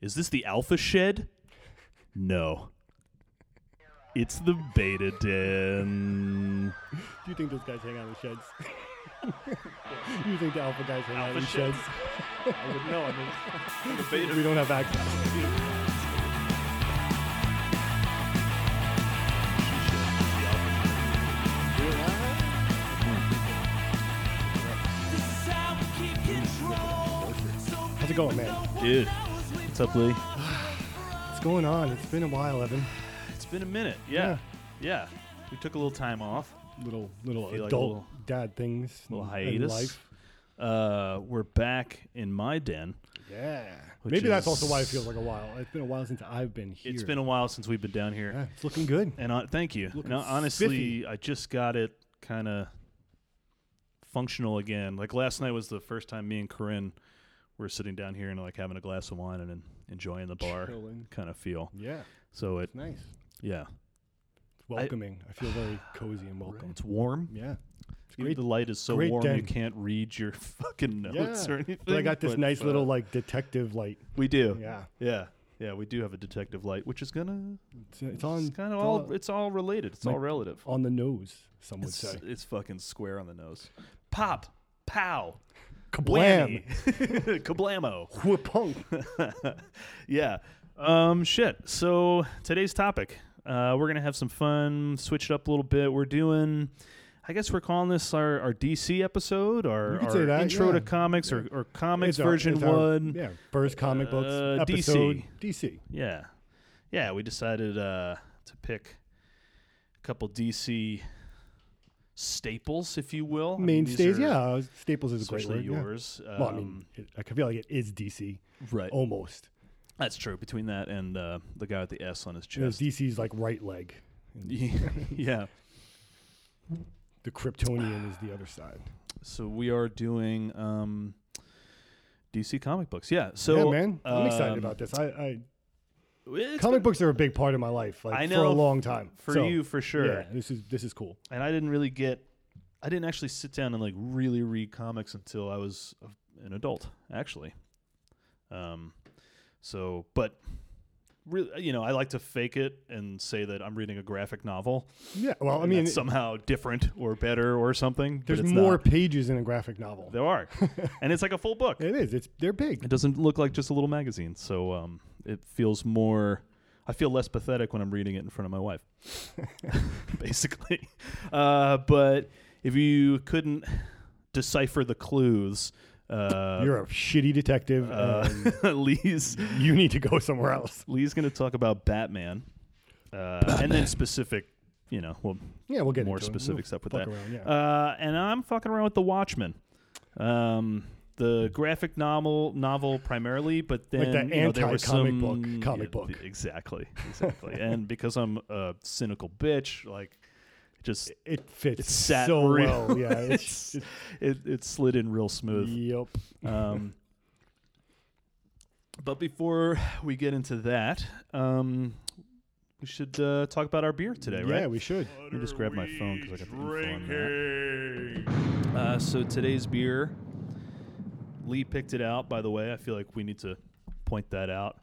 Is this the alpha shed? No. It's the beta den. Do you think those guys hang out in sheds? you think the alpha guys hang out in sheds? I would know. I mean, the We don't have access. How's it going, man? Dude, what's up, Lee? What's going on? It's been a while, Evan. It's been a minute. Yeah. yeah, We took a little time off, Little little Feel like a adult little- dad things. a little and hiatus. life. Uh, we're back in my den. Yeah. Which Maybe that's also is- why it feels like a while. It's been a while since I've been here. It's been a while since we've been down here. Yeah, it's looking good. And uh, thank you. Looking Now, honestly, spiffy. I just got it kind of functional again. Like last night was the first time me and Corinne were sitting down here and like having a glass of wine and, en- enjoying the bar Chilling. kind of feel. Yeah. So it, It's nice. yeah, It's welcoming. I, feel very cozy and welcome. it's warm. Yeah. It's Even great. the light is so great warm you den. can't read your fucking notes Yeah. or anything. But I got this but, nice uh, little like detective light. We do. Yeah. Yeah. yeah. we do have a detective light, which is gonna. It's, it's on It's kind of it's all. on- It's all related. It's My- all relative. on the nose, some would It's, uh, say. it's fucking square on the nose. Pop, pow, Kablam. Whammy. Kablamo. Whipunk. yeah. Um, shit. So today's topic, uh, we're gonna have some fun, switch it up a little bit. We're doing, I guess we're calling this our, our DC episode, You our, could say our that, intro yeah. to comics or, or comics It's our- version it's our, one. yeah, first comic books Uh, episode. DC. DC. yeah, yeah. We decided uh, to pick a couple DC staples, if you will. I mean, these Mainstays, are yeah. Staples is a great Especially word. yeah. yours. um, Well, I mean, it, I feel like it is DC right. almost. That's true. Between that and uh, the guy with the S on his Because chest. DC's like right leg. And yeah. the Kryptonian is the other side. So we are doing um, DC comic books. Yeah. So yeah, man, I'm excited um, about this. I, I it's comic been- books are a big part of my life. Like I for know, a long time. for So, you for sure. Yeah, this is this is cool. And I didn't really get. I didn't actually sit down and like really read comics until I was a- an adult, actually. Um, so, but really, you know, I like to fake it and say that I'm reading a graphic novel. Yeah. Well, I and that's mean, somehow different or better or something. but there's it's more not. pages in a graphic novel. There are, and it's like a full book. It is. It's they're big. It doesn't look like just a little magazine, so um, it feels more. I feel less pathetic when I'm reading it in front of my wife, basically. Uh, but if you couldn't decipher the clues, uh, You're a shitty detective. uh, and Lee's you need to go somewhere else. Lee's going to talk about Batman, uh, and then specific, you know, well, Yeah, we'll get more into it. We'll specific stuff with fuck that. around, yeah. Uh, and I'm fucking around with the Watchmen, um, the graphic novel, novel primarily, but then Like that you know, there was anti-comic some, book comic yeah, th- book. exactly, exactly. and because I'm a cynical bitch, like just it fits it's sat so real. well. Yeah, it's, it's, it, it slid in real smooth. yep. Um, but before we get into that, um, we should uh, talk about our beer today, yeah, right? we should. Let me just grab my phone because I got the info on that. Uh, so today's beer, Lee picked it out. By the way, I feel like we need to point that out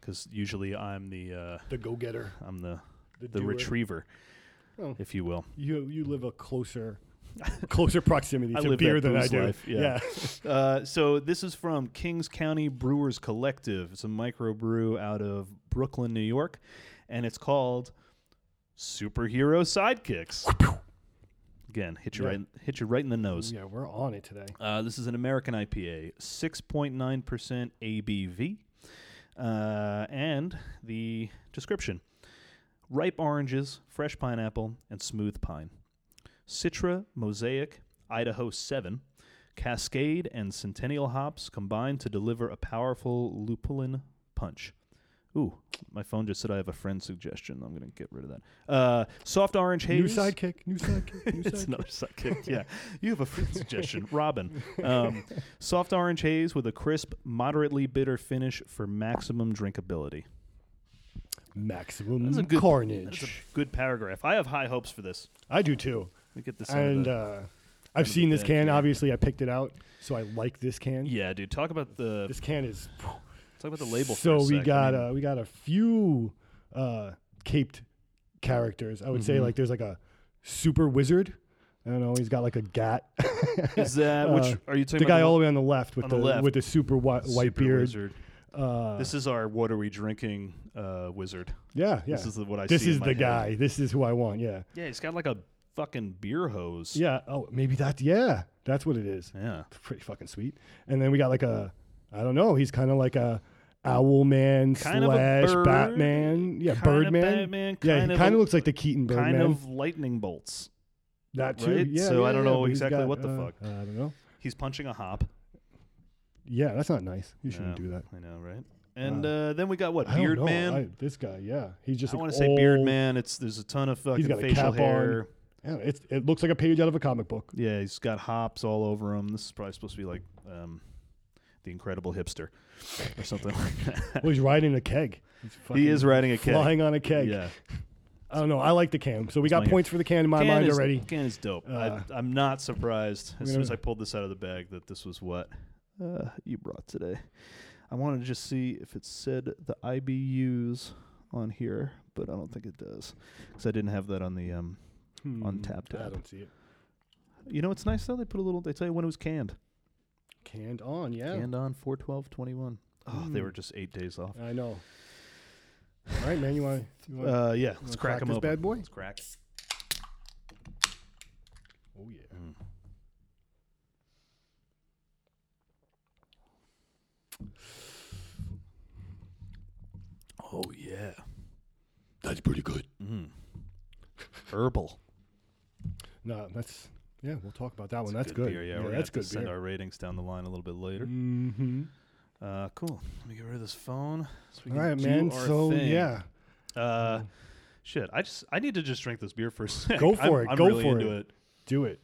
because usually I'm the uh, The go getter. I'm the The the doer. retriever, Oh. if you will. You you live a closer closer proximity I to live beer that than I booze do. life, yeah. Uh, so this is from Kings County Brewers Collective. It's a microbrew out of Brooklyn, New York, and it's called Superhero Sidekicks. Again, hit you Yeah. right hit you right in the nose. Yeah, we're on it today. Uh, this is an American IPA, 6.9% ABV. Uh, and the description ripe oranges, fresh pineapple, and smooth pine. Citra, Mosaic, Idaho 7, Cascade, and Centennial hops combine to deliver a powerful lupulin punch. Ooh, my phone just said I have a friend suggestion. I'm going to get rid of that. Uh, soft orange haze New sidekick. New sidekick. New it's sidekick. another sidekick. Yeah, you have a friend suggestion, Robin. Um, soft orange haze with a crisp, moderately bitter finish for maximum drinkability. Maximum That's a good carnage. That's a good paragraph. I have high hopes for this. I do too. We get this. into And the- uh, I've seen this bad can. can. Obviously, I picked it out, so I like this can. Yeah, dude. Talk about the This can is. talk about the label. for So a we sec. got I mean, uh, we got a few uh, caped characters. I would say Mhm. like there's like a super wizard. I don't know. He's got like a gat. is that which uh, are you talking the about? guy all the way on the left with on the, the left. with the super whi- white Super beard. Wizard. Uh, This is our what are we drinking uh, wizard. yeah, yeah. This is the- what I. This see in is my the head. guy. This is who I want. Yeah, Yeah, he's got like a fucking beer hose. yeah. Oh, maybe that. Yeah, that's what it is. Yeah. Pretty fucking sweet. And then we got like a, I don't know. He's kind of like a owl man Kind of a slash bird, Batman. Yeah, kinda Birdman. Batman, yeah, kind he of kind a- of looks like the Keaton Birdman. kind of lightning bolts. that too. right? Yeah. So I yeah, don't yeah, know but he's exactly got, what the uh, fuck. uh, I don't know. He's punching a hop. Yeah, that's not nice. You shouldn't Yeah, do that. I know, right? And uh, then we got what I don't Beard know. Man. I- this guy, yeah, he's just. I like want to say Beard old- Man. It's there's a ton of fucking got a facial cap on. hair. Yeah, it's, it looks like a page out of a comic book. Yeah, he's got hops all over him. This is probably supposed to be like um, the Incredible Hipster or something like that. Well, he's riding a keg. He's he is fucking riding a keg. flying on a keg. Yeah, I don't know. I like the can. So we my got hit. points for the can in my Can mind is, already. Can is dope. Uh, I, I'm not surprised as soon gonna- as I pulled this out of the bag that this was what uh, you brought today. I wanted to just see if it said the IBUs on here, but I don't think it does because I didn't have that on the um, on Hmm, tap I tap. don't see it. You know, it's nice though. They put a little. They tell you when it was canned. Canned on, yeah. Canned on 41221. Oh, they Mm. were just eight days off. I know. All right, man. You want to Uh, yeah, let's crack, crack them this open. bad boy? Let's crack. Oh yeah. Mm. Oh yeah, That's pretty good. mm. herbal. No, that's yeah. We'll talk about that It's one. Oh, That's a good. Beer. Yeah, we're gonna that's have to good Send beer. our ratings down the line a little bit later. Mm-hmm. Uh, cool. Let me get rid of this phone. So we All can right, do man. our So thing. yeah, Mm. Uh, shit. I just I need to just drink this beer for a sec. Go I'm- for it, I'm go really for into it. do it.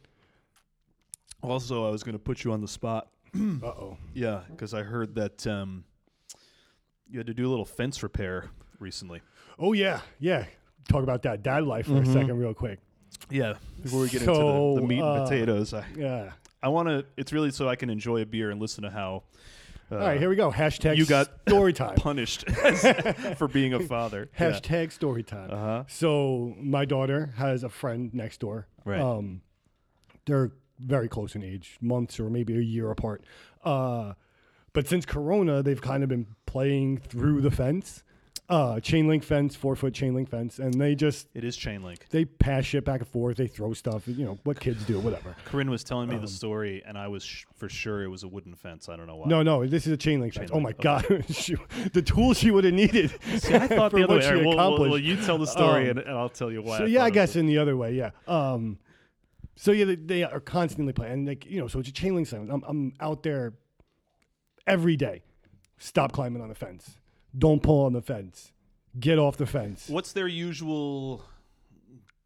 Also, I was gonna put you on the spot. Uh oh. Yeah, because I heard that um, you had to do a little fence repair recently. Oh yeah, yeah. Talk about that dad life for Mm-hmm. a second, real quick. Yeah, before we get So, into the, the meat and uh, potatoes, I, Yeah. I want to. It's really so I can enjoy a beer and listen to how uh, All right, here we go. Hashtag you got story time. punished for being a father. Hashtag story time. Yeah. Uh-huh. So my daughter has a friend next door. Right. Um, they're very close in age, months or maybe a year apart. Uh, but since Corona, they've kind of been playing through the fence, uh, chain link fence, four foot chain link fence, and they just It is chain link. they pass shit back and forth. They throw stuff. You know what kids do, whatever. Corinne was telling me Um, the story, and I was sh- for sure it was a wooden fence. I don't know why. No, no, this is a chain link fence. link, Oh my god, she, the tool she would have needed. See, I thought for the other way. what she All right, well, well, accomplished. well, you tell the story, Um, and, and I'll tell you why. So I yeah, thought I it was guess a- in the other way, yeah. Um, so yeah, they, they are constantly playing, and like you know, so it's a chain link fence. I'm, I'm out there every day. Stop climbing on the fence. Don't pull on the fence. Get off the fence. what's their usual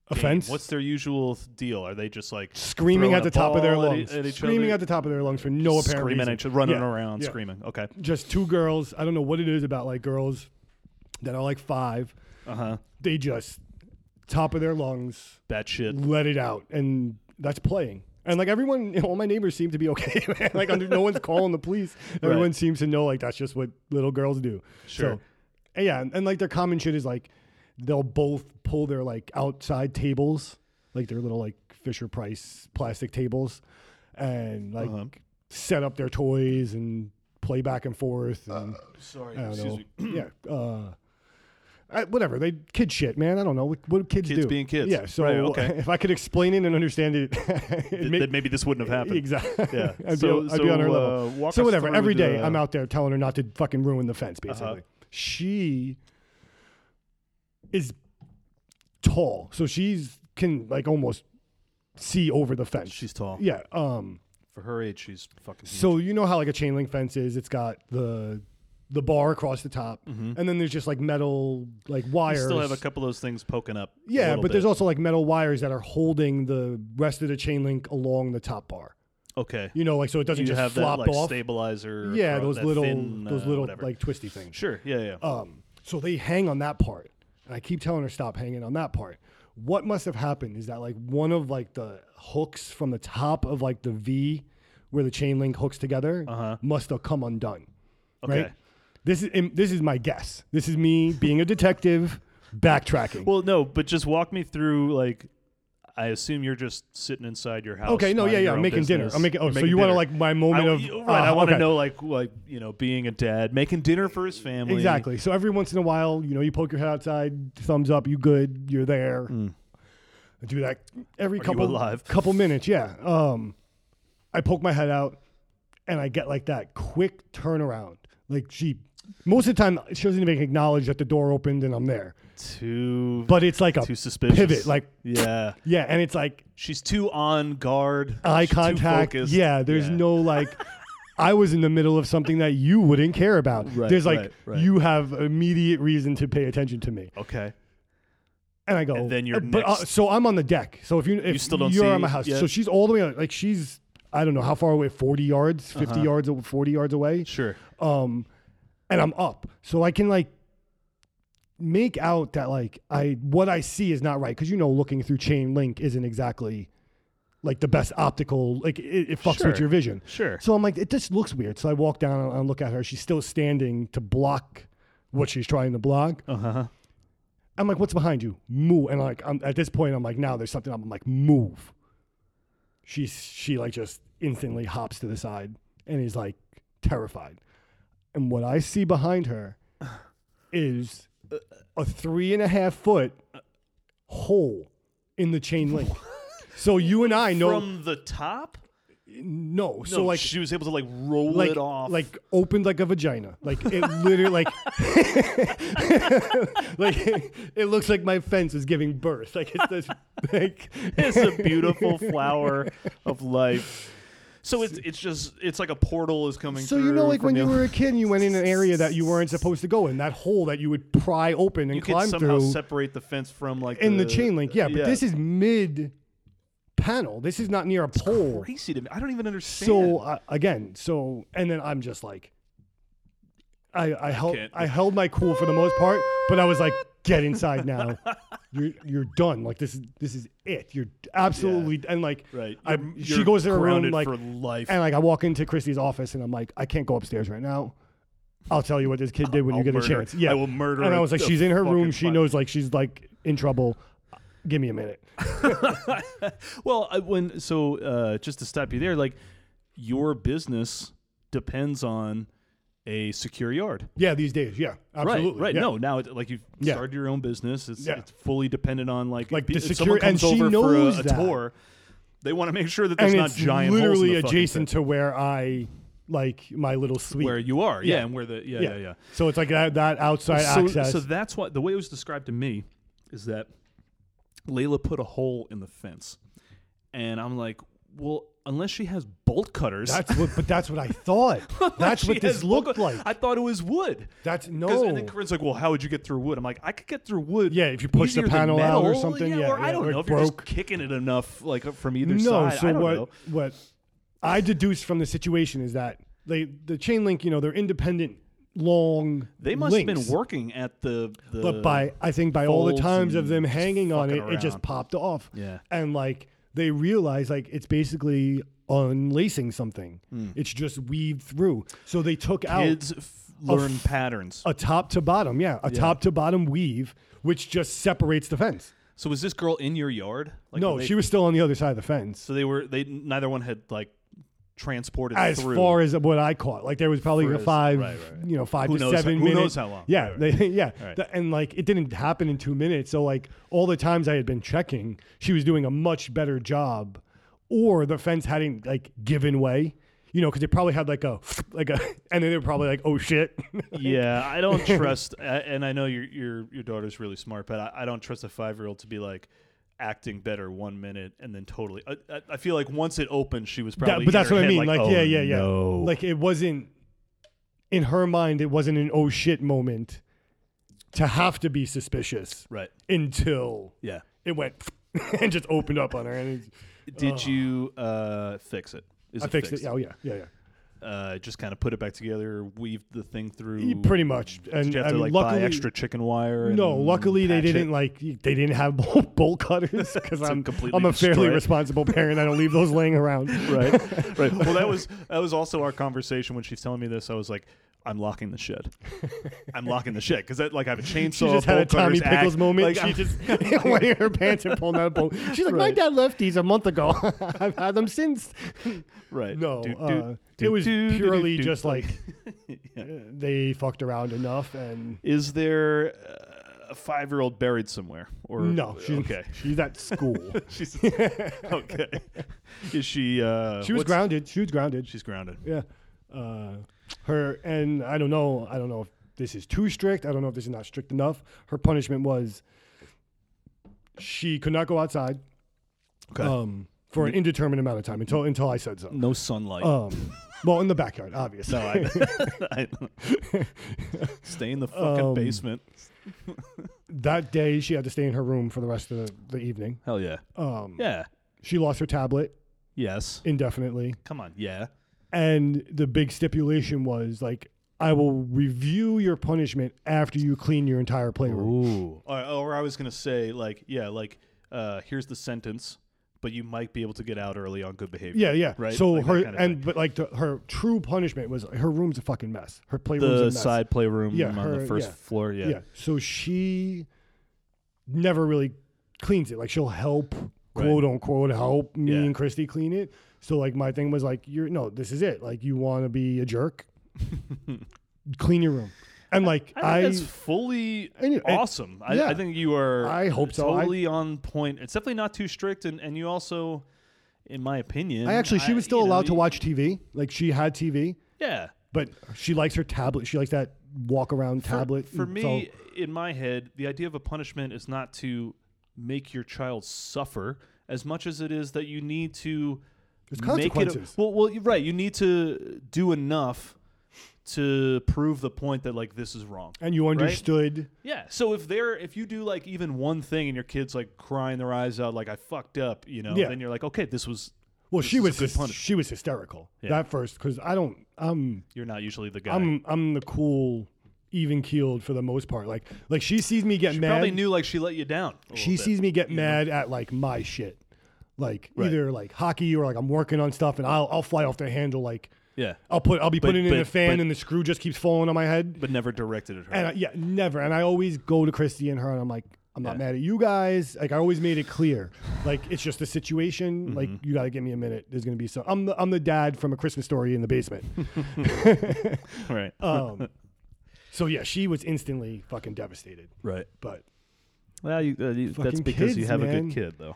a game? fence. What's their usual th- deal? Are they just like screaming throwing at a the top of their ball at e- lungs? at each screaming other? at the top of their lungs for no apparent screaming reason. at each other, running Yeah, around, yeah. screaming? Okay. Just two girls. I don't know what it is about like girls that are like five. Uh huh. They just top of their lungs. That shit. let it out and that's playing and like everyone all my neighbors seem to be okay man. like under, no one's calling the police everyone Right. seems to know like that's just what little girls do Sure. so, and yeah and, and, like their common shit is like they'll both pull their like outside tables like their little like fisher price plastic tables and like Uh-huh. set up their toys and play back and forth and Sorry. i don't know yeah uh I, whatever they kid shit, man. I don't know what, what do kids, Kids do. being kids. Yeah, so Right, okay. if I could explain it and understand it, it Th- that maybe this wouldn't have happened. exactly. Yeah. I'd, So- be, on- I'd be on her so, uh, level. walk So us whatever. through Every day the- uh, Uh-huh. I'm out there telling her not to fucking ruin the fence. Basically, she is tall, so she's can like almost see over the fence. She's tall. yeah. Um. For her age, she's fucking. huge. So you know how like a chain link fence is? It's got the the bar across the top, and then there's just like metal like Mm-hmm. You wires. still have a couple of those things poking up. a Yeah, little but there's bit. also like metal wires that are holding the rest of the chain link along the top bar. okay. You know, like so it doesn't You just have that flop like off. stabilizer. yeah, across those that little, thin, those uh, little whatever. like twisty things. Sure. Yeah. Yeah. Um, so they hang on that part, and I keep telling her stop hanging on that part. what must have happened is that like one of like the hooks from the top of like the V where the chain link hooks together Uh-huh. must have come undone. Okay. Right? This is and this is my guess. This is me being a detective backtracking. Well, no, but just walk me through like. I assume you're just sitting inside your house. okay, no, yeah, minding yeah, your I'm own making dinner. business. I'm making Oh, You're so you want to dinner. like my I, moment of you- right, I uh, want to okay. know like like you know being a dad, making dinner for his family. Exactly. So every once in a while, you know, you poke your head outside, thumbs up, you good, you're there. I do that every Hmm. you couple alive? couple minutes. Yeah. Um, I poke my head out, and I get like that quick turnaround. Like she, most of the time she doesn't even acknowledge that the door opened and I'm there. Too But it's like a too suspicious. pivot, like- yeah, yeah, and it's like she's too on guard. eye she's too contact. focused. Yeah, there's Yeah. no like. I was in the middle of something that you wouldn't care about. Right, there's like right, right. you have immediate reason to pay attention to me. Okay. And I go, And then you're uh, but, uh, next. so I'm on the deck. So if you if You still don't you're see on my house, yet? so she's all the way on, like she's I don't know how far away, forty yards, 50 Uh-huh. yards, yards, forty yards away. Sure. Um, and I'm up, so I can like make out that like I what I see is not right because you know looking through chain link isn't exactly like the best optical. Like it, it fucks Sure. with your vision. Sure. So I'm like, it just looks weird. So I walk down and I look at her. She's still standing to block what she's trying to block. Uh huh. I'm like, what's behind you? Move. And like, I'm, at this point, I'm like, now there's something. I'm like, move. She's she like just instantly hops to the side and is like terrified. And what I see behind her is a three and a half foot hole in the chain link. so you and I know From the top. no. No, So like she was able to like roll like it off. like opened like a vagina. Like it literally like like it looks like my fence is giving birth. Like it's this like it's a beautiful flower of life. So it's it's just it's like a portal is coming. so through you know like from when the you other- were a kid and you went in an area that you weren't supposed to go in, that hole that you would pry open and you could climb somehow through separate the fence from like in the chain link. Yeah, but yeah. this is mid panel. This is not near a pole. crazy to me. I don't even understand. So uh, again, so and then I'm just like, I I held can't. I held my cool for the most part, but I was like, get inside now. You're you're done. Like this is this is it. You're absolutely and like right, I, You're- she you're goes in her room grounded like for life. and like I walk into Christy's office and I'm like I can't go upstairs right now. I'll tell you what this kid did when I'll you get murder- a chance. Yeah, I will murder And a- I was like, a she's in her room. fucking She body." knows like she's like in trouble. Give me a minute. well, I, when so uh, just to stop you there, like your business depends on a secure yard. Yeah, these days. Yeah, absolutely. Right, right. yeah. No, now it, like you've Yeah. started your own business. It's Yeah. it's fully dependent on like Like, pe- the if someone secure- comes and she over knows for a, a that. tour, they want to make sure that there's not giant holes in literally the fucking adjacent to where I like my little thing. suite. where you are. Yeah, Yeah. and where the yeah yeah. yeah yeah. So it's like that, that outside so, access. so that's why the way it was described to me is that Layla put a hole in the fence, and I'm like, well, unless she has bolt cutters. that's what, but that's what I thought. that's She what this has bolt looked cut- like. I thought it was wood. that's 'Cause- And then no. Corinne's like, "Well, how would you get through wood?" I'm like, "I could get through wood. Yeah, if you push the easier than panel out or metal." something, Yeah, yeah, or I yeah, don't or know it if you're just broke. kicking it enough, like uh, from either No. side. So I don't what? know. What I deduced from the situation is that they the chain link. You know, they're independent, long. They must have links, been working at the. the But by I think by all the folds times of and them just hanging on it, fucking it just around. popped off. yeah, and like they realize like it's basically unlacing something. It's just weaved through. So they took out Hmm. kids f- learn patterns. a top to bottom, yeah, a top to bottom weave, which just separates the fence. so was this girl in your yard? Like, no, were they- she was still on the other side of the fence. So they were. They neither one had like transported As through. far as what I caught, like there was probably Through a is- five, right, right, right. you know, five Who to knows seven how- who knows minutes. how long. Yeah, they, yeah, right. The- and like it didn't happen in two minutes. So like all the times I had been checking, she was doing a much better job, or the fence hadn't like given way. You know, because they probably had like a like a, and then they were probably like, oh shit. yeah, I don't trust, a- and I know your your your daughter's really smart, but I, I don't trust a five year old to be like acting better one minute and then totally. I, I, I feel like once it opened, she was That- probably. in but that's her what I head mean. Like, oh, yeah, yeah, yeah. no. Like it wasn't in her mind. It wasn't an oh shit moment to have to be suspicious right. until Yeah. it went and just opened up on her. And it's, Did you uh, fix it? Is I fixed it. Oh yeah, yeah, yeah. uh, just kind of put it back together, weaved the thing through. Pretty much. Did And you have I to mean, like luckily, buy extra Mm, chicken wire? No, and luckily they patch it? didn't like they didn't have bolt, bolt cutters because To I'm completely I'm a fairly destroy it. responsible parent. I don't leave those laying around. right right well that was that was also our conversation when she's telling me this i was like i'm locking the shed i'm locking the shed because like i have a chainsaw She just had a bolt cutters, Tommy Pickles axe. moment. like, she I'm- just went in her pants and pulled out a bolt. She's like, my Right. dad left these a month ago. I've had them since. right No, Do, do, uh, do, it was do, do, do, purely do. just like Yeah. they fucked around enough and is there uh, a five-year-old buried somewhere or uh, no, she's okay She's at school. she's okay is she uh she was what's- grounded. She was grounded. she's grounded Yeah. Uh, her and I don't know. I don't know if this is too strict. I don't know if this is not strict enough. Her punishment was she could not go outside okay Mm. um, for an indeterminate amount of time until until I said so. no sunlight Um, well, in the backyard, obviously. Mm. no I, I stay in the fucking Um, basement that day, she had to stay in her room for the rest of the, the evening. hell yeah Um, yeah She lost her tablet yes indefinitely, come on yeah and the big stipulation was like, "I will review your punishment after you clean your entire playroom." Ooh. Or, oh, or I was gonna say like, yeah, like uh, here's the sentence, but you might be able to get out early on good behavior. Yeah, yeah. Right? So Like that her kind of and but like the, her true punishment was her room's a fucking mess. Her playroom's a the mess. side playroom Yeah, on her- the first yeah. floor. Yeah. So she never really cleans it. Like she'll help, Right. quote unquote, help me Yeah. and Christy clean it. So like my thing was like, you're no, this is it. Like you want to be a jerk, clean your room, and like I think I. that's fully And- and- awesome. I, yeah. I think you are. I hope so. I- Totally on point. It's definitely not too strict, and, and you also, in my opinion, I actually, she was still you know, allowed to you- watch TV. Like she had TV, Yeah, but she likes her tablet. She likes that walk around tablet. For, for So- me, in my head, the idea of a punishment is not to make your child suffer as much as it is that you need to There's it. A, consequences. well, well, you're right. You need to do enough to prove the point that like this is wrong. and you understood. Yeah. So if they're if you do like even one thing and your kids like crying their eyes out like I fucked up, you know, Yeah. then you're like, okay, this was. Well, This she is a was good hys- punishment. she was hysterical Yeah. that first because I don't I'm You're not usually the guy. I'm I'm the cool even keeled for the most part. Like like she sees me get she mad. probably knew like she let you down. a little she bit. Mm-hmm. sees me get mad at like my shit, like Right. either like hockey or like I'm working on stuff and I'll I'll fly off the handle. Like Yeah. I'll put I'll be putting it in but- the fan but- and the screw just keeps falling on my head. But never directed at her. And I, yeah, never. And I always go to Christy and her, and I'm like, I'm not mad at you guys. Like I always made it clear, like it's just a situation. Mm-hmm. Like you got to give me a minute. There's gonna be some. I'm the I'm the dad from a Christmas story in the basement. right. Um, so yeah, she was instantly fucking devastated. right. But Well, you, uh, you, that's Fucking because you kids, have a man. good kid, though.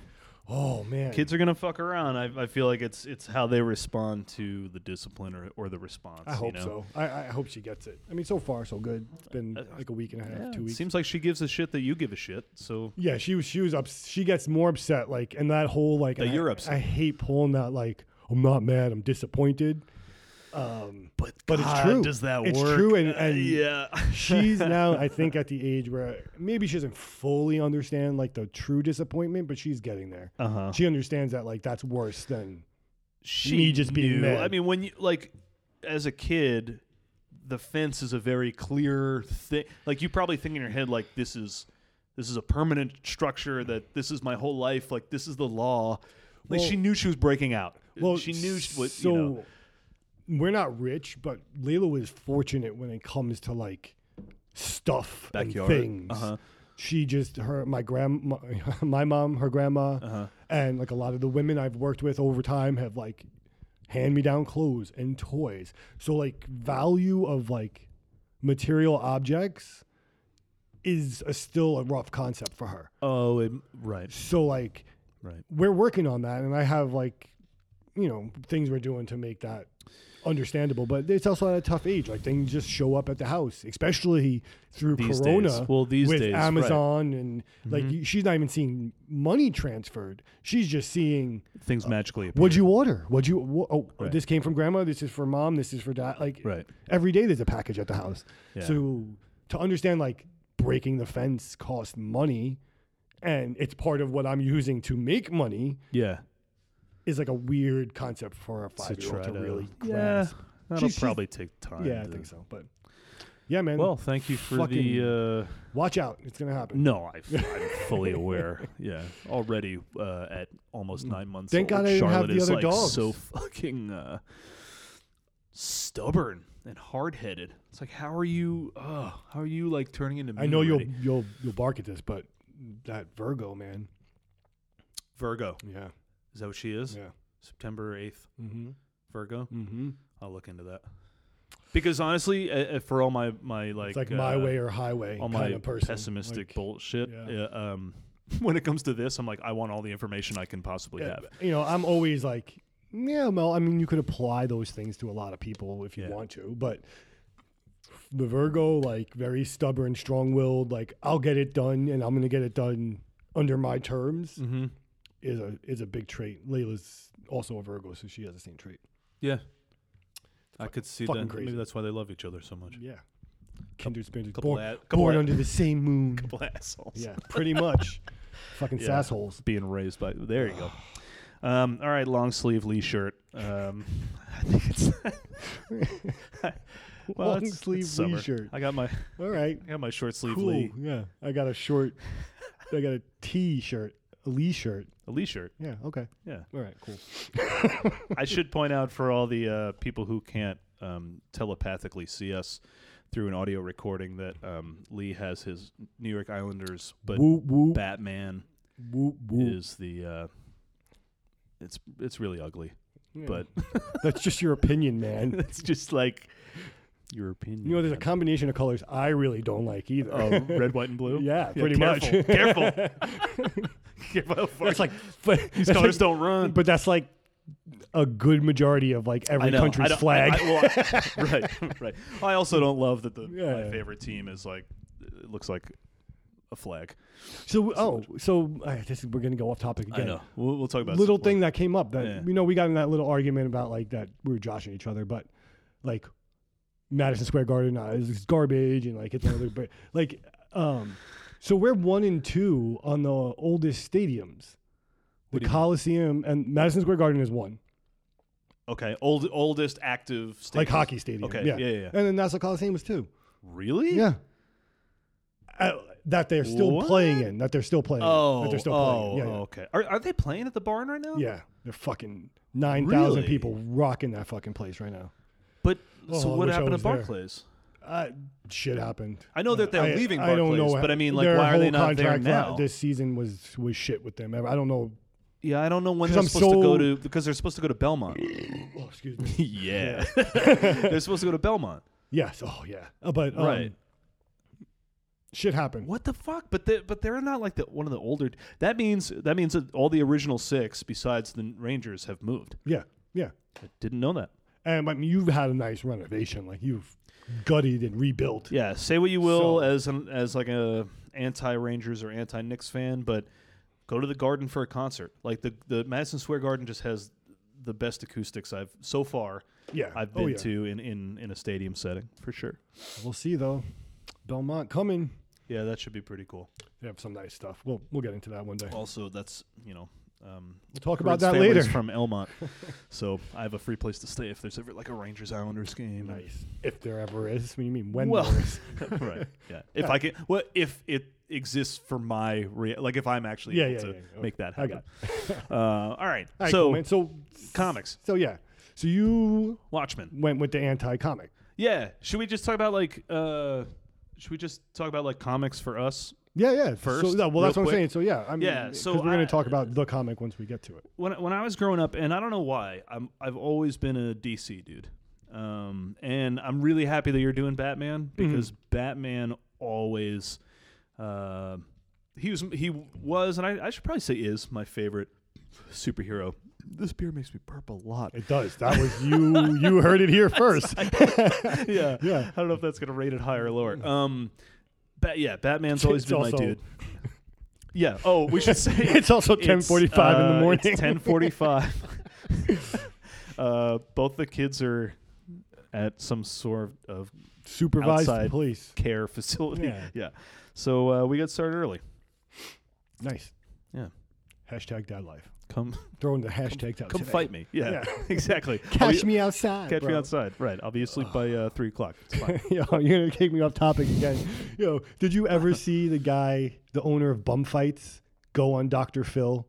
oh man, Kids are gonna fuck around. I, I feel like it's it's how they respond to the discipline or, or the response. I hope you know? so. I, I hope she gets it. I mean, so far so good. It's been like a week and a half, Yeah, two it weeks. Seems like she gives a shit that you give a shit. So Yeah, she was she was up. She gets more upset, like, and that whole like. That I, you're upset. I hate pulling that. Like, I'm not mad. I'm disappointed. Um, But But it's God, true. Does that It's work? true, and- Uh, and- yeah, she's now, I think, at the age where maybe she doesn't fully understand like the true disappointment, but she's getting there. uh huh. She understands that like that's worse than She me just being knew. mad. I mean, when you like, as a kid, the fence is a very clear thing. Like you probably think in your head, like this is this is a permanent structure. That this is my whole life. Like this is the law. Like Well- she knew she was breaking out. well. she knew she was. so you know, we're not rich, but Layla was fortunate when it comes to like stuff Backyard. and things. Uh-huh. she just her my grandma my mom her grandma Uh-huh. and like a lot of the women i've worked with over time have like hand me down clothes and toys so like value of like material objects is a, still a rough concept for her Oh, it, right, so like right. we're working on that and i have like you know things we're doing to make that understandable but it's also at a tough age like things just show up at the house especially through These corona days. Well, these with days, right. amazon and like you- she's not even seeing money transferred she's just seeing Things magically appear. what'd Uh, you order what'd you wha- oh Right. this came from grandma this is for mom this is for dad like Right. every day there's a package at the house Yeah. so to understand like breaking the fence costs money and it's part of what i'm using to make money yeah. is like a weird concept for a To five year try old to, to really yeah. grasp. That'll She's- she's- probably take time. yeah, I to- think so. But yeah, man. Well, thank you for Fucking- the. Uh, watch out. It's gonna happen. no, I, am fully aware. Yeah, already uh, at almost nine months. Mm. Thank old, God I didn't have Charlotte the is other like dogs. so fucking uh, stubborn and hard headed. It's like, how are you? Uh, how are you like turning into? Me I know you'll already? you'll you'll bark at this, but that Virgo man. Virgo. Yeah. Is that what she is? Yeah. September eighth. Mm-hmm. Virgo. Mm-hmm. I'll look into that. Because honestly, uh, uh, for all my my like, it's like my uh, way or highway all kind my of person. pessimistic Like, bullshit. yeah. uh, um, when it comes to this, I'm like, I want all the information I can possibly yeah, have. You know, I'm always like, yeah, well, I mean, you could apply those things to a lot of people if you Yeah. want to, but the Virgo, like, very stubborn, strong willed, like, I'll get it done and I'm going to get it done under my terms Mm-hmm. is a is a big trait. Layla's also a Virgo, so she has the same trait. Yeah, I could see fucking that. crazy. Maybe that's why they love each other so much. Yeah. Kindred spirits. Couple, Born, a- couple, born a- under the same moon. couple assholes. Yeah, pretty much. Fucking Yeah. sassholes. being raised by. There you go. Um, all right, long sleeve Lee shirt. Um, I think it's well, Long it's- it's sleeve Lee summer. shirt. I got my All right. I got my short sleeve cool. Lee Yeah, I got a short. I got a T shirt, a Lee shirt. a Lee shirt. Yeah. Okay. Yeah. All right. Cool. I should point out for all the uh, people who can't um, telepathically see us through an audio recording that um, Lee has his New York Islanders, but whoop whoop Batman whoop whoop. is the. Uh, it's it's really ugly, Yeah. but that's just your opinion, man. it's just like your opinion. You know, there's a man. combination of colors I really don't like either. Oh, red, white, and blue. yeah, pretty careful, much. Careful, careful. how far- That's like, but, these that's colors like- don't run. but that's like a good majority of like every know. country's don't- flag. I- I- well, I- right, right. I also don't love that the my Yeah. favorite team is like it looks like a flag. so, oh, so uh, this is, we're gonna go off topic I again. know. We'll, we'll talk about little support. thing that came up that Yeah. you know we got in that little argument about like that we were joshing each other, but like Madison Square Garden uh, is is garbage and like it's another but like um so we're one and two on the oldest stadiums. The What do you mean? Coliseum and Madison Square Garden is one, Okay, old oldest active stadium. like hockey stadium. Okay, yeah. yeah, yeah, yeah. And then Nassau Coliseum is two. Really? Yeah. Uh, that they're still playing What? in. That they're still playing. in, Oh, that they're still oh, playing. in. Yeah, yeah. okay. Are, are they playing at the barn right now? Yeah, they're fucking nine thousand Really? people rocking that fucking place right now. But so Oh, I what wish I happened at was there. Barclays? Uh, shit happened. I know that they're I- leaving I don't know Barclays, how- but I mean, like, their why are they whole not there contract now? This season was was shit with them. I don't know. yeah, I don't know when 'Cause they're I'm supposed to go so- to because they're supposed to go to Belmont. Oh, excuse me. yeah, they're supposed to go to Belmont. yes. Oh yeah. Uh, but um, Right. Shit happened. What the fuck? But they but they're not like the one of the older. That means that means that all the original six besides the Rangers have moved. Yeah. Yeah. I didn't know that. And I mean, you've had a nice renovation. Like you've gutted and rebuilt. Yeah, say what you will So- as an as like a anti Rangers or anti Knicks fan, but go to the Garden for a concert. Like the the Madison Square Garden just has the best acoustics I've so far Yeah. I've Oh, been yeah. to in, in in a stadium setting for sure. We'll see though. Belmont coming. Yeah, that should be pretty cool. They have some nice stuff. We'll we'll get into that one day. Also, that's you know. Um, We'll talk about Corinne's that family's later. From Elmont, so I have a free place to stay if there's ever like a Rangers Islanders game. nice. If there ever is. What do you mean? When Well- there is? right. Yeah. If I can, well, if it exists for my rea- like, if I'm actually Yeah, able yeah, to yeah, yeah. make that I happen. got. uh, all right. All right, so cool, man. so comics, so yeah. So you Watchmen. went with the anti-comic. Yeah. Should we just talk about like? uh Should we just talk about like comics for us? Yeah, yeah. First, So, yeah, well, that's real quick. what I'm saying. So yeah, I'm, Yeah, so 'cause we're I- going to talk about the comic once we get to it. When I- when I was growing up, and I don't know why, I'm I've always been a DC dude, um, and I'm really happy that you're doing Batman Mm-hmm. because Batman always. Uh, he was he was and I, I should probably say is my favorite superhero. This beer makes me burp a lot. It does. That was you. you heard it here first. yeah, Yeah. Mm-hmm. I don't know if that's gonna rate it higher or lower. Um, but yeah, Batman's always It's been my also- dude. Yeah. Oh, we should say It's also it's, 10:45 in the uh, morning. It's ten forty-five. uh, both the kids are at some sort of Supervised Outside. police. care facility. Yeah. Yeah. So uh, we got started early. Nice. Yeah. Hashtag dad life. Come, Throwing the hashtags out. come today. fight me. Yeah, Yeah. exactly. I'll Catch be- me outside. Catch me bro. outside. Right. I'll be asleep by uh, three o'clock. It's fine. Yo, you're gonna kick me off topic again. Yo, did you ever see the guy, the owner of Bum Fights, go on Dr. Phil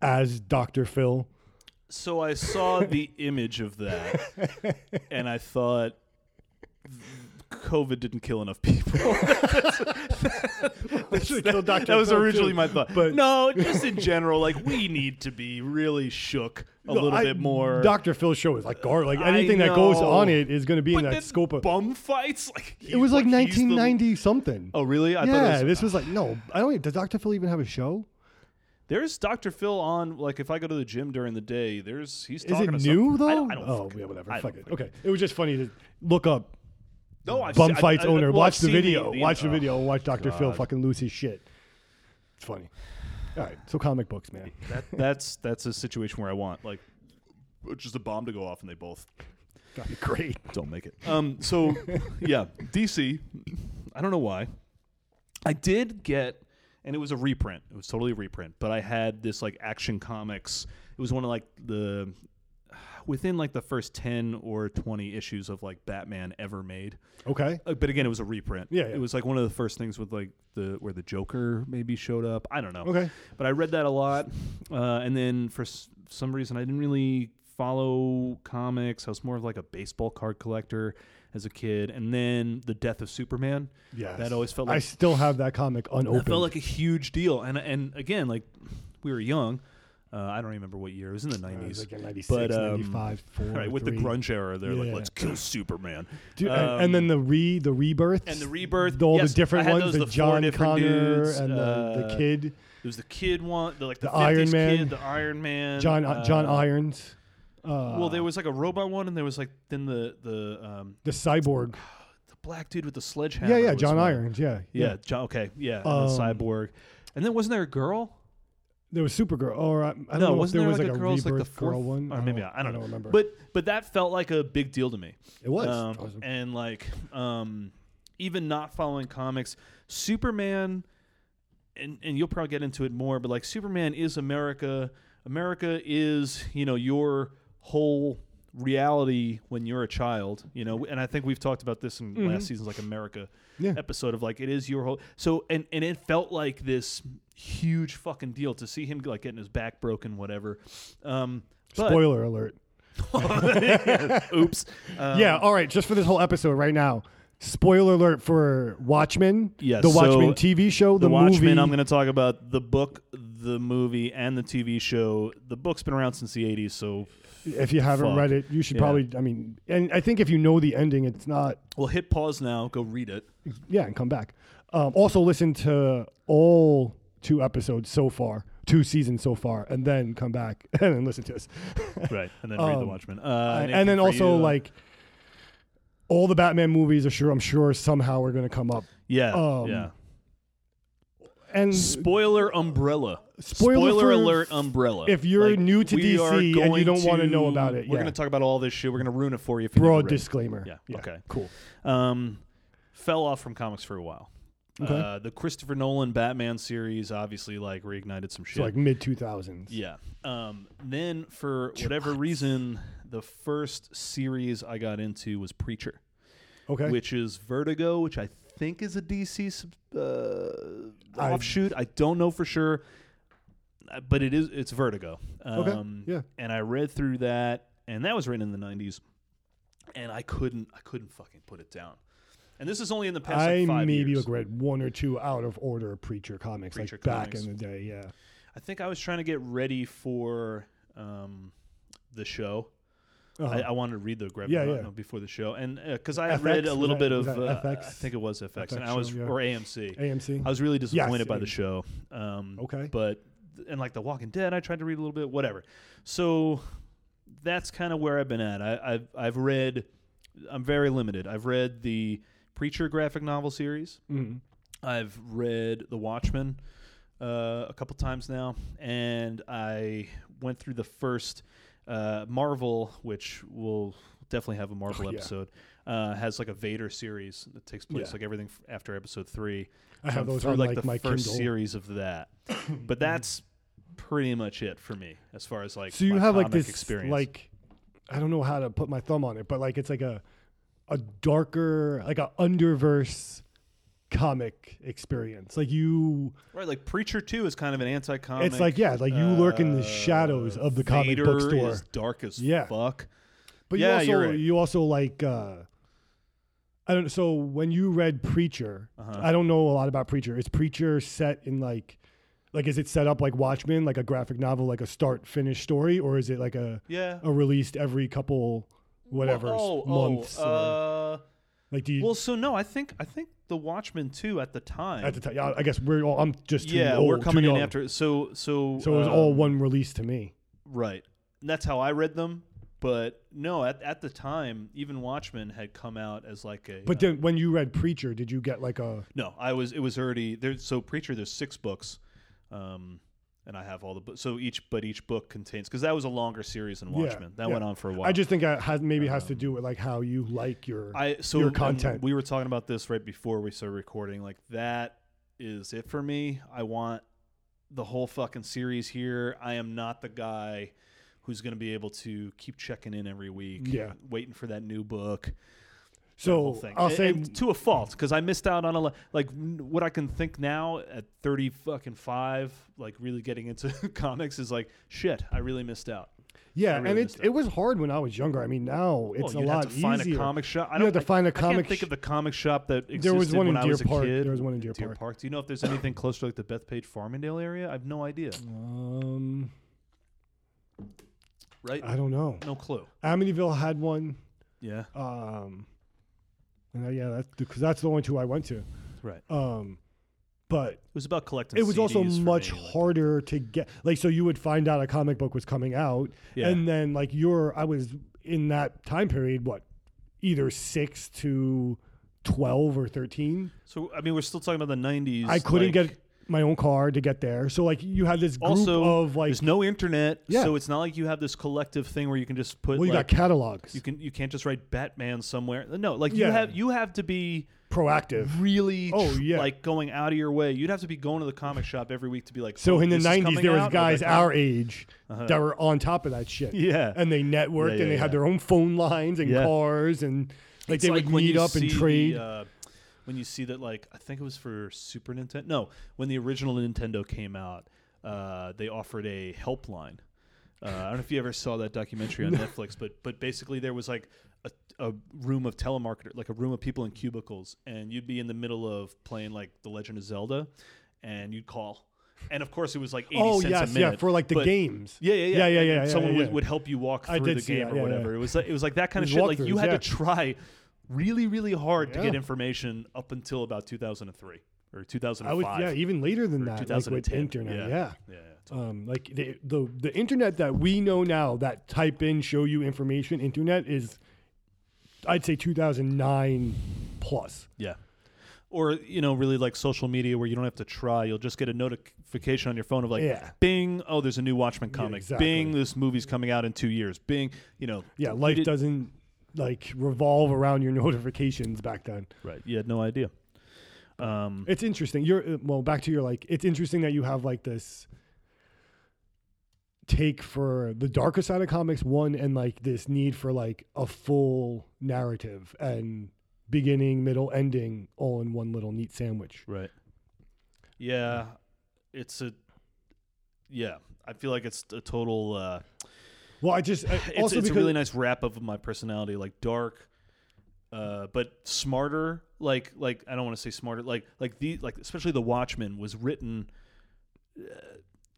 as Dr. Phil? so I saw the image of that, and I thought. COVID didn't kill enough people. Kill Dr. that was Phil, originally too. my thought. But But- no, just in general, like we need to be really shook a No, little I- bit more. Dr. Phil show is like gar, like I anything that goes know. on it is gonna be But in then that scope of. bum fights. Like It was like 1990. 1990 something. Oh really? I yeah, thought it was, this was like no. I don't. Does Dr. Phil even have a show? there's Dr. Phil on. Like if I go to the gym during the day, there's he's Is talking it to new some- though? I don't, I don't oh fucking- yeah, whatever. I don't Fuck it. fucking- Okay, it was just funny to look up No, I've bum seen- I- fights I- I- owner. well, watch I've the seen the- video. the- watch the oh, video. Watch Dr. Phil God. fucking lose his shit. It's funny. All right, so comic books, man. that, that's that's a situation where I want like just a bomb to go off and they both That'd be great. don't make it. Um, so yeah, DC. I don't know why. I did get, and it was a reprint. It was totally a reprint. But I had this like Action Comics. It was one of like the within like the first ten or twenty issues of like Batman ever made. Okay. Uh, but again, it was a reprint. Yeah, yeah. it was like one of the first things with like the where the Joker maybe showed up. I don't know. Okay. but I read that a lot, uh, and then for s- some reason I didn't really follow comics. I was more of like a baseball card collector as a kid, and then the death of Superman. Yes. that always felt I like still have that comic unopened. that felt like a huge deal. And and again, like we were young. Uh, I don't remember what year. It was in the Uh, it nineties. was like in 96, But, um, 95, 4, right with the 3. grunge era, they're Yeah. like, "Let's kill Superman." Dude, and- Um, and, then the re the rebirth and the rebirth, all yes, the different I had ones, those, the the, four John different Connor dudes, and the, the uh, kid, It was the kid one, the, like the, The Iron 50s Man. kid, the Iron Man, John uh, John Irons. Uh, Well, there was like a robot one, and there was like then the the um, the cyborg. the black dude with the sledgehammer. Yeah, yeah, was John one. Irons. Yeah, Yeah, John. Okay, yeah, and then Um, cyborg, and then wasn't there a girl? There was Supergirl. Or I, I don't no, know if wasn't there, was like, like a girl's like the rebirth fourth girl one. or maybe I, I don't, know. remember. But but that felt like a big deal to me. it was Um, awesome. and like um, even not following comics, Superman, and and you'll probably get into it more, but like Superman is America. America is you know your whole reality when you're a child. You know, and I think we've talked about this in last season's like America Mm-hmm. Yeah. episode of like it is your whole. So and and it felt like this huge fucking deal to see him like getting his back broken, whatever. Um, but Spoiler alert. oops. Um, yeah. All right. Just for this whole episode right now. Spoiler alert for Watchmen. Yeah, The Watchmen so TV show. The, The, Watchmen. Movie. I'm going to talk about the book, the movie, and the TV show. The book's been around since the '80s, so if you haven't Fuck. read it, you should Yeah. probably. I mean, and I think if you know the ending, it's not. we'll hit pause now. Go read it. Yeah, and come back. Um, also, listen to all two episodes so far, two seasons so far, and then come back and then listen to us. Right, and then read the Um, Watchmen. Uh, Uh, anything and then for also you? like all the Batman movies are sure I'm sure somehow are going to come up. yeah, um, yeah. And Spoiler umbrella. Spoiler for- alert umbrella. if you're Like, new to we DC are and you going don't wanna know about it, We're yeah. going to talk about all this shit. We're going to ruin it for you. If you broad never read it. disclaimer. Yeah, okay. Cool. um, fell off from comics for a while. Okay. Uh, the Christopher Nolan Batman series obviously like reignited some shit. So like mid 2000s. Yeah. Um, then, for whatever reason, the first series I got into was Preacher, Okay. which is Vertigo, which I think is a DC sub- uh, I- offshoot. I don't know for sure, uh, but it is it's Vertigo. Okay, Um, yeah. And I read through that, and that was written in the '90s, and I couldn't I couldn't fucking put it down. And this is only in the past I like five maybe years. read one or two out of order preacher comics Preacher like back comics. in the day. Yeah. I think I was trying to get ready for um, the show. Uh-huh. I, I wanted to read the Grab Yeah, yeah. before the show, and because I had FX? read a Was little that- bit was of, that uh, I FX? think it was FX, and FX I was show, yeah. or AMC. AMC. I was really disappointed by the AMC. show. Um, Okay. but and like The Walking Dead, I tried to read a little bit, whatever. So that's kind of where I've been at. I, I've I've read. I'm very limited. I've read the Preacher graphic novel series. Mhm. I've read The Watchmen uh, a couple times now, and I went through the first uh, Marvel, which will definitely have a Marvel Oh, yeah. episode. Uh, has like a Vader series that takes place Yeah. like everything f- after Episode Three. I have I'm those through on, like, like, the my first Kindle. series of that, but that's pretty much it for me as far as like so you my have like comic this experience. like i don't know how to put my thumb on it but like it's like a a darker like a underverse comic experience like you right like Preacher 2 is kind of an anti-comic. it's like yeah like you lurk in the shadows uh, of the comic Vader book store is dark as Yeah. fuck. but yeah, you you're also right. you also like uh i don't so when you read preacher Uh-huh. i don't know a lot about preacher is preacher set in like like is it set up like watchmen like a graphic novel like a start finish story or is it like a Yeah. a released every couple whatever Oh, oh, months or- uh, Like, do you well, so no, I think I think the Watchmen 2 at the time. at the time? I guess we're all. I'm just too yeah, old, we're too coming in young. after so so So it was all um, one release to me. Right. And that's how I read them. But no, at, at the time, even Watchmen had come out as like a. But uh, then when you read Preacher, did you get like a? no, I was. It was already there. So Preacher, there's six books, um, and I have all the books. So each, but each book contains because that was a longer series than Watchmen. that yeah. went on for a while. I just think it has maybe has to do with like how you like your. I so your um, content. we were talking about this right before we started recording. Like that is it for me. I want the whole fucking series here. I am not the guy who's going to be able to keep checking in every week. Yeah. waiting for that new book. that whole so thing. I'll And- say and to a fault because I missed out on a lot. Like n- what I can think now at thirty fucking five, like really getting into comics is like shit. I really missed out. yeah, really and it's missed out. it was hard when I was younger. I mean, now it's well, you a lot had to find easier. a comic shop. I You don't had to I- find a I comic can't think sh- of the comic shop that existed was one when in I was Deer a Park. kid. There was one in Deer Park. Do you know if there's anything closer to like the Bethpage Farmingdale area? I have no idea. um, Right? I don't know. no clue. Amityville had one. Yeah. Um, and I, yeah, that's because that's the only two I went to. Right. It Um, but was about collecting. it was also CDs for much me, like- harder to get like so you would find out a comic book was coming out Yeah. and then like your i was in that time period what either 6 to 12 or 13 So I mean, we're still talking about the '90s. i couldn't like, get my own car to get there so like you had this group Also, of like there's no internet, Yeah. so it's not like you have this collective thing where you can just put. well you like, got catalogs you can you can't just write Batman somewhere. No, like you Yeah. have you have to be proactive really Oh, tr- yeah. like going out of your way. You'd have to be going to the comic shop every week to be like. so oh, in the this is 90s coming there was out, or guys that comic- our age that were on top of that shit Yeah. and they networked Yeah, yeah, and they yeah. had their own phone lines and Yeah. cars and like It's they like would when meet you up and see trade The, uh, when you see that, like I think it was for Super Nintendo. No, when the original Nintendo came out, uh, they offered a helpline. Uh, I don't know if you ever saw that documentary on Netflix, but but basically there was like a, a room of telemarketer, like a room of people in cubicles, and you'd be in the middle of playing like The Legend of Zelda, and you'd call, and of course it was like eighty oh cents a yes minute yeah for like the but- games Yeah, yeah, yeah, Yeah, yeah, And- yeah, and yeah, someone yeah, Would, yeah. would help you walk through I did the see game that, or yeah, whatever. yeah. It was like, it was like that kind of These shit. Like you walkthroughs, had yeah. to try really, really hard to Yeah. get information up until about 2003 or I 2005. would, yeah, even later than that, like with 2010, internet, yeah. yeah. yeah, yeah. It's Um, like the, the the internet that we know now, that type in show you information internet is, I'd say 2009 plus. Yeah. Or, you know, really like social media where you don't have to try. You'll just get a notification on your phone of like, Yeah. bing, oh, there's a new Watchmen comic. exactly. Bing, this movie's coming out in two years. Bing, you know. Yeah, you life did- doesn't like revolve around your notifications back then. Right. You had no idea. Um, It's interesting. You're uh, well back to your like. It's interesting that you have like this take for the darker side of comics one and like this need for like a full narrative and beginning middle ending all in one little neat sandwich Right. Yeah, it's a. Yeah, I feel like it's a total. Uh, well i just I, it's also it's a because really nice wrap up of my personality, like dark, uh, but smarter. Like like I don't want to say smarter. Like like the like especially the Watchmen was written. Uh,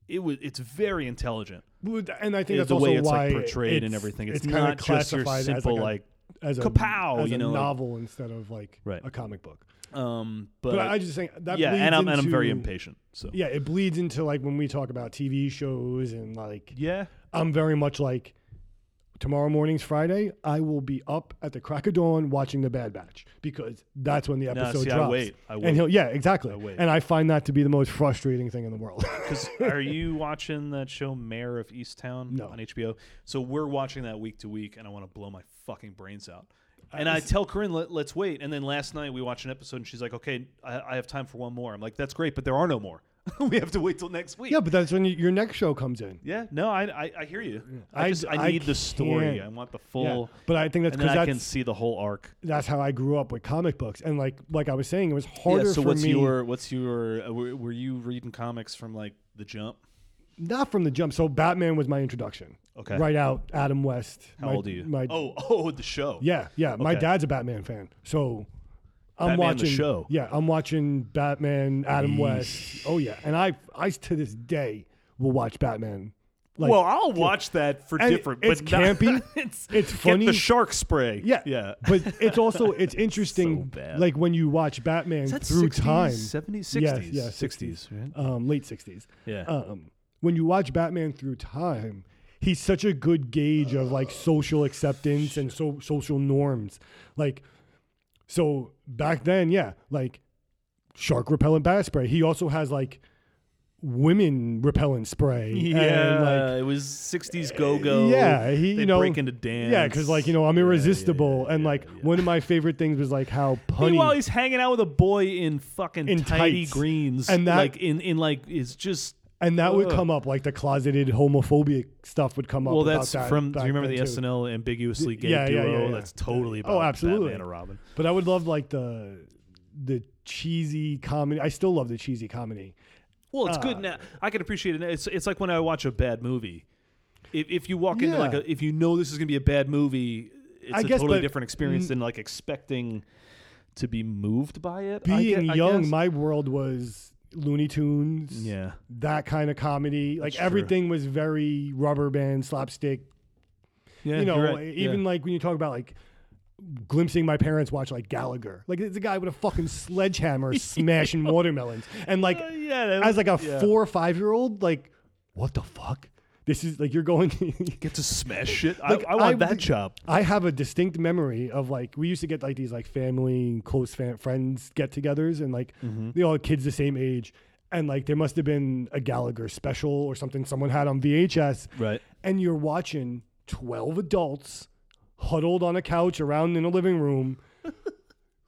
it was it's very intelligent. would- and i think that's the also way it's why like portrayed and it's- everything. It's, kinda not just your classified simple as like, a, as a kapow, as you a know, like- novel instead of like Right. a comic book um. But, but, i just think that yeah, bleeds and I'm and I'm very into- impatient. So yeah it bleeds into like when we talk about tv shows and like yeah. I'm very much like tomorrow morning's Friday. I will be up at the crack of dawn watching the Bad Batch because that's when the episode see, I drops. wait. I wait. And he'll yeah, exactly. wait. And I find that to be the most frustrating thing in the world. Because are you watching that show Mayor of Easttown No. on HBO? So we're watching that week to week, and I want to blow my fucking brains out. And I tell Corinne, Let, let's wait. And then last night we watched an episode, and she's like, "Okay, I, I have time for one more." I'm like, "That's great, but there are no more. we have to wait till next week. Yeah, but that's when y your next show comes in. Yeah, no, I, I, I hear you. I, I just d- I I need the story. can't. I want the Yeah. full, But I think that's and then because I that's can see the whole arc. that's how I grew up with comic books. And like like I was saying, it was harder Yeah. So for what's me. your what's your uh, were, were you reading comics from like the jump? not from the jump. So Batman was my introduction. Okay. Right out, Adam West. How my, old are you? My, oh, oh, the show. yeah, yeah. My Okay. dad's a Batman fan, so I'm Batman the watching show. Yeah, I'm watching Batman, Adam West. Oh yeah, and I, I to this day will watch Batman. Like, well, I'll watch that for And different. it's but not- campy. it's It's Get the funny. shark spray. yeah, yeah. But it's also it's interesting. bad. Like when you watch Batman Is that through 60s, time, 70s, 60s, Yes, yeah, 60s, right? um, late '60s. Yeah. um, when you watch Batman through time, he's such a good gauge of like social acceptance and so social norms. Like, so back then, yeah, like shark repellent bat spray. He also has like women repellent spray. and, like, eh, yeah, it was 60s go go. Yeah, he- they you know, break into dance. yeah, because like you know, I'm Yeah, yeah, irresistible, yeah, and yeah, like yeah. one of my favorite things was like how punny. Meanwhile, he's hanging out with a boy in fucking In tidy tights. greens, And that- like in in like it's just. and that would Ugh. come up, like the closeted homophobic stuff would come up. Well, about that's that from. Do back you remember then, the too. SNL ambiguously gay Yeah, yeah, duo? yeah, yeah. That's totally Oh, about absolutely. Batman and Robin. But I would love like the the cheesy comedy. I still love the cheesy comedy. Well, it's Uh. good now. I can appreciate it. now. It's it's like when I watch a bad movie. If, if you walk into like Yeah. a, if you know this is going to be a bad movie, it's I a guess, totally but different experience n- than like expecting to be moved by it. I Being gue- I young, guess. my world was Looney Tunes. yeah, That kind of comedy. Like That's true. everything was very rubber band slapstick. yeah, you know, you're right. even Yeah. like when you talk about like glimpsing my parents watch like Gallagher. Like it's a guy with a fucking sledgehammer smashing watermelons. And like Uh, yeah, that as like a yeah. four or five year old, like, what the fuck? This is like you're going get to smash shit. Like, I, I want I that would- job. I have a distinct memory of like we used to get like these like family close fan, friends get-togethers and like Mm-hmm. they all had kids the same age and like there must have been a Gallagher special or something someone had on VHS Right. and you're watching 12 adults huddled on a couch around in a living room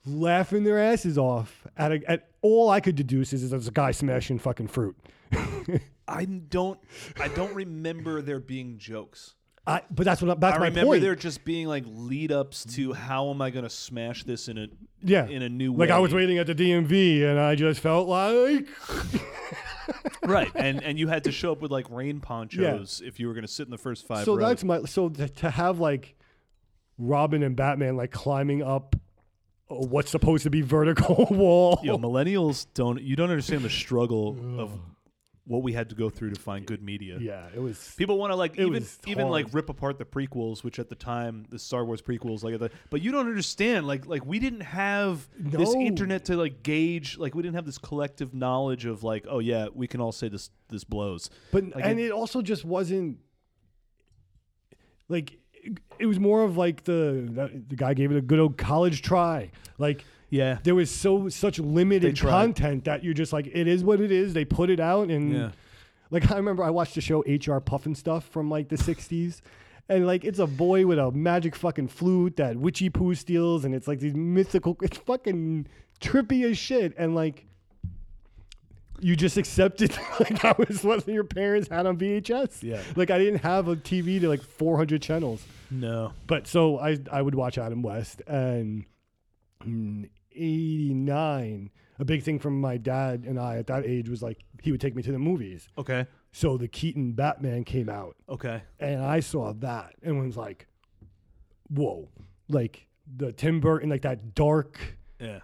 laughing their asses off at a, at all I could deduce is, is there's a guy smashing fucking fruit. I don't. I don't remember there being jokes. I, but that's what I- that's I my remember point. there just being like lead ups to how am I going to smash this in a yeah. in a new way. like I was waiting at the DMV and I just felt like right and and you had to show up with like rain ponchos if you were going to sit in the first five so rows. that's my so to, to have like Robin and Batman like climbing up a- what's supposed to be vertical wall. you know, millennials don't you don't understand the struggle of what we had to go through to find good media Yeah, it was. People want to like even was even like hard. rip apart the prequels, which at the time the Star Wars prequels, like the, but you don't understand like like we didn't have this No. internet to like gauge like we didn't have this collective knowledge of like oh yeah we can all say this this blows. But Like, and it- it, also just wasn't like it- it was more of like the the guy gave it a good old college try. Like Yeah, there was so such limited tried. content that you're just like it is what it is. They put it out and Yeah. like I remember I watched the show HR Puffin stuff from like the 60s and like it's a boy with a magic fucking flute that witchy poo steals and it's like these mythical it's fucking trippy as shit and like you just accepted like that was what your parents had on VHS. Yeah. Like I didn't have a TV to like 400 channels. no, But so I I would watch Adam West and in '89. A big thing from my dad and I at that age was like he would take me to the movies. okay, So the Keaton Batman came out, okay, and I saw that and was like, "Whoa!" Like the Tim Burton, like that dark, yeah,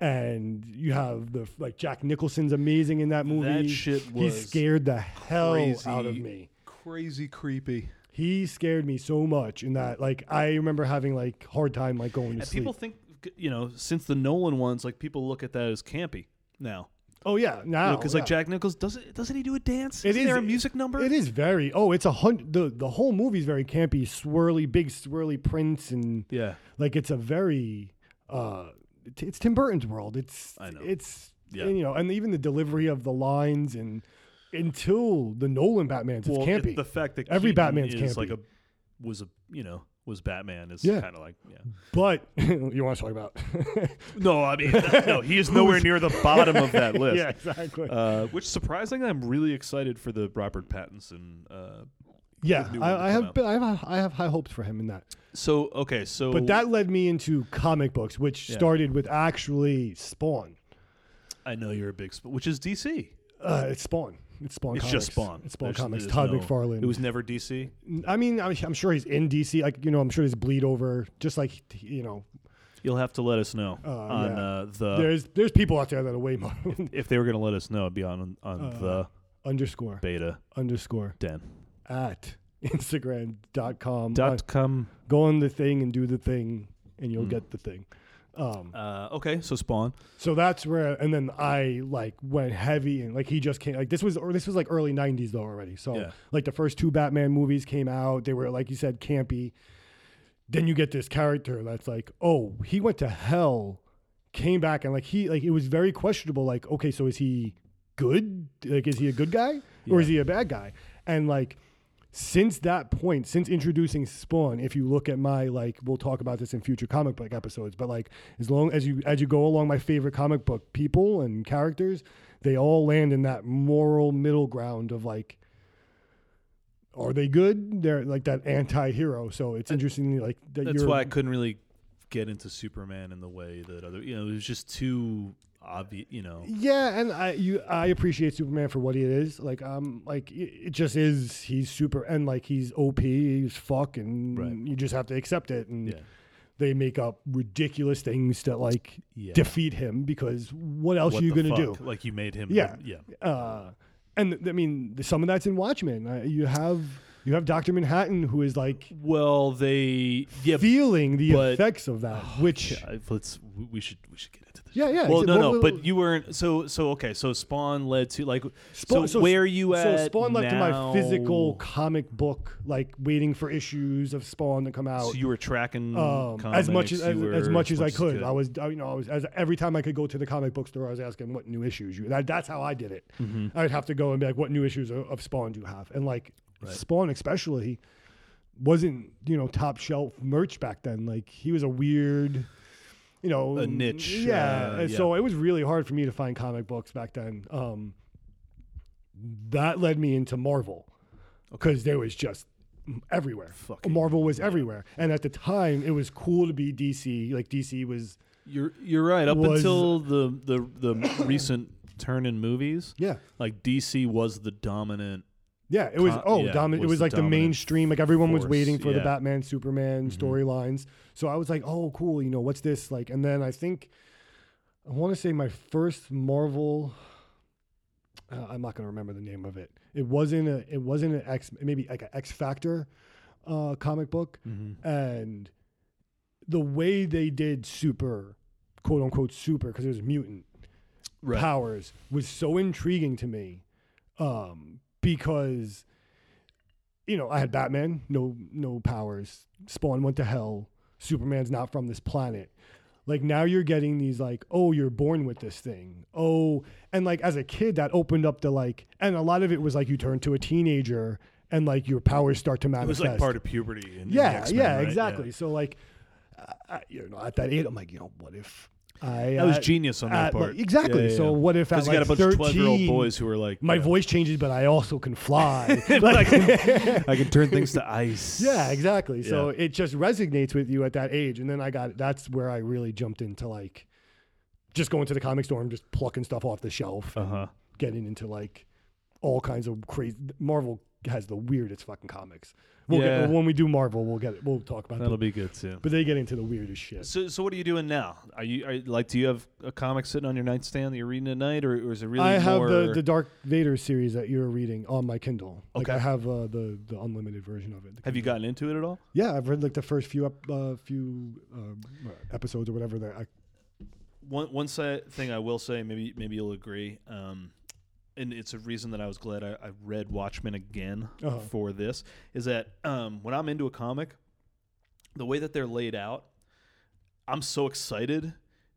and you have the like Jack Nicholson's amazing in that movie. shit he was scared the hell out of crazy. me. crazy creepy. He scared me so much in that like I remember having like hard time like going to And sleep. people think you know since the Nolan ones like people look at that as campy now oh yeah, now because like yeah. Jack Nichols doesn't doesn't he do a dance? It Isn't is- there a music number? It is very oh, it's a hundred. The the whole movie's very campy, swirly, big swirly prints, and Yeah. like it's a very uh, t- it's Tim Burton's world. It's I know. it's Yeah. you know, and even the delivery of the lines and until the Nolan Batman's, Well, it's it- campy. The fact that Every Keaton Batman's is campy. like a was a you know was Batman is Yeah. kind of like yeah. But you want to talk about? No, I mean no, he is nowhere near the bottom of that list. yeah, exactly. Uh, which surprisingly, I'm really excited for the Robert Pattinson. Uh, yeah, new one to I, I come have out. been- I have I have high hopes for him in that. so okay, so But that led me into comic books, which Yeah. started with actually Spawn. I know you're a big, sp- which is DC. Uh, it's Spawn. It's Spawn. It's comics. just Spawn. It's Spawn There's- comics. there's Todd no- McFarlane. It was never DC. I mean, I'm, I'm sure he's in DC. Like you know, I'm sure there's bleed over. Just like you know, You'll have to let us know Uh, on yeah. uh, the there's there's people out there that are way more if they were going to let us know, it'd be on on Uh, the underscore beta underscore den at instagram.com. Uh, dot com. go on the thing and do the thing, and you'll Mm. get the thing. Um, Uh, okay, so Spawn. So that's where, and then I like went heavy and like he just came like this was or this was like early '90s though already. So Yeah. like the first two Batman movies came out, they were like you said campy. Then you get this character that's like, oh, he went to hell, came back, and like he like it was very questionable. Like, okay, so is he good? Like, is he a good guy or is he a bad guy? And like since that point, since introducing Spawn, if you look at my like, we'll talk about this in future comic book episodes, but like as long as you as you go along, my favorite comic book people and characters, they all land in that moral middle ground of like, are they good? They're like that anti-hero. So it's interesting, like that. That's you're, why I couldn't really get into Superman in the way that other you know it was just too obvious. You know, Yeah, and I you I appreciate Superman for what he is. Like um like it it just is he's super and like he's OP, he's fuck and Right. you just have to accept it and Yeah. they make up ridiculous things to like Yeah. defeat him because what else What are you the going to do? fuck? Like you made him. Yeah. yeah. uh, and th- I mean, some of that's in Watchmen. Uh, you have you have Doctor Manhattan who is like Well, they yeah. feeling the but- effects of that, which yeah, I- let's we- we should we should get into this. yeah, yeah. Well, exa- no, no, well, but you weren't. So, so okay. So Spawn led to like. so, Spawn- so- where are you at? So Spawn left to now? my physical comic book, like waiting for issues of Spawn to come out. So you were tracking um, comics, as much as you as, were, as much as I you could. I was I- you know I was as every time I could go to the comic book store, I was asking what new issues you. That, that's how I did it. Mm-hmm. I would have to go and be like, what new issues of, of Spawn do you have? And like Spawn especially wasn't you know top shelf merch back then. Like he was a weird. You know, A niche, Yeah. uh, and yeah. So it was really hard for me to find comic books back then. Um, that led me into Marvel because there was just everywhere. Fucking- Marvel was everywhere, and at the time, it was cool to be DC. Like DC was, You're you're right. Up was- until the the the recent turn in movies, yeah, like DC was the dominant. yeah. It was Co- oh, yeah, dominant. was It was the like the dominant mainstream. Like everyone was force, waiting for the yeah. Mm-hmm. Batman, Superman storylines. So I was like, oh, cool. You know, what's this like? And then I think I want to say my first Marvel. Uh, I'm not going to remember the name of it. It wasn't a. It wasn't an X. Maybe like an X Factor uh, comic book. Mm-hmm. and the way they did super quote unquote super because it was mutant Right. powers was so intriguing to me um because you know i had batman no no powers spawn went to hell superman's not from this planet like now you're getting these like oh you're born with this thing oh and like as a kid that opened up the like and a lot of it was like you turn to a teenager and like your powers start to It was manifest like part of puberty. In, in the yeah, X-Men, yeah, right? exactly. So like, I, I- you know, at that age, I'm like, you know, what if I? That was uh, genius on that at, part. like, exactly. Yeah, yeah, So yeah. what if 'Cause at you got like a bunch of 13, twelve-year-old boys who are like, my yeah, voice changes, but I also can fly. I like, can, I can turn things to ice. yeah, exactly. So it just resonates with you at that age, and then I got that's where I really jumped into like, just going to the comic store and just plucking stuff off the shelf, Uh and huh. getting into like all kinds of crazy Marvel. Has the weirdest fucking comics. We'll Yeah. get, when we do Marvel, we'll get it. We'll talk about That'll that. be good too. But they get into the weirdest shit. So, so what are you doing now? Are you are, like, do you have a comic sitting on your nightstand that you're reading at night, or, or is it really? I have more, the, the Dark Vader series that you're reading on my Kindle. Like Okay. I have uh, the the unlimited version of it. Have you gotten into it at all? Yeah, I've read like the first few up uh, few um, uh, episodes or whatever. That I, One one si- thing I will say, maybe maybe you'll agree, um, and it's a reason that I was glad I, I read Watchmen again Uh-huh. for this is that um, when I'm into a comic, the way that they're laid out, I'm so excited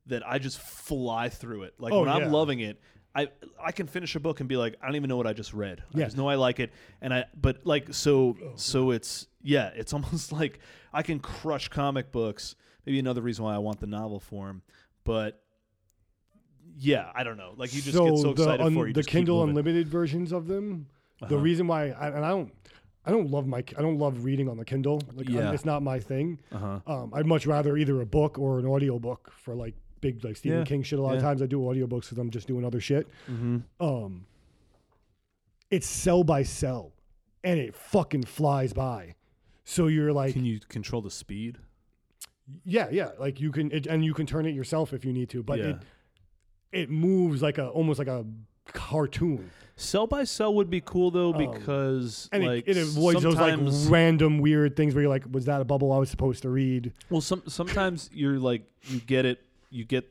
that I just fly through it. Like Oh, when yeah. I'm loving it, I I can finish a book and be like, I don't even know what I just read. I Yeah. Oh, just know I like it, and I but like so so it's yeah, it's almost like I can crush comic books. Maybe another reason why I want the novel form, but yeah, I don't know. Like you just get so excited the, un- for it, you the just keep Kindle moving. Uh-huh. Unlimited versions of them. The reason why, I, and I don't, I don't love my, I don't love reading on the Kindle. Like, I'm- Yeah. it's not my thing. Uh-huh. Um, I'd much rather either a book or an audiobook for like big like Stephen Yeah, King shit. A lot of yeah. times I do audiobooks because I'm just doing other shit. Mhm. Um, it's cell by cell, and it fucking flies by. So you're like, Can you control the speed? yeah, yeah, like you can, it, and you can turn it yourself if you need to, but yeah. it it moves like a almost like a cartoon, Cell by cell would be cool though because Oh. and like it, it avoids those like sometimes- random weird things where you're like, was that a bubble I was supposed to read? Well, some sometimes you're like you get it, you get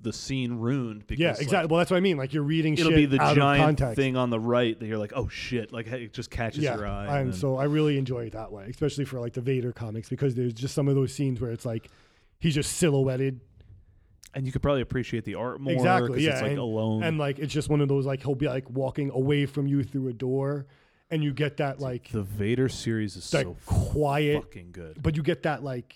the scene ruined because Yeah, like, exactly. well, that's what I mean. Like you're reading it'll shit be the out of giant context. thing on the right that you're like, oh shit, like hey, it just catches your eye. and then- so I really enjoy it that way, especially for like the Vader comics because there's just some of those scenes where it's like he's just silhouetted and you could probably appreciate the art more exactly, 'cause yeah, it's like and, alone. and like it's just one of those like he'll be like walking away from you through a door, and you get that like the Vader series is that so quiet, fucking good. but you get that like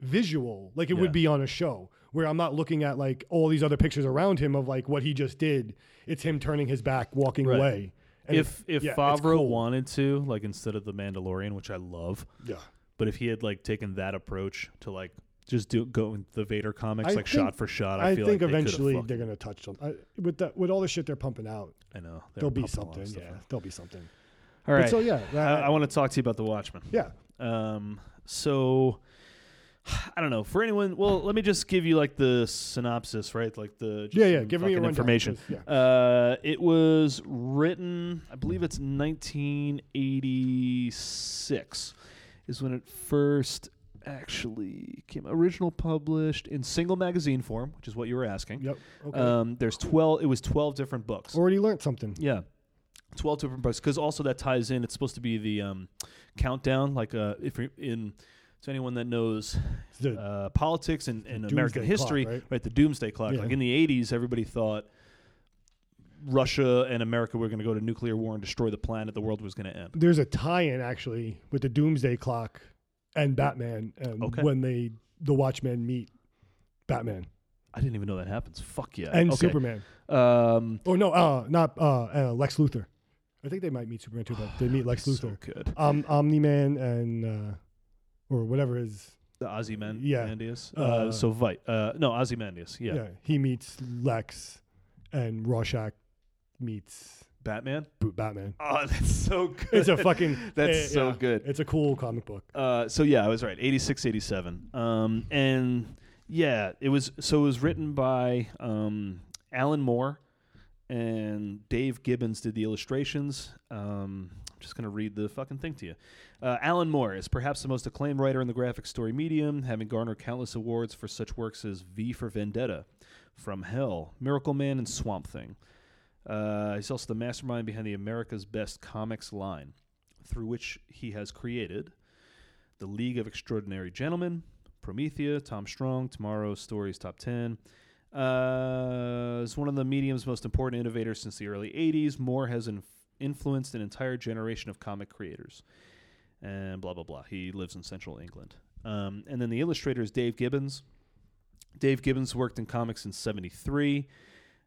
visual, like it Yeah. would be on a show where I'm not looking at like all these other pictures around him of like what he just did. It's him turning his back, walking Right. away. And If if yeah, it's Favreau cool. wanted to, like instead of the Mandalorian, which I love, yeah, but if he had like taken that approach to like just do go in the Vader comics I like think- shot for shot, I, I, feel like think they could've eventually fucked- they're gonna touch on I, with the, with all the shit they're pumping out. I know they there'll were be pumping a lot of something. stuff Yeah, out. there'll be something. All right. But so yeah, that- I, I want to talk to you about the Watchmen. yeah. Um, so I don't know for anyone. Well, let me just give you like the synopsis, right? Like the just Yeah, yeah, some give me a fucking rundown, information. 'cause- yeah. Uh, it was written, I believe it's 1986, is when it first actually came. Original published in single magazine form, which is what you were asking. Yep. Okay. Um, there's twelve. It was twelve different books. Already learned something. Yeah. 12 different books because also that ties in it's supposed to be the um, countdown like uh, if you're in to anyone that knows The- uh, politics and, and american Doomsday history clock, right? the doomsday clock Yeah. like in the 80s everybody thought russia and america were going to go to nuclear war and destroy the planet the world was going to end There's a tie-in actually with the Doomsday Clock and Batman, and Okay. when they the Watchmen meet Batman i didn't even know that happens fuck yeah and Uh, okay. Superman. um Oh no, uh, not uh, uh, Lex Luthor. I think they might meet Superman too, but they meet Lex so Luthor, good um, Omni Man, and uh, or whatever his the ozymandias Yeah. uh, Uh, so vite uh, no ozymandias yeah. yeah. he meets Lex, and Rorschach meets batman Bo- Batman. oh that's so good It's a fucking That's eh, so yeah, good. It's a cool comic book. Uh, so yeah, I was right. 86, 87. Um, and yeah, it was so it was written by um, Alan Moore and Dave Gibbons did the illustrations. Um, I'm just going to read the fucking thing to you. Uh, Alan Moore is perhaps the most acclaimed writer in the graphic story medium, having garnered countless awards for such works as V for Vendetta, From Hell, Miracle Man, and Swamp Thing. Uh, he's also the mastermind behind the America's Best Comics line, through which he has created the League of Extraordinary Gentlemen, Promethea, Tom Strong, Tomorrow's Stories Top 10. Uh, is one of the medium's most important innovators since the early 80s. Moore has inf- influenced an entire generation of comic creators. And blah, blah, blah. He lives in central England. Um, and then the illustrator is Dave Gibbons. Dave Gibbons worked in comics in 73,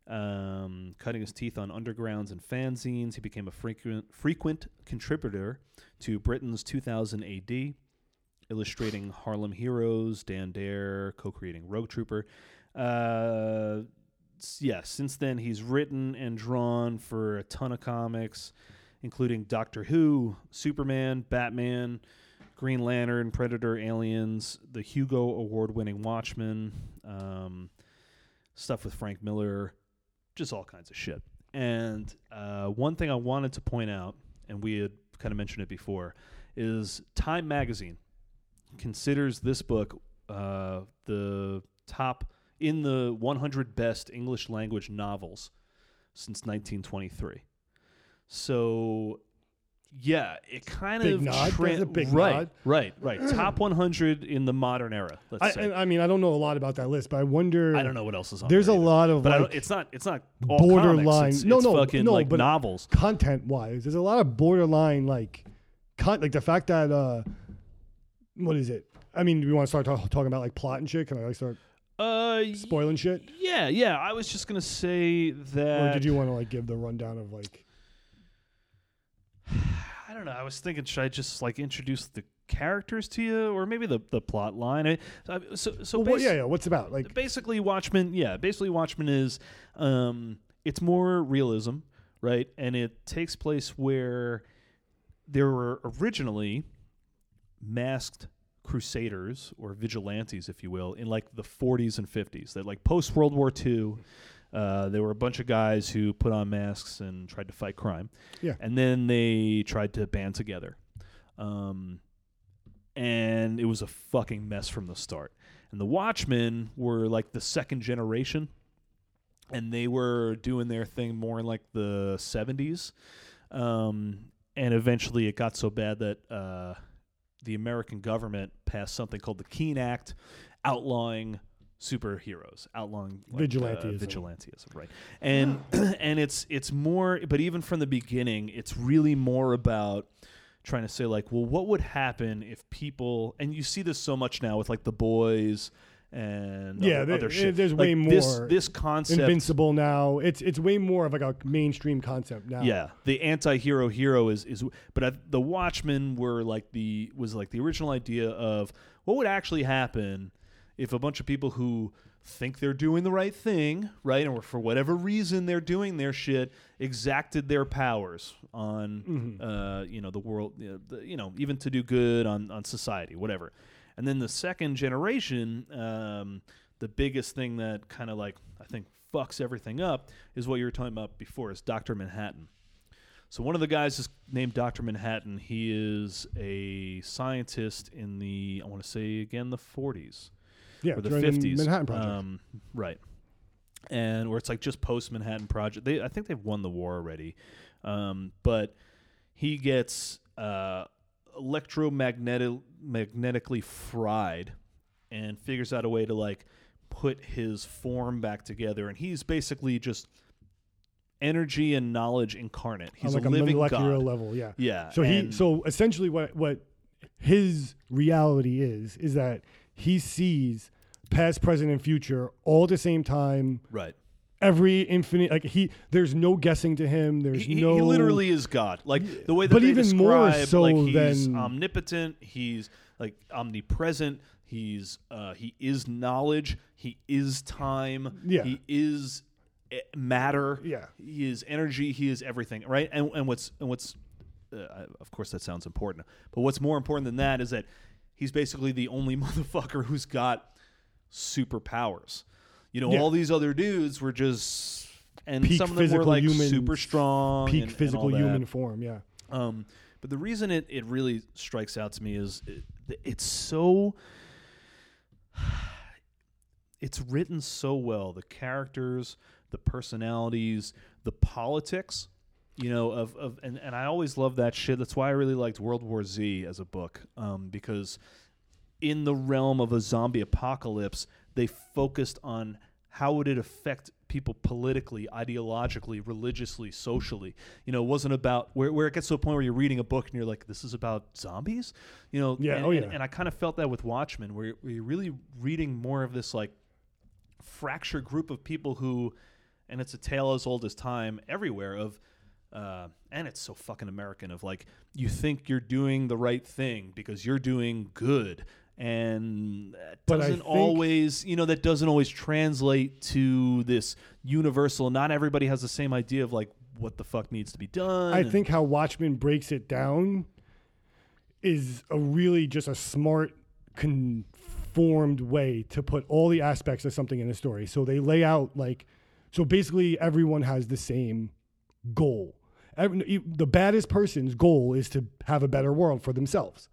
um, cutting his teeth on undergrounds and fanzines. He became a frequent, frequent contributor to Britain's 2000 AD, illustrating Harlem Heroes, Dan Dare, co creating Rogue Trooper. Uh, s- yeah, since then, he's written and drawn for a ton of comics, including Doctor Who, Superman, Batman. Green Lantern, Predator, Aliens, the Hugo Award winning Watchmen, um, stuff with Frank Miller, just all kinds of shit. And uh, one thing I wanted to point out, and we had kind of mentioned it before, is Time Magazine considers this book uh, the top in the 100 best English language novels since 1923. So Yeah, it kind Big of nod. tran- That's a big right, nod. right, right. Top 100 in the modern era. Let's I, say. and I mean, I don't know a lot about that list, but I wonder. I don't know what else is on. There's there a either. lot of but I don't, like, it's not. It's not all borderline- Comics. It's, No, it's no, fucking no, like but- novels. content wise. There's a lot of borderline like, con- like the fact that uh, what is it? I mean, do we want to start ta- talking about like plot and shit? Can I like start Uh, y- spoiling shit, yeah, yeah. I was just gonna say that. or did you want to like give the rundown of like? I don't know. I was thinking, should I just like introduce the characters to you, or maybe the the plot line? I, I- so, so Well, basi- yeah, yeah. What's it about like? basically Watchmen. Yeah, basically Watchmen is um, it's more realism, right? And it takes place where there were originally masked crusaders or vigilantes, if you will, in like the 40s and 50s. That like post World War II, uh, there were a bunch of guys who put on masks and tried to fight crime. Yeah. and then they tried to band together. Um, and it was a fucking mess from the start. And the Watchmen were like the second generation, and they were doing their thing more in like the 70s. Um, and eventually it got so bad that uh, the American government passed something called the Keene Act, outlawing superheroes, outlawing like, uh, Vigilantism. vigilantism, right? And and it's it's more, but even from the beginning, it's really more about trying to say like, well, what would happen if people? And you see this so much now with like the boys and Yeah, other, there- other shit. there's Like, way This, more this concept Invincible now. It's it's way more of like a mainstream concept now. yeah, the anti-hero hero is is, but I, the Watchmen were like the was like the original idea of what would actually happen if a bunch of people who think they're doing the right thing, right, and for whatever reason they're doing their shit, exacted their powers on uh, you know the world, you know, the, you know, even to do good on on society, whatever. And then the second generation, um, the biggest thing that kind of like I think fucks everything up is what you were talking about before is Doctor Manhattan. So one of the guys is named Doctor Manhattan. He is a scientist in the I want to say again the 40s yeah. or the during 50s Manhattan Project. Um, right and where it's like just post manhattan project they i think they've won the war already um, but he gets uh, electromagnetic magnetically fried and figures out a way to like put his form back together and he's basically just energy and knowledge incarnate he's on like a living molecular god level. Yeah. yeah So he and- so essentially what what his reality is is that he sees past, present, and future all at the same time. right Every infinite like he there's no guessing to him. There's He, he- no he literally is God. Like the way that But they even more describe, so like he's than- omnipotent, he's like omnipresent, he's uh, he is knowledge, he is time, Yeah. he is eh, matter, Yeah. he is energy, he is everything, right? And and what's and what's uh, I- of course that sounds important, but what's more important than that is that he's basically the only motherfucker who's got superpowers. You know, Yeah. all these other dudes were just and Peak some of them were physical like human- super strong, peak and- and physical all that. human form. Yeah. Um, but the reason it, it really strikes out to me is it, it's so it's written so well. The characters, the personalities, the politics, you know, of, of and, and I always love that shit. That's why I really liked World War Z as a book, um, because in the realm of a zombie apocalypse, they focused on how would it affect people politically, ideologically, religiously, socially. You know, it wasn't about where, where it gets to a point where you're reading a book and you're like, this is about zombies? You know, Yeah, and, oh and- yeah. and I kind of felt that with Watchmen, where, where you're really reading more of this like fractured group of people who, and it's a tale as old as time everywhere of, uh, and it's so fucking American of like you think you're doing the right thing because you're doing good, and that But I doesn't think- always you know that doesn't always translate to this universal. Not everybody has the same idea of like what the fuck needs to be done. I and- think how Watchmen breaks it down is a really just a smart conformed way to put all the aspects of something in a story. So they lay out like so basically everyone has the same goal. Every, the baddest person's goal is to have a better world for themselves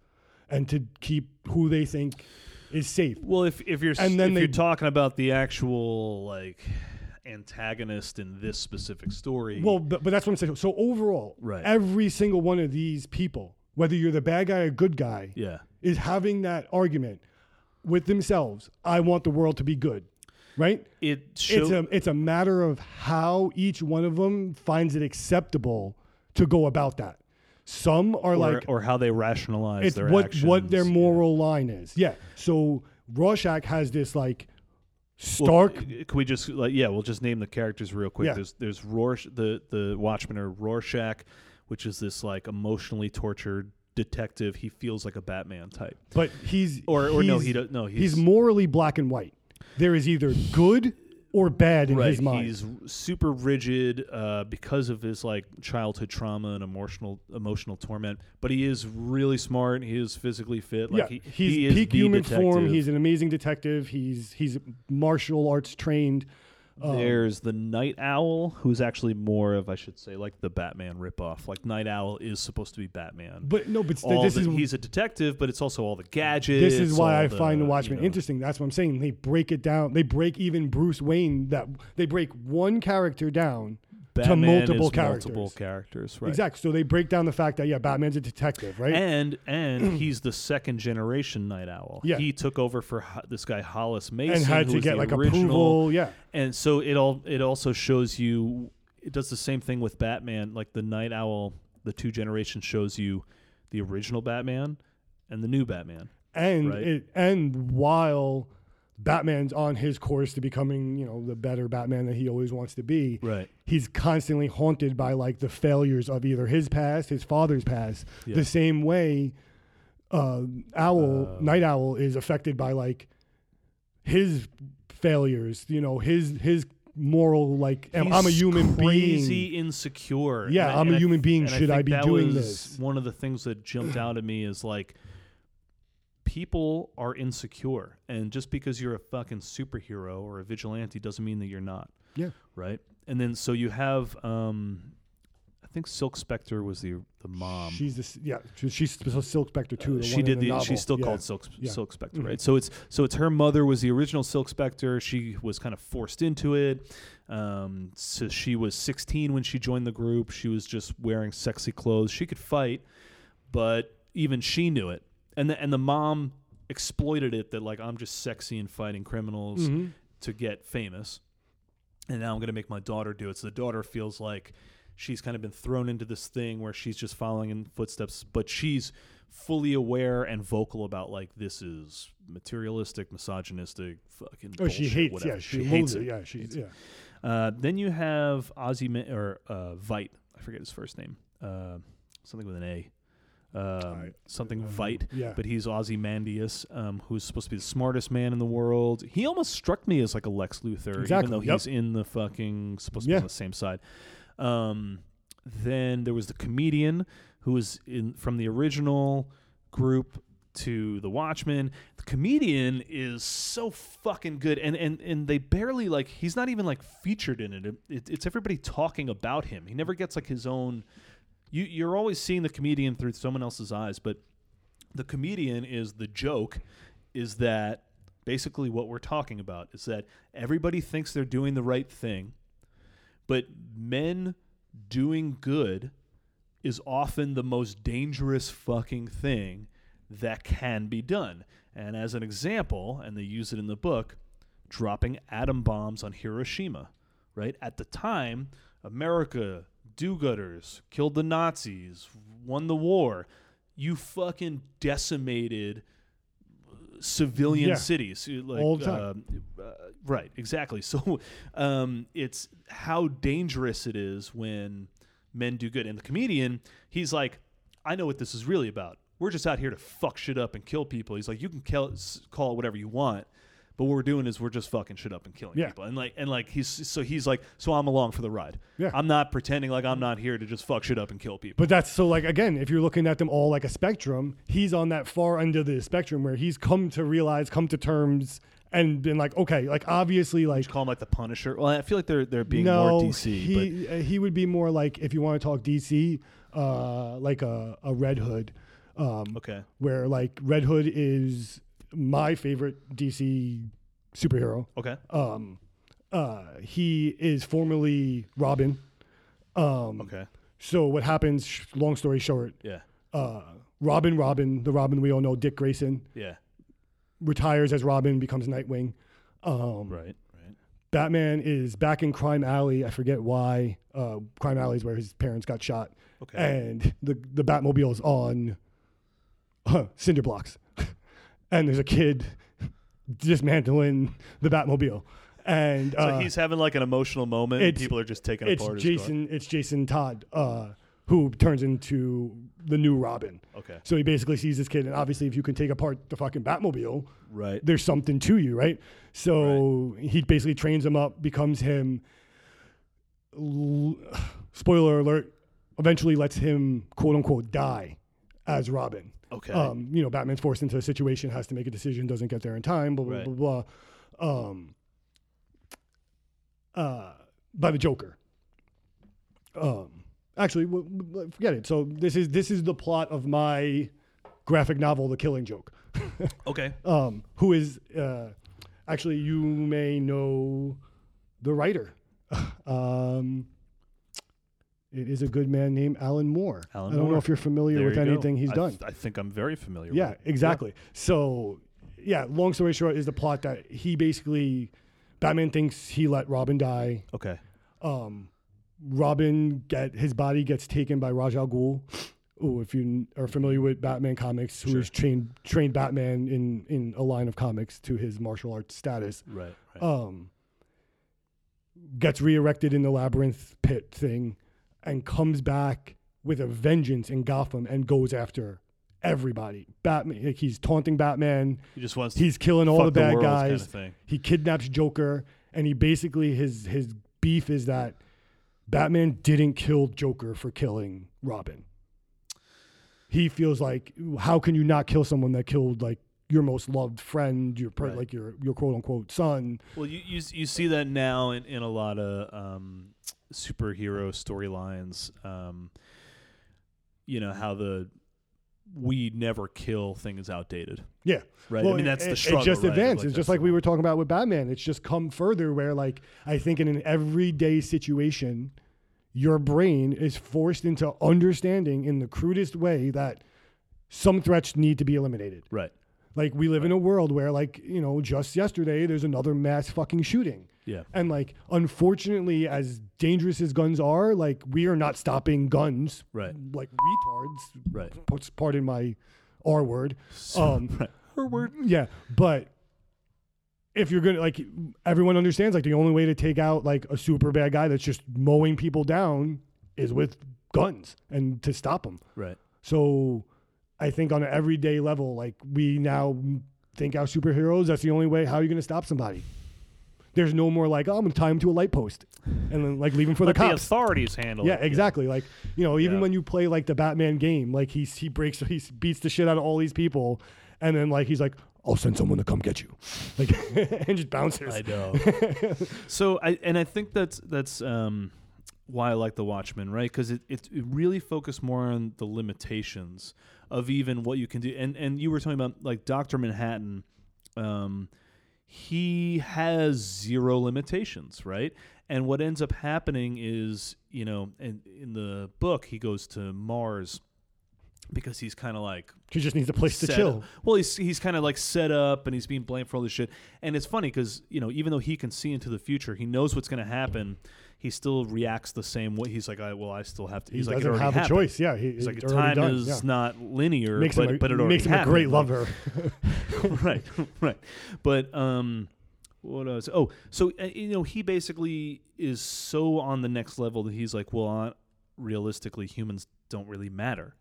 and to keep who they think is safe. Well, if if you're s- And then if they- you're talking about the actual like antagonist in this specific story. Well, but, but that's what I'm saying. So overall, Right. every single one of these people, whether you're the bad guy or good guy, yeah, is having that argument with themselves. I want the world to be good, right? it It's shows. a it's a matter of how each one of them finds it acceptable to go about that. Some are or, like or how they rationalize it's their what actions. what their yeah. moral line is. Yeah. So Rorschach has this like stark. uh, Can we just like yeah, we'll just name the characters real quick. Yeah. There's there's Rorsch the the Watchmen or Rorschach, which is this like emotionally tortured detective. He feels like a Batman type. but he's Or- or no, he's- he don't- no, he's, he's- morally black and white. There is either good or bad in his mind. He's super rigid uh, because of his like childhood trauma and emotional emotional torment. But he is really smart. He is physically fit. Like yeah, he, he's he is peak the human detective. form. He's an amazing detective. He's he's martial arts trained. Um, There's the Night Owl, who's actually more of I should say like the Batman ripoff. Like Night Owl is supposed to be Batman, But no, but all this the- is he's a detective, but it's also all the gadgets. this is why all I find the Watchmen you know, interesting. That's what I'm saying. They break it down. They break even Bruce Wayne. That they break one character down Batman to is multiple characters. multiple characters, right? Exactly. So they break down the fact that yeah, Batman's a detective, right? And and he's the second generation Night Owl. Yeah. he took over for Ho- this guy Hollis Mason, And had who to was get the like original, approval. Yeah. And so it all it also shows you it does the same thing with Batman, like the Night Owl. The two generations shows you the original Batman and the new Batman. and Right. it, and while Batman's on his course to becoming, you know, the better Batman that he always wants to be, Right. he's constantly haunted by like the failures of either his past, his father's past, Yeah. the same way uh, Owl, Night Owl, is affected by like his failures, you know, his his moral like am- I'm a He's human crazy being. insecure. Yeah, And I- I'm a and I- human being. and Should I think be that doing was this? One of the things that jumped out at me is like people are insecure, and just because you're a fucking superhero or a vigilante doesn't mean that you're not, Yeah. right? And then so you have, um, I think Silk Spectre was the the mom. She's this, yeah. she- She's Silk Spectre too. the she one in did the. the, novel. she's still Yeah. called Silk Yeah. Mm-hmm. Silk Spectre, right? So it's so it's her mother was the original Silk Spectre. She was kind of forced into it. Um, so she was 16 when she joined the group. She was just wearing sexy clothes. She could fight, but even she knew it. And the, and the mom exploited it that like I'm just sexy and fighting criminals Mm-hmm. to get famous and now I'm going to make my daughter do it. So the daughter feels like she's kind of been thrown into this thing where she's just following in footsteps, but she's fully aware and vocal about like this is materialistic, misogynistic, fucking. Oh, she bullshit, hates. Whatever. Yeah, she, hates hates it. it. Yeah, she. Yeah. Uh, then you have Ozzy or uh, Vite. I forget his first name. Uh, something with an A. Um, I- something um, Vite, yeah. but he's Ozymandias, um, who's supposed to be the smartest man in the world. He almost struck me as like a Lex Luthor, even Exactly, though yep. he's in the fucking supposed to be Yeah. on the same side. Um, then there was the comedian who was in from the original group to the Watchmen. The comedian is so fucking good, and and and they barely like he's not even like featured in it. it it's everybody talking about him. He never gets like his own. You you're always seeing the comedian through someone else's eyes, but the comedian is the joke is that basically what we're talking about is that everybody thinks they're doing the right thing but men doing good is often the most dangerous fucking thing that can be done. And as an example, and they use it in the book, dropping atom bombs on Hiroshima, right? At the time, America, do gooders, killed the Nazis, won the war. You fucking decimated uh, civilian Yeah. cities. You- Like, All the time. um, uh, right, exactly. So um, it's how dangerous it is when men do good. And the comedian, he's like, I know what this is really about. We're just out here to fuck shit up and kill people. He's like, you can kill, s- call it whatever you want, but what we're doing is we're just fucking shit up and killing Yeah. people. And like, and like he's so he's like, so I'm along for the ride. Yeah. I'm not pretending like I'm not here to just fuck shit up and kill people. But that's so like again, if you're looking at them all like a spectrum, he's on that far end of the spectrum where he's come to realize, come to terms, and been like, okay, like obviously, like Just call him like the Punisher. Well, I feel like they're they're being no, more DC. but he uh, he would be more like if you want to talk DC, uh, like a a Red Hood, um, Okay. where like Red Hood is my favorite DC superhero. Okay. Um, Uh, he is formerly Robin. Um, Okay. So what happens? sh- Long story short, Yeah. uh, Robin, Robin, the Robin we all know, Dick Grayson Yeah. retires as Robin, becomes Nightwing. Um, Right. Right. Batman is back in Crime Alley. I forget why. Uh, Crime Alley is where his parents got shot, Okay. and the the Batmobile is on huh, cinder blocks, and there's a kid dismantling the Batmobile, and so uh, he's having like an emotional moment. and it's- People are just taking it's apart his Jason. It's Jason Todd, uh, who turns into the new Robin. car. Okay. So he basically sees this kid, and obviously, if you can take apart the fucking Batmobile, Right. there's something to you, right? So he basically trains him up, becomes him. L- spoiler alert: eventually lets him quote unquote die as Robin. Okay. Um, you know, Batman's forced into a situation, has to make a decision, doesn't get there in time, blah blah Right. blah blah. Um, uh, by the Joker. Um, actually, w- w- forget it. So this is this is the plot of my graphic novel, The Killing Joke okay. um, who is uh, actually you may know the writer. um, it is a good man named Alan Moore. Alan I don't Moore. know if you're familiar There with you go. anything he's I done. th- I think I'm very familiar. yeah, With it. exactly. So, yeah, long story short is the plot that he basically Batman thinks he let Robin die. Okay. Um, Robin get his body gets taken by Raj Al Ghul. Ooh, if you n- are familiar with Batman comics, who has trained trained Batman in in a line of comics to his martial arts status, Right. right. um, gets re-erected in the labyrinth pit thing, and comes back with a vengeance in Gotham and goes after everybody. Batman, like he's taunting Batman. he just wants. He's killing all fuck the bad world guys Kind of thing. he kidnaps Joker, and he basically his his beef is that Batman didn't kill Joker for killing Robin. He feels like how can you not kill someone that killed like your most loved friend, your per- Right. like your your quote unquote son? Well, you, you s- you see that now in, in a lot of um, superhero storylines. Um, you know how the we never kill thing is outdated, Yeah, right? Well, I mean it- that's it, the struggle. It just right? advanced. it's that's just the like we one. were talking about with Batman. It's just come further where like I think in an everyday situation, your brain is forced into understanding in the crudest way that some threats need to be eliminated. right. Like we live in a world where like, you know, just yesterday there's another mass fucking shooting. Yeah. And like unfortunately as dangerous as guns are, like we are not stopping guns. Right. Like retards. Right. Puts- Pardon my R word. Um right. Her word. yeah, but if you're gonna like everyone understands like the only way to take out like a super bad guy that's just mowing people down is with guns and to stop them. Right. So I think on an everyday level, like we now think our superheroes, that's the only way how you're going to stop somebody. There's no more like, oh, I'm going to tie him to a light post and then like leave him for Let the the cops. authorities handle yeah, it. exactly. Like, you know, even Yeah. when you play like the Batman game, like he, he breaks, he beats the shit out of all these people. And then like, he's like, I'll send someone to come get you. Like, and just bounces. I know. so I and I think that's that's um, why I like The Watchmen, right? Because it, it it really focused more on the limitations of even what you can do. And and you were talking about like Doctor Manhattan. Um, he has zero limitations, right? And what ends up happening is, you know, in, in the book, he goes to Mars because he's kind of like She just needs a place to set chill. up- Well, he's he's kind of like set up, and he's being blamed for all this shit. And it's funny because you know, even though he can see into the future, he knows what's going to happen. He still reacts the same way. He's like, I, "Well, I still have to." He's he like, "It doesn't already have a happened." choice. Yeah. He, He's like, it's "Time already done. is Yeah. not linear, Makes but him a, but it already makes him a happened." great Like, lover. right, right. But um, what else? Oh, so uh, you know, he basically is so on the next level that he's like, well, I, realistically, humans don't really matter.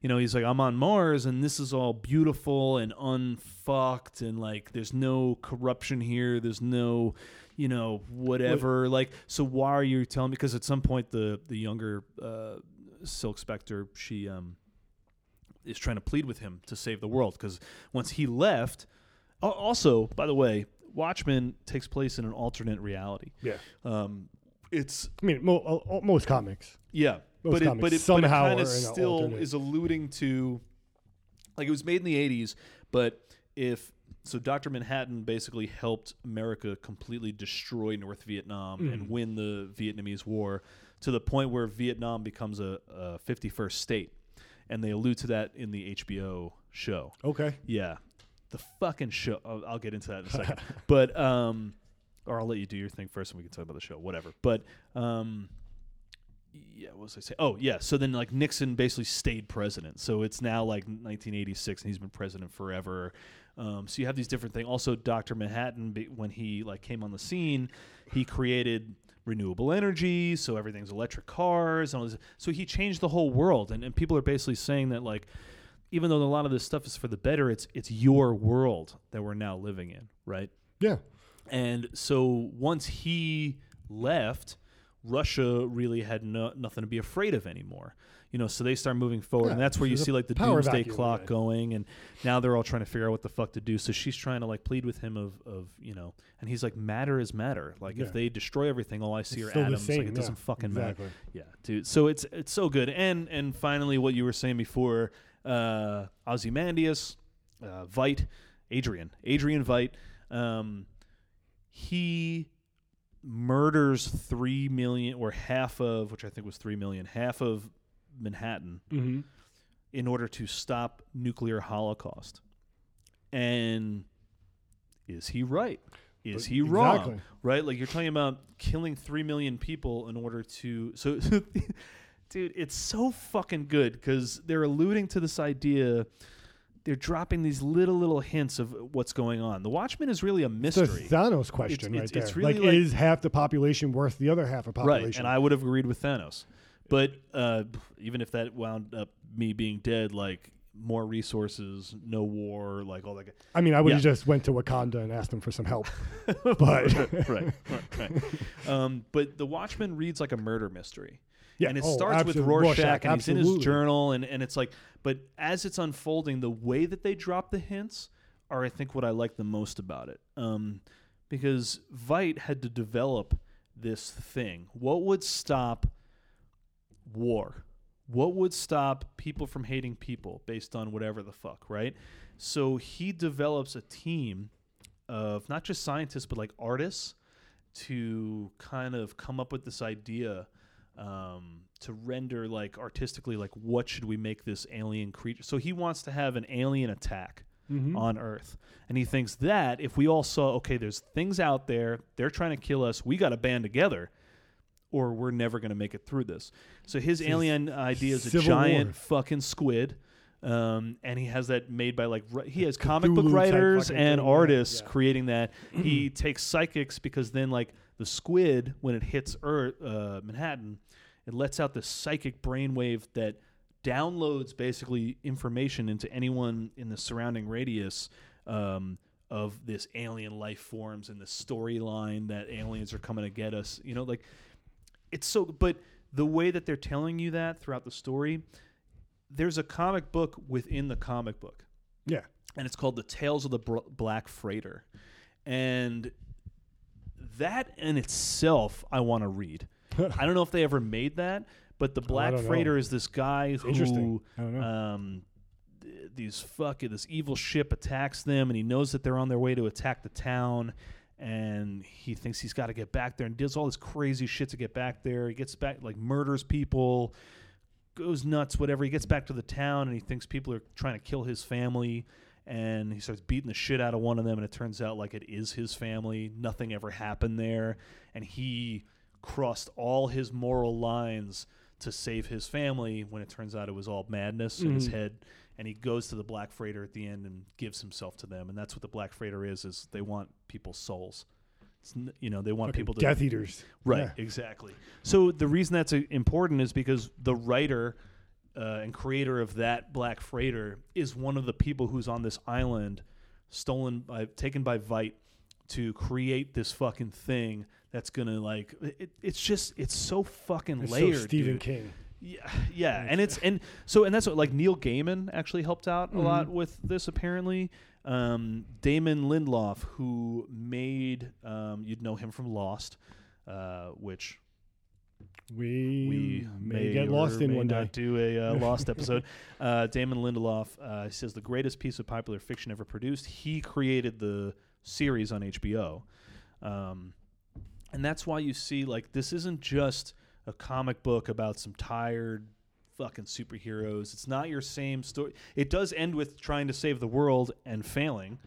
You know, he's like, I'm on Mars, and this is all beautiful and unfucked, and like, there's no corruption here. There's no, you know, whatever. Like, so why are you telling me? Because at some point, the the younger uh, Silk Spectre, she um is trying to plead with him to save the world because once he left al- also by the way watchmen takes place in an alternate reality yeah. um it's I mean, mo- al- al- most comics. yeah Those but it, comics but it somehow kind are of in an still alternate- is alluding to like it was made in the 80s but if so Dr. Manhattan basically helped America completely destroy North Vietnam Mm. and win the Vietnamese War to the point where Vietnam becomes a, a 51st state. And they allude to that in the HBO show. Okay. Yeah. The fucking show. I'll, I'll get into that in a second. but, um, or I'll let you do your thing first and we can talk about the show, whatever. But, um, yeah, what was I say? Oh, yeah. So then, like, Nixon basically stayed president. So it's now like 1986 and he's been president forever. Um, so you have these different things. Also, Dr. Manhattan, be- when he like came on the scene, he created renewable energy. So everything's electric cars. And all this. So he changed the whole world. And, and people are basically saying that, like, even though a lot of this stuff is for the better, it's it's your world that we're now living in, right? Yeah. And so once he left, Russia really had no, nothing to be afraid of anymore. You know, so they start moving forward, and Yeah, that's where you there's a see like the power doomsday vacuum, clock right. going, and now they're all trying to figure out what the fuck to do. So she's trying to like plead with him of of you know, and he's like, matter is matter. Like Yeah. if they destroy everything, all I see It's are still the atoms. same, like it yeah, doesn't fucking exactly. matter. Yeah, dude. So it's it's so good. And and finally, what you were saying before, uh, Ozymandias, uh, Vite, Adrian, Adrian Vite, um, he murders three million or half of, which I think was three million, half of Manhattan Mm-hmm. in order to stop nuclear holocaust. And is he right? Is But- he wrong? exactly. Right? Like you're talking about killing 3 million people in order to so dude, it's so fucking good cuz they're alluding to this idea they're dropping these little little hints of what's going on. The Watchman is really a It's a mystery. Thanos question It's- right it's- it's there. really like, like- is half the population worth the other half of Right, population? and I would have agreed with Thanos. But uh, even if that wound up me being dead, like more resources, no war, like all that. g- I mean, I would have Yeah. just went to Wakanda and asked them for some help. but right, right, right. Um, but the Watchman reads like a murder mystery. Yeah, and it oh, starts with absolute- Rorschach, Rorschach, and he's in his absolutely. journal, and, and it's like, but as it's unfolding, the way that they drop the hints are, I think, what I like the most about it. Um, because Vite had to develop this thing. What would stop war? What would stop people from hating people based on whatever the fuck, right? So he develops a team of not just scientists, but like artists to kind of come up with this idea um, to render like artistically, like what should we make this alien creature? So he wants to have an alien attack on Earth. And he thinks that if we all saw, okay, there's things out there, they're trying to kill us, we got to band together. Or we're never going to make it through this. So his alien idea is a Civil giant War. fucking squid, um, and he has that made by like ri- he has comic book Cthulhu-type writers fucking and thing, yeah, artists yeah. creating that. he takes psychics because then like the squid when it hits Earth, uh, Manhattan, it lets out this psychic brainwave that downloads basically information into anyone in the surrounding radius um, of this alien life forms and the storyline that aliens are coming to get us. You know, like it's so but the way that they're telling you that throughout the story there's a comic book within the comic book yeah, and it's called the tales of the Br- black freighter and that in itself i want to read i don't know if they ever made that but the black don't know. freighter is this guy who interesting. I don't know. um th- these fucking this evil ship attacks them and he knows that they're on their way to attack the town and he thinks he's got to get back there and does all this crazy shit to get back there he gets back like murders people goes nuts whatever he gets back to the town and he thinks people are trying to kill his family and he starts beating the shit out of one of them and it turns out like it is his family nothing ever happened there and he crossed all his moral lines to save his family when it turns out it was all madness in Mm-hmm. his head and he goes to the black freighter at the end and gives himself to them and that's what the black freighter is is they want people's souls it's, n- you know they want people to Death Eaters. Right, Yeah. exactly. So the reason that's uh, important is because the writer uh, and creator of that Black Freighter is one of the people who's on this island, stolen by, taken by Vite, to create this fucking thing that's gonna like. It, it's just, it's so fucking It's so layered. Stephen dude. King. Yeah, yeah, and it's and so and that's what like Neil Gaiman actually helped out a lot with this apparently. Um, Damon Lindelof, who made um, you'd know him from Lost, uh, which We, we may, get lost or in may one not day. Do a uh, lost episode. Uh, Damon Lindelof uh, says the greatest piece of popular fiction ever produced. He created the series on HBO, um, and that's why you see like this isn't just a comic book about some tired fucking superheroes. It's not your same story. It does end with trying to save the world and failing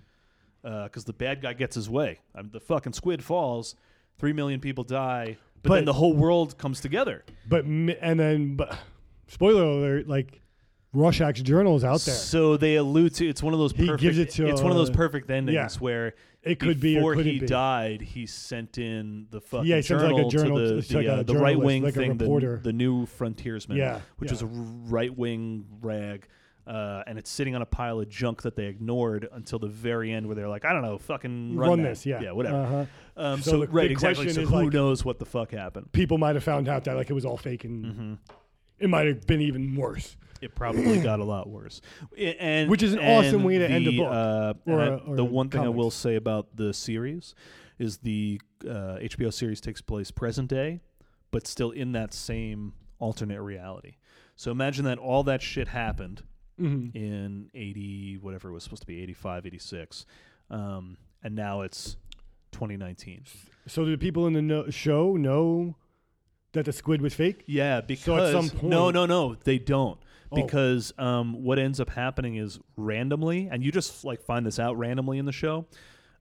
because the bad guy gets his way. Um, the fucking squid falls. Three million people die, but then But- the whole world comes together. But mi- and then, but spoiler alert: like Rorschach's journal is out there. So they allude to it's one of those He perfect, gives it to, it's one of those uh, perfect endings yeah. where It could be or before couldn't he be. died he sent in the fucking Yeah, he sent, like, journal, a journal- to the, it's the, like uh, a the journalist, right wing like a thing the, reporter. the new frontiersman Yeah, which was a yeah. right wing rag uh, and it's sitting on a pile of junk that they ignored until the very end where they're like I don't know fucking run, Run that. this, yeah. yeah whatever Uh-huh. um, so, So the right big exactly so question who is, like- knows what the fuck happened People might have found out that like it was all fake, and Mm-hmm. it might have been even worse. it probably got a lot worse. I- And Which is an and awesome way to the, end a book. Uh, and Or I- a- or the a one thing I comics. will say about the series is the uh, HBO series takes place present day, but still in that same alternate reality. So imagine that all that shit happened Mm-hmm. in 80 whatever it was supposed to be 85 86 um, and now it's 2019 So do the people in the no- show know that the squid was fake? Yeah, because some no, point- no, no, they don't. Oh. Because um, what ends up happening is randomly, and you just like find this out randomly in the show.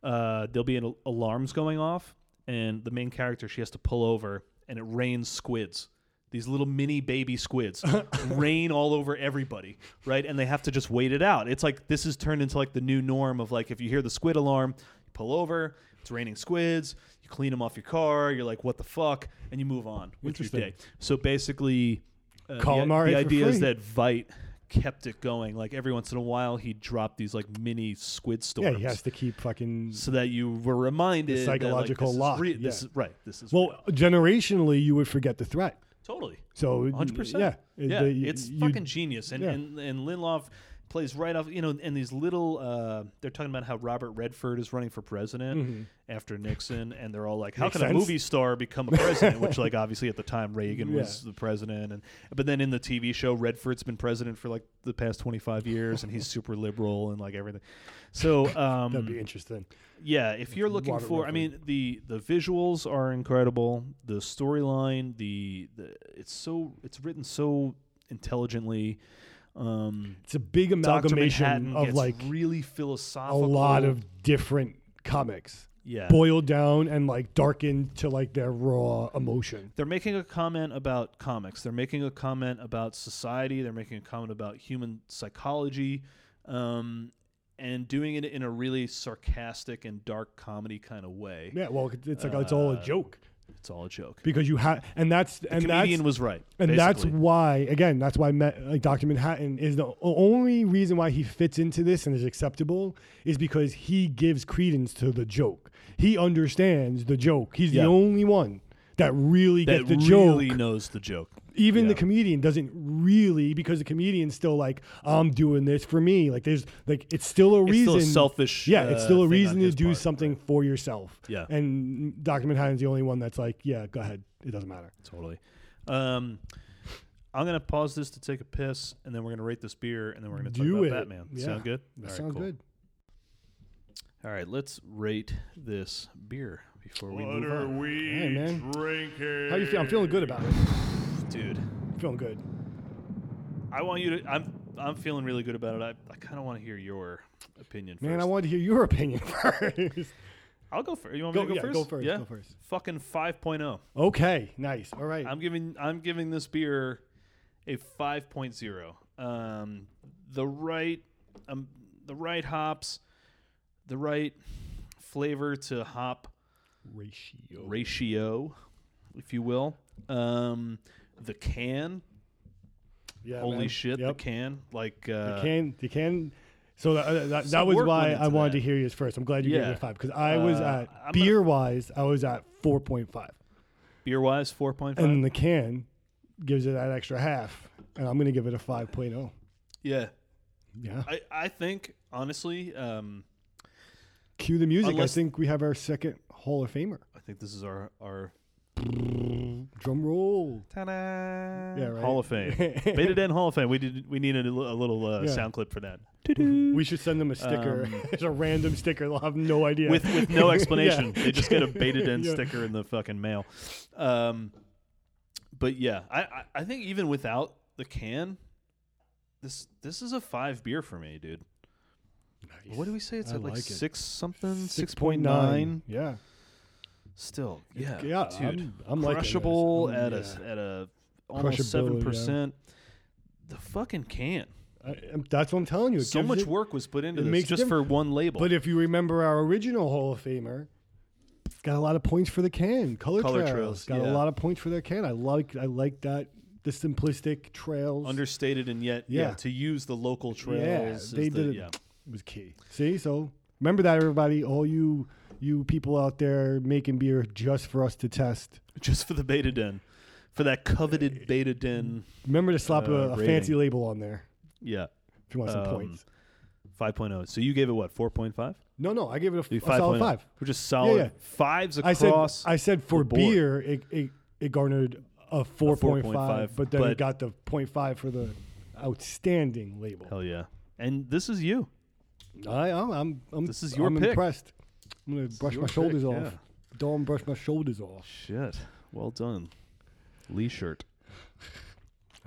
Uh, there'll be an al- alarms going off, and the main character she has to pull over, and it rains squids. These little mini baby squids rain all over everybody, right? And they have to just wait it out. It's like this is turned into like the new norm of like if you hear the squid alarm, you pull over. It's raining squids. You clean them off your car. You're like, what the fuck, and you move on with your Interesting. day. So basically, uh, the- Calamari the, for idea is free. that Vite kept it going. Like every once in a while, he dropped these like mini squid Yeah, storms. he has to keep fucking. So that you were reminded that, like, psychological this is lock, re- this is yeah. right. This is Well, generationally, you would forget the threat. totally So 100. percent Yeah, yeah. the- you- it's you- fucking genius. And, yeah. and and Lindelof plays right off. You know, and these little uh, they're talking about how Robert Redford is running for president after Nixon, and they're all like, "How Mm-hmm. Makes can a sense. movie star become a president?" Which, like, obviously at the time Reagan Yeah. was the president, and but then in the TV show, Redford's been president for like the past 25 years, and he's super liberal and like everything. So um, That'd be interesting. yeah, if you're looking Robert for, I mean, the the visuals are incredible. The storyline, the, the it's so it's written so intelligently. Um, It's a big Doctor amalgamation Manhattan of gets like really a philosophical. lot of different comics yeah. boiled down and like darkened to like their raw emotion. They're making a comment about comics. They're making a comment about society. They're making a comment about human psychology, um, and doing it in a really sarcastic and dark comedy kind of way. Yeah, well, it- it's like it's all a Uh, joke It's all a joke. because you have, and that's and that's Comedian was right, and that's basically. why again that's why Ma- like Doctor Manhattan is the o- only reason why he fits into this and is acceptable is because he gives credence to the joke. He understands the joke. He's Yeah. the only one that really that gets the really joke. knows the joke. even the Yeah. comedian doesn't really because the comedian's still like i'm doing this for me like there's like it's still a It's reason still a selfish, yeah it's uh, still thing a on reason to his do part, something for yourself Yeah. and dr manhattan's the only one that's like yeah go ahead it doesn't matter Totally. Um, I'm gonna pause this to take a piss, and then we're gonna rate this beer, and then we're gonna talk about Do it. Batman. Yeah. Sound good? All that right, sounds cool. good All right, let's rate this beer before we move are on. we Hey, man. drinking? how you feel i'm feeling good about it Dude, i'm feeling good I want you to. I'm I'm feeling really good about it. I, I kind of want to hear your opinion man first. i wanted to hear your opinion first I'll go first. You want Go- me to go yeah, first? go first, Yeah. go first. Fucking oh. 5.0. okay nice all right. I'm giving I'm giving this beer a 5.0. Um, the right um, the right hops, the right flavor to hop ratio ratio, if you will. Um, the can, yeah, holy man. shit, Yep. the can, like uh, You can you can. So that, uh, that, that, that was work went why into I wanted that. to hear you first. I'm glad you Yeah. gave it a five because I was Uh, at I'm gonna- beer wise, I was at four point five, beer wise 4.5. and the can gives it that extra half, and I'm gonna give it a five oh. yeah, Yeah, I I think honestly, um, cue the music. Unless- I think we have our second Hall of Famer. I think this is our our Drum roll. Ta-da! Yeah, right. Hall of Fame. Beta Den Hall of Fame. We did. We needed a, li- a little uh, Yeah. sound clip for that. We should send them a sticker. Um, it's a random sticker. They'll have no idea. with with no explanation. Yeah. They just get a beta den Yeah. sticker in the fucking mail. Um, but yeah, I, I I think even without the can, this this is a five beer for me, dude. What do we say? It's I at like, like it. six something, six point 6.9. nine. Yeah. Still, yeah, Yeah, dude, I'm, I'm liking this. crushable at I'm- yeah. a at a almost Crushability, yeah. seven percent. The fucking can. I, I'm- that's what I'm telling you. It So gives much it- work was put into it this makes a just for one label. But if you remember our original Hall of Famer, it's got a lot of points for the can. Color, Color trails, trails, got yeah. a lot of points for their can. I like I like that the simplistic trails. Understated and yet, yeah. Yeah. to use the local trails. is they the- did it. Yeah. it was key. See, so remember that everybody, all you you people out there making beer just for us to test. just for the beta den, for that coveted beta den. Remember to slap Uh, a, a rating. fancy label on there Yeah, if you want some Um, points. 5.0. So you gave it what 4.5? No, no, I gave it a, You a 5.0. solid five. oh. We're just solid yeah. fives I said across. I said for board. beer it, it it garnered a four point five, 4.5, but then but- it got the 0.5 for the outstanding label. Hell yeah! And this is you. I, I'm, I'm, I'm This is your I'm pick. impressed. I'm gonna brush your my pick, shoulders off. yeah. Don't brush my shoulders off. Shit. Well done, Lee shirt.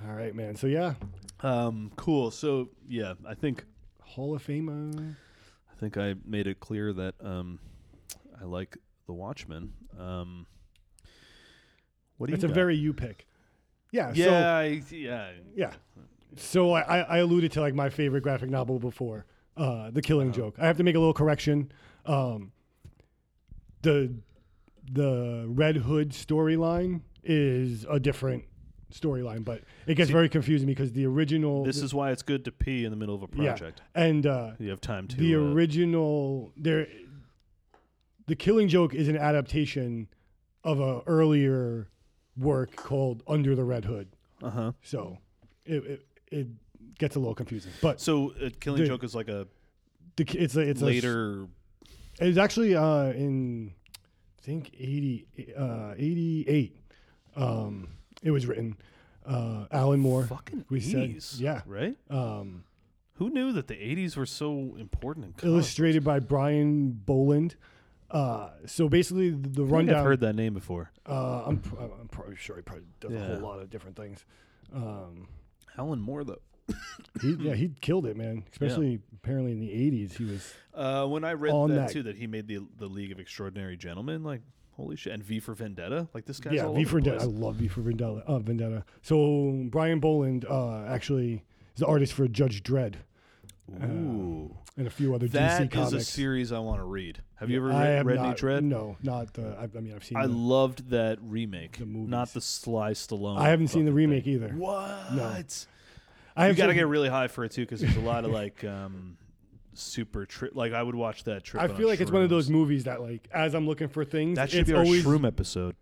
All right, man. So yeah, Um, cool. So yeah, I think Hall of Fame. I think I made it clear that um, I like the Watchmen. Um, what do It's you? a got? very you pick. Yeah. yeah, So, I, yeah. yeah. So I, I I alluded to like my favorite graphic novel before, uh, The Killing Uh-huh. Joke. I have to make a little correction. Um, the the Red Hood storyline is a different storyline, but it gets very confusing because the original This is why it's good to pee in the middle of a project. yeah, and uh, You have time to the uh, original there the killing joke is an adaptation of a earlier work called under the red hood uh-huh. so it it, it gets a little confusing but So uh, Killing The- Joke is like a the, ki- it's a, it's later. a, it's actually uh in i think 80 uh 88 um it was written uh alan moore Fucking we said- 80s, yeah. right. um Who knew that the '80s were so important in comic? illustrated by brian boland uh so basically the, the I think rundown I've heard that name before. Uh, I'm, pr- I'm probably sure he probably does a Yeah. whole lot of different things. Um, Alan Moore, though. he, yeah, he killed it, man. Especially apparently in the '80s, he was. Uh, when I read On that, that- too, that he made the the League of Extraordinary Gentlemen, like holy shit, and V for Vendetta, like this guy's yeah, all V over for the Vendetta. I place. love V for Vendetta. Uh, Vendetta. So Brian Boland uh, actually is the artist for Judge Dredd Ooh, and a few other that is DC comics. a series I want to read. Have you ever I read, have read any not, Dread? No, not the. I, I mean, I've seen. I the- loved that remake, The not movies. the Sly Stallone. I haven't seen the fucking remake thing. either. What? I you have got to seen- get really high for it too, because there's a lot of like um, super trip. Like I would watch that trip. I feel like it's one of those movies that, like, as I'm looking for things, That should it's be our always shroom episode.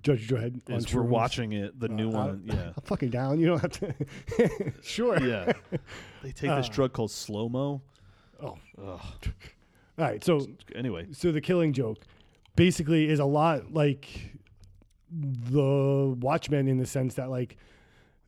Judge Dredd. on Is we're shrooms. watching it, the new Uh, one. I- yeah, I'm fucking down. You don't have to. sure. yeah. They take this Uh, drug called slow mo. Oh. Ugh. All right. So, Anyway, so the killing joke basically is a lot like the Watchmen in the sense that like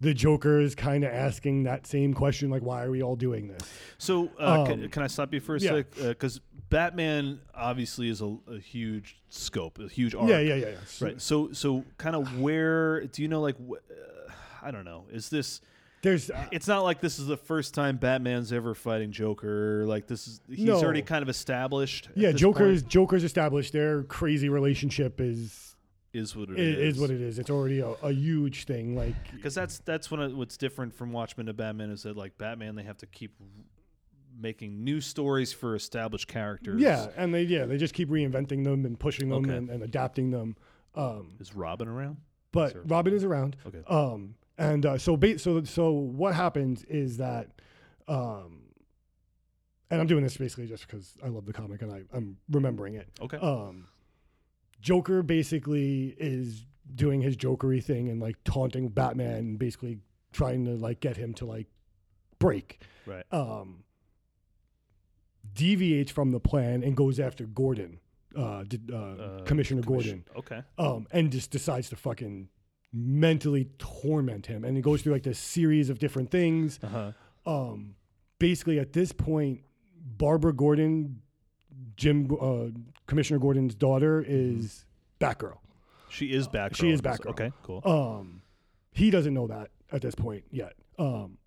the Joker is kind of asking that same question, like, why are we all doing this? so uh, ca- can, Um, I stop you for a yeah. sec? Because Batman obviously is a, a huge scope, a huge arc. Yeah, yeah, yeah, yeah. So Right. So, so kind of where do you know? Like, wh- uh, I don't know. Is this? There's uh, It's not like this is the first time Batman's ever fighting Joker. Like this is he's No. already kind of established. at yeah, this Joker's point, Joker's established. Their crazy relationship is is what it is, is. is what it is. It's already a, a huge thing. Like, Because that's that's when it, what's different from Watchmen to Batman is that like Batman they have to keep making new stories for established characters. yeah, and they yeah they just keep reinventing them and pushing them Okay. and, and adapting them. Um, Is Robin around? but Sir. Robin is around. Okay. Um, and uh, so, ba- so, so what happens is that, um, and I'm doing this basically just because I love the comic and I, I'm remembering it. Okay. Um, Joker basically is doing his jokery thing and like taunting Batman, and basically trying to like get him to like break. Right. Um, deviates from the plan and goes after Gordon, uh, did, uh, Uh, Commissioner Gordon, commission- Okay. um, and just decides to fucking mentally torment him, and he goes through like this series of different things. Uh huh. Um, basically, at this point, Barbara Gordon, Jim uh, Commissioner Gordon's daughter, is Batgirl. She is back. Uh, She is Batgirl. Okay. Cool. Um, he doesn't know that at this point yet. Um,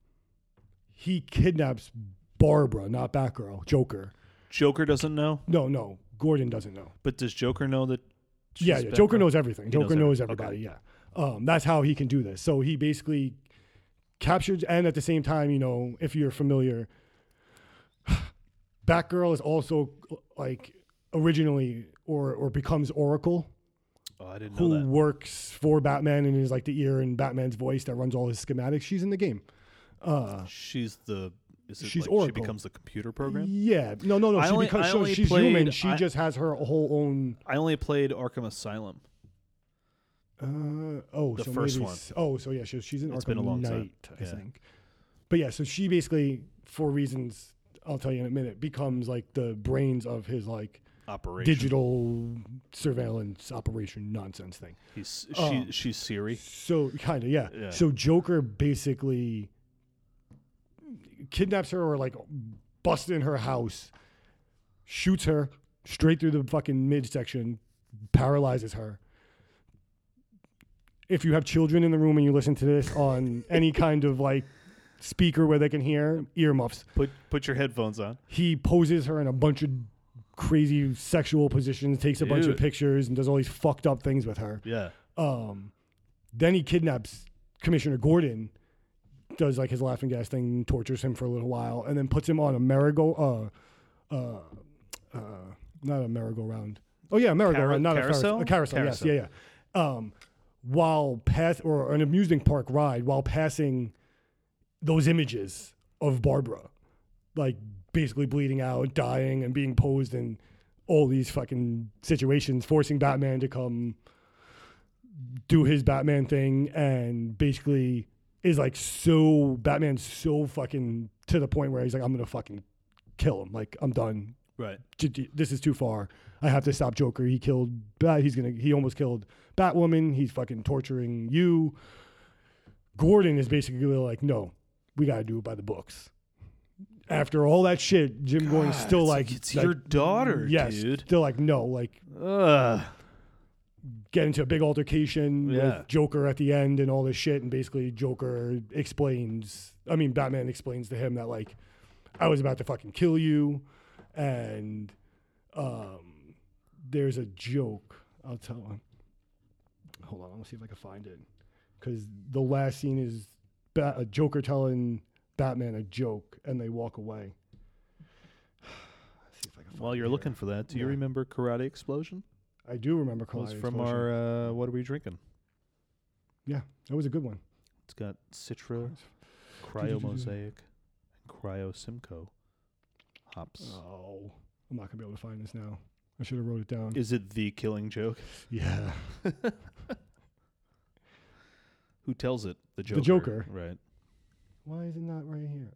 he kidnaps Barbara, not Batgirl, Joker. Joker doesn't know, No, no, Gordon doesn't know. but does Joker know that? she's yeah, yeah. Joker Batgirl? knows everything. Joker knows knows, everything. everybody. Yeah, um, that's how he can do this. So he basically captured, and at the same time, you know, if you're familiar, Batgirl is also like originally or or becomes Oracle, Oh, I didn't know who that. works for Batman and is like the ear in Batman's voice that runs all his schematics. She's in the game. Uh, She's the. Is it She's like She Oracle. becomes the computer program. yeah, no, no, no. I she only- becomes I so only she's human. played- She I- just has her whole own. I only played Arkham Asylum. Uh, oh, The so first maybe one. s- Oh, so yeah, she, she's in It's Arkham been a long time. Knight, I Yeah. think. But yeah, so she basically, for reasons I'll tell you in a minute, becomes like the brains of his like Operation. digital surveillance operation nonsense thing. He's, she, Um, she's Siri. So kind of yeah. Yeah. So Joker basically kidnaps her or like busts in her house, shoots her straight through the fucking midsection, paralyzes her. If you have children in the room and you listen to this on any kind of like speaker where they can hear earmuffs, Put put your headphones on. he poses her in a bunch of crazy sexual positions, takes a bunch Dude. of pictures, and does all these fucked up things with her. Yeah. Um, then he kidnaps Commissioner Gordon, does like his laughing gas thing, tortures him for a little while, and then puts him on a merry-go, uh, uh, uh, not a merry-go-round. Oh yeah, a merry-go-round, not Carousel? a carousel. A carousel, Carousel. yes, yeah, yeah. Um, while pass or an amusement park ride while passing those images of Barbara, like basically bleeding out, dying, and being posed in all these fucking situations, forcing Batman to come do his Batman thing, and basically is like so Batman's so fucking to the point where he's like, I'm gonna fucking kill him. Like I'm done. Right. J- j- This is too far. I have to stop Joker. He killed. Bat. He's gonna. He almost killed Batwoman. He's fucking torturing you. Gordon is basically like, no, we gotta do it by the books. After all that shit, Jim Gordon's God, still Ah, it's like, it's like, your daughter, yes, dude. still like, no, like Ugh. get into a big altercation Yeah. with Joker at the end and all this shit. And basically, Joker explains, I mean, Batman explains to him that, like, I was about to fucking kill you. And um, there's a joke. I'll tell him. Hold on. I'm going to see if I can find it. Because the last scene is Bat- a Joker telling Batman a joke and they walk away. Let's see if I can find While it you're here. looking for that, do you Yeah. remember Karate Explosion? I do remember It was Collider from Explosion. our uh, What Are We Drinking? Yeah, that was a good one. It's got Citra, Cryo Mosaic, and Cryo Simcoe hops. Oh, I'm not gonna be able to find this now. I should have wrote it down. Is it the killing joke? yeah, Who tells it? The Joker. The Joker. Right. why is it not right here?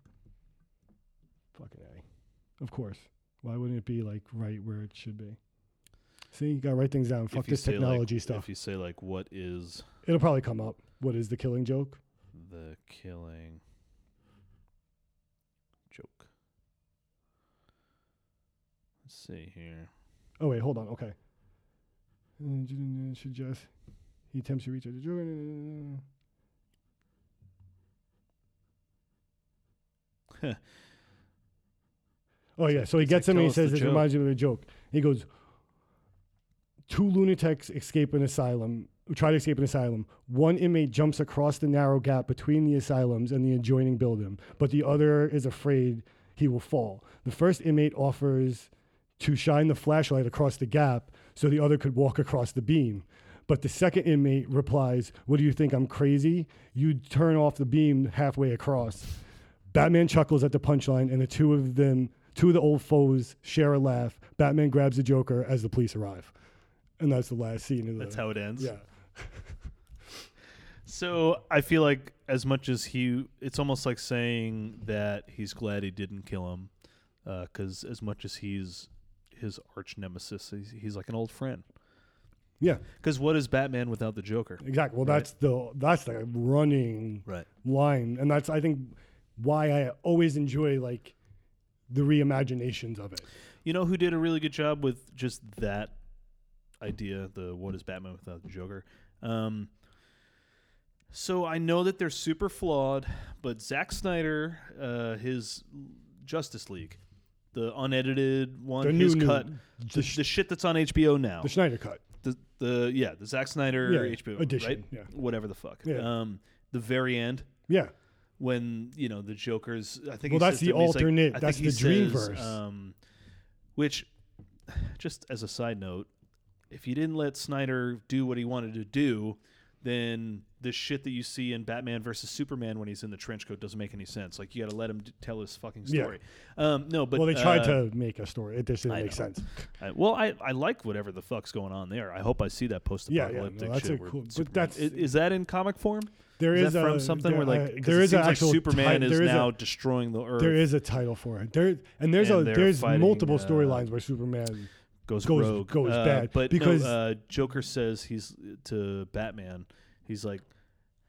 Fucking a. Of course. Why wouldn't it be like right where it should be? See, you gotta write things down. Fuck If you this say, like- technology stuff. If you say, like, what is It'll probably come up. What is the killing joke? the killing joke? Let's see here. Oh wait, hold on. Okay. Should just he attempts to reach out to Joker. Oh yeah, so he It's like, gets him tell and he us the says it joke. reminds you of a joke. He goes, two lunatics escape an asylum, try to escape an asylum. One inmate jumps across the narrow gap between the asylums and the adjoining building, but the other is afraid he will fall. The first inmate offers to shine the flashlight across the gap so the other could walk across the beam. But the second inmate replies, What do you think? I'm crazy? You turn off the beam halfway across. Batman chuckles at the punchline, and the two of them, two of the old foes, share a laugh. Batman grabs the Joker as the police arrive. And that's the last scene of the. That's how it ends. Yeah. So I feel like as much as he, it's almost like uh, saying that he's glad he didn't kill him, because as much as he's his arch nemesis. He's, he's like an old friend. Yeah, Because what is Batman without the Joker? exactly. Well, Right. that's the that's the running Right. line, and that's I think why I always enjoy like the reimaginations of it. You know who did a really good job with just that idea, the what is Batman without the Joker? Um so I know that they're super flawed, but Zack Snyder, uh, his Justice League, the unedited one, The his new- new- cut, the, sh- the shit that's on HBO now, The Schneider cut. the, the yeah, the Zack Snyder Yeah, HBO edition, right, yeah. whatever the fuck, Yeah. um, the very end Yeah, when you know the Joker's. I think. he Well, that's says to the me, he's alternate- Like, I that's think the he Dreamverse. says, Um, which, just as a side note, if you didn't let Snyder do what he wanted to do, then the shit that you see in Batman versus Superman when he's in the trench coat doesn't make any sense. Like you got to let him d- tell his fucking Yeah. story. Um, no, but well, they tried uh, to make a story. It just didn't I make know. sense. I, well, I, I like whatever the fuck's going on there. I hope I see that Yeah, yeah, no, post-apocalyptic that's a shit. where cool- but Superman- that's- i- is, that in comic form? There Is is, that a, from something there, where uh, like 'cause there it is an seems like actual Superman ti- is there a- now destroying the earth. there is a title for it. There and there's And a they're there's fighting, multiple uh, storylines where Superman. goes, goes- rogue, goes Uh, bad, But because- no, uh, Joker says he's to Batman. He's like,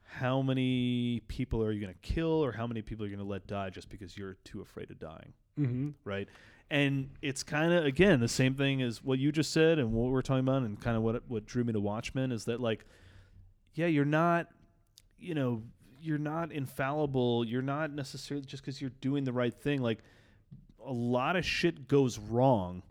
"How many people are you going to kill, or how many people are you going to let die just because you're too afraid of dying?" Mhm. Right? And it's kind of again the same thing as what you just said and what we're talking about, and kind of what what drew me to Watchmen is that like, yeah, you're not, you know, you're not infallible. You're not necessarily just because you're doing the right thing. Like, a lot of shit goes wrong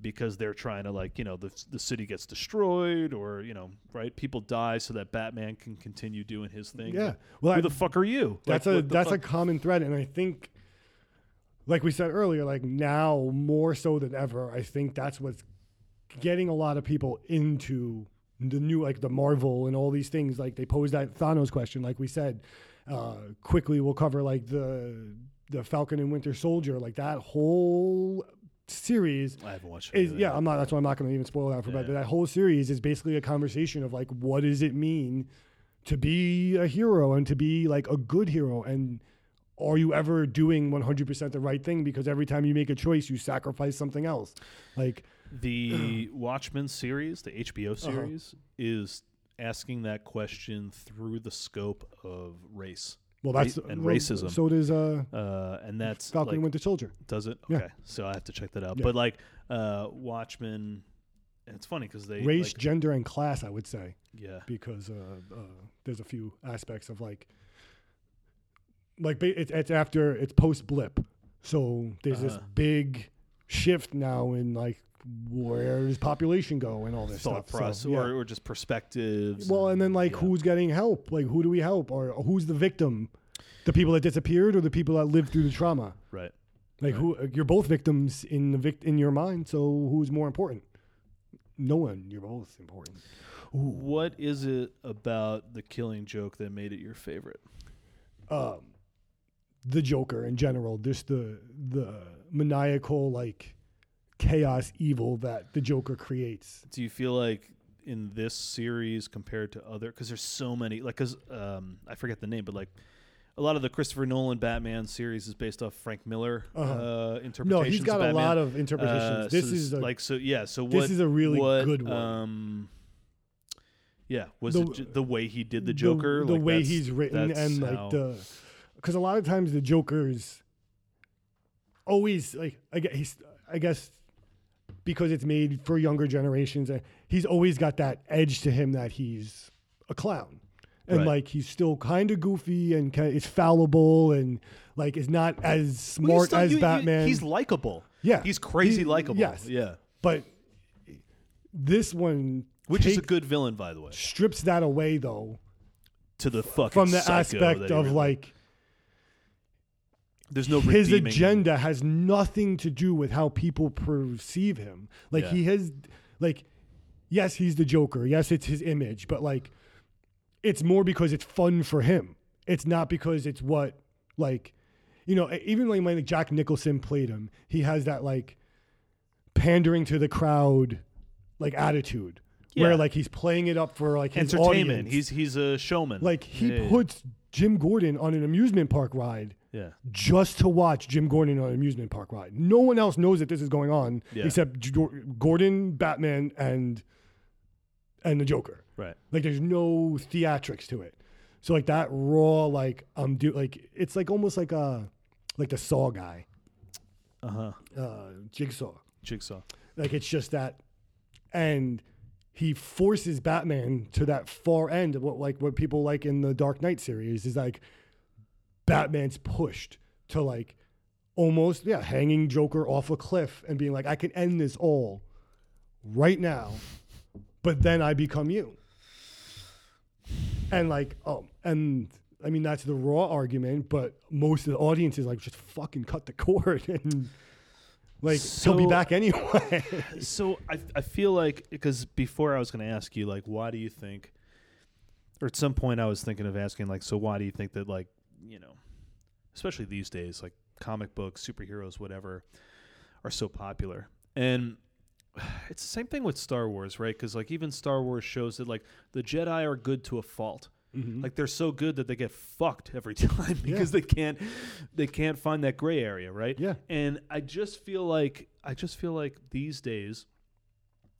because they're trying to like you know the the city gets destroyed or you know right people die so that Batman can continue doing his thing. Yeah. Well, who I- the fuck are you? that's Like, a what the that's a fuck- common thread, and I think, like we said earlier, like now more so than ever, I think that's what's getting a lot of people into the new like the Marvel and all these things. Like they pose that Thanos question, like we said. Uh, quickly, we'll cover like the the Falcon and Winter Soldier, like that whole series I haven't watched. any is of that. yeah, I'm not. That's why I'm not going to even spoil that for. But that whole series is basically a conversation of like, what does it mean to be a hero and to be like a good hero, and are you ever doing 100% the right thing? Because every time you make a choice, you sacrifice something else. Like, The Watchmen series, the HBO Uh-huh. series, is asking that question through the scope of race, well, that's Ra- and well, racism. So does uh, uh, and that's Falcon like, and Winter Soldier. Does it? Yeah. Okay. So I have to check that out. Yeah. But like uh Watchmen and it's funny cuz they Race, like- gender, and class. I would say yeah. because uh, uh, there's a few aspects of like, like ba- it's, it's after it's post blip, so there's this Uh-huh. big shift now in like where does population go and all this Thought stuff. process So, yeah. or, or just perspectives. well, and then like yeah. who's getting help? Like who do we help or who's the victim? The people that disappeared or the people that lived through the trauma? right. Like who? You're both victims in the vict in your mind. So who's more important? No one. You're both important. What is it about the killing joke that made it your favorite? um, the Joker in general, just the the maniacal like chaos evil that the Joker creates. Do you feel like in this series compared to other cuz there's so many like cuz um I forget the name but like a lot of the Christopher Nolan Batman series is based off Frank Miller uh interpretations Uh-huh. No, he's got of a Batman. lot of interpretations. Uh, this so is a, like so yeah. So this what- is a really what, good one. Um, yeah, was The- it ju- the way he did the the- Joker, the, Like, way that's- he's written, that's and how- like the because a lot of times the Joker's always like I guess he's, I guess because it's made for younger generations, uh, he's always got that edge to him that he's a clown. And Right. like he's still kind of goofy and kind of, is fallible and like is not as Well, he's smart still- as you- you- Batman. he's likable. Yeah. he's crazy He- likable. yes. yeah, but this one which is a take- good villain, by the way, strips that away though to the fucking from the psycho aspect that he of really- like there's no his redeeming- agenda has nothing to do with how people perceive him. Like Yeah. he has, like, yes, he's the Joker. Yes, it's his image, but like, it's more because it's fun for him. It's not because it's what, like, you know, e, even like when Jack Nicholson played him, he has that like pandering to the crowd, like attitude, Yeah. where like he's playing it up for like his entertainment. audience. He's he's a showman. Like he Yeah, yeah, yeah. puts Jim Gordon on an amusement park ride Yeah. just to watch Jim Gordon on an amusement park ride. No one else knows that this is going on Yeah. except J- Gor- Gordon, Batman, and and the Joker. Right. Like there's no theatrics to it. So like that raw like I'm do like it's like almost like a like the Saw guy, Uh huh. uh, Jigsaw. Jigsaw. Like it's just that, and he forces Batman to that far end of what like what people like in the Dark Knight series is like Batman's pushed to like almost yeah hanging Joker off a cliff and being like I can end this all right now, but then I become you. And like oh and. I mean that's the raw argument, but most of the audience is like just fucking cut the cord and like he'll So- be back anyway. So I, I feel like because before I was going to ask you like why do you think, or at some point I was thinking of asking like so why do you think that like you know, especially these days like comic books, superheroes, whatever, are so popular and. It's the same thing with Star Wars, right? Because like even Star Wars shows that like the Jedi are good to a fault. Mm-hmm. Hmm? Like they're so good that they get fucked every time because they can't they can't find that gray area, right? Yeah. And I just feel like I just feel like these days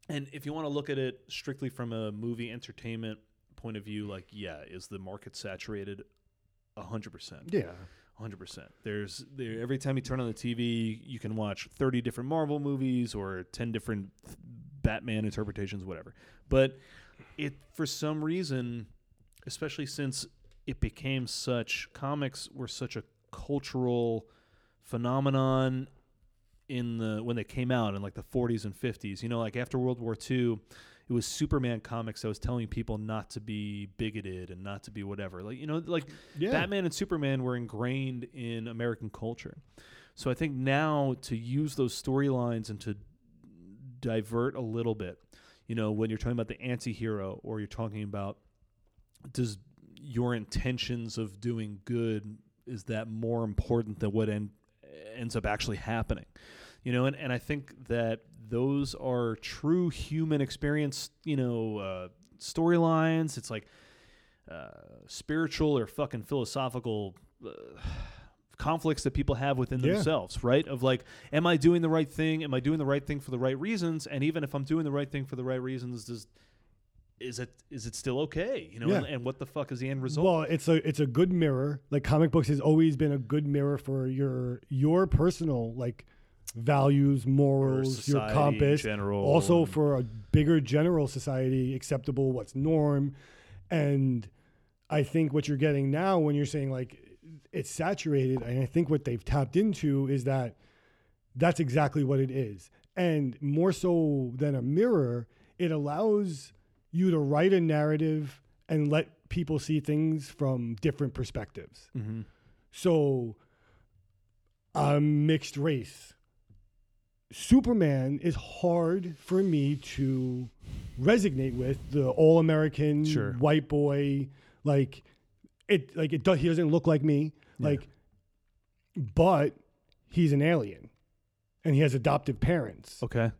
and if you want to look at it strictly from a movie entertainment point of view, like yeah, is the market saturated 100%? Yeah. Hundred percent. There's there every time you turn on the TV, you can watch thirty different Marvel movies or ten different Batman interpretations, whatever. But it for some reason, especially since it became such comics were such a cultural phenomenon in the when they came out in like the 40s and 50s. You know, like after World War II, it was Superman comics that was telling people not to be bigoted and not to be whatever. Like you know, like Yeah. Batman and Superman were ingrained in American culture. So I think now to use those storylines and to divert a little bit, you know, when you're talking about the anti-hero or you're talking about does your intentions of doing good is that more important than what end, ends up actually happening you know and, and i think that those are true human experience you know uh, storylines it's like uh, spiritual or fucking philosophical uh, conflicts that people have within Yeah. themselves right of like am i doing the right thing am i doing the right thing for the right reasons and even if i'm doing the right thing for the right reasons does is it is it still okay you know Yeah. and, and what the fuck is the end result Well, it's a it's a good mirror. Like comic books has always been a good mirror for your your personal like values, morals, your society in compass. general also and- for a bigger general society, acceptable what's norm. And I think what you're getting now when you're saying like it's saturated, and I think what they've tapped into is that that's exactly what it is. And more so than a mirror, it allows you to write a narrative and let people see things from different perspectives. Mhm. So I'm mixed race. Superman is hard for me to resonate with the all American Sure. white boy. Like it like it does he doesn't look like me. Like but he's an alien and he has adoptive parents. okay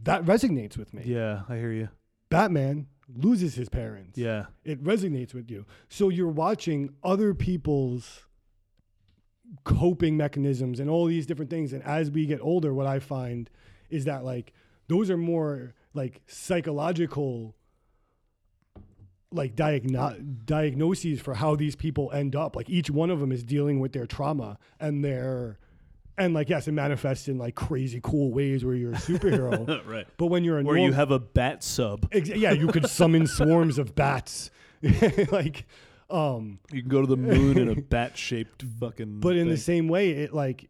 That resonates with me. yeah i hear you Batman loses his parents. yeah It resonates with you. So you're watching other people's coping mechanisms and all these different things. And as we get older, what I find is that like those are more like psychological like diagno- diagnoses for how these people end up. Like each one of them is dealing with their trauma and their and like yes, it manifests in like crazy cool ways where you're a superhero. right but when you're a where you norm- have a bat sub Ex- yeah, you could summon swarms of bats. like um you can go to the moon in a bat shaped fucking but in the thing. same way it like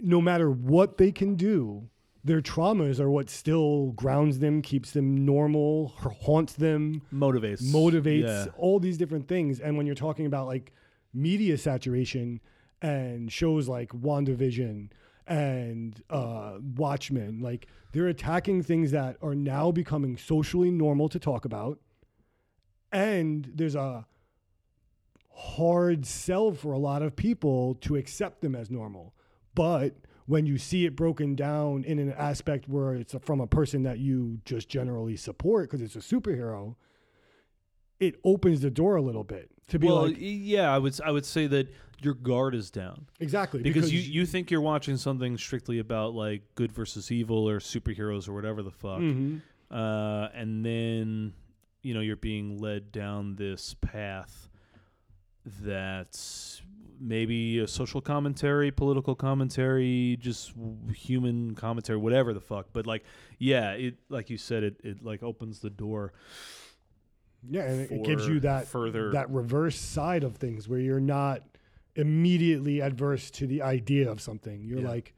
no matter what they can do, their traumas are what still grounds them, keeps them normal, ha- haunts them, motivates motivates yeah. all these different things. And when you're talking about like media saturation and shows like WandaVision and uh, Watchmen, like they're attacking things that are now becoming socially normal to talk about. And there's a hard sell for a lot of people to accept them as normal. But when you see it broken down in an aspect where it's from a person that you just generally support because it's a superhero, it opens the door a little bit to be well, like y- yeah, I would s- I would say that your guard is down exactly because, you you think you're watching something strictly about like good versus evil or superheroes or whatever the fuck, Mhm. uh, and then you know you're being led down this path that's maybe a social commentary, political commentary, just w- human commentary, whatever the fuck. But like, yeah, it like you said, it it like opens the door. yeah and it, it gives for you that further that reverse side of things where you're not immediately adverse to the idea of something. You're Yeah. like,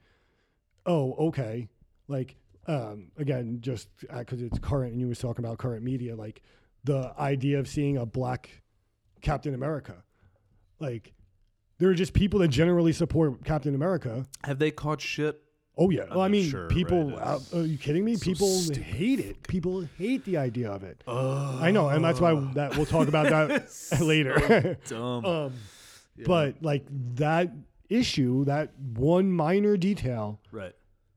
oh, okay. Like, um, again, just because it's current and you was talking about current media, like the idea of seeing a black Captain America. Like, there are just people that generally support Captain America. Have they caught shit? Oh yeah. Well, I I'm mean, sure, right, people. it's are you kidding me? so people stupid. hate it. People hate the idea of it. Oh, I know, and that's why that we'll talk about that later. dumb. Um, But like that issue, that one minor detail right.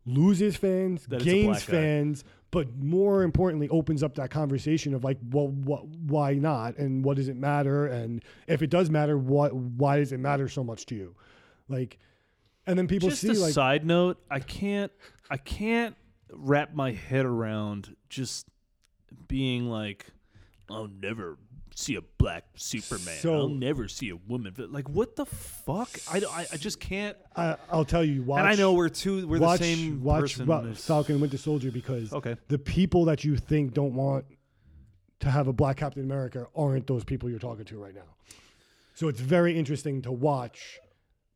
loses fans, That it's a gains black guy. fans, but more importantly, opens up that conversation of like, well, what, why not, and what does it matter, and if it does matter, what, why does it matter so much to you, like, and then people Just see a like, side note. I can't. I can't wrap my head around just being like, I'll never see a black Superman. So- I'll never see a woman. But like, what the fuck? I, I, I just can't. I, I'll tell you, watch, and I know we're two. We're watch, the same watch person. Ro- as- Falcon and Winter Soldier because Okay. the people that you think don't want to have a black Captain America aren't those people you're talking to right now. So it's very interesting to watch.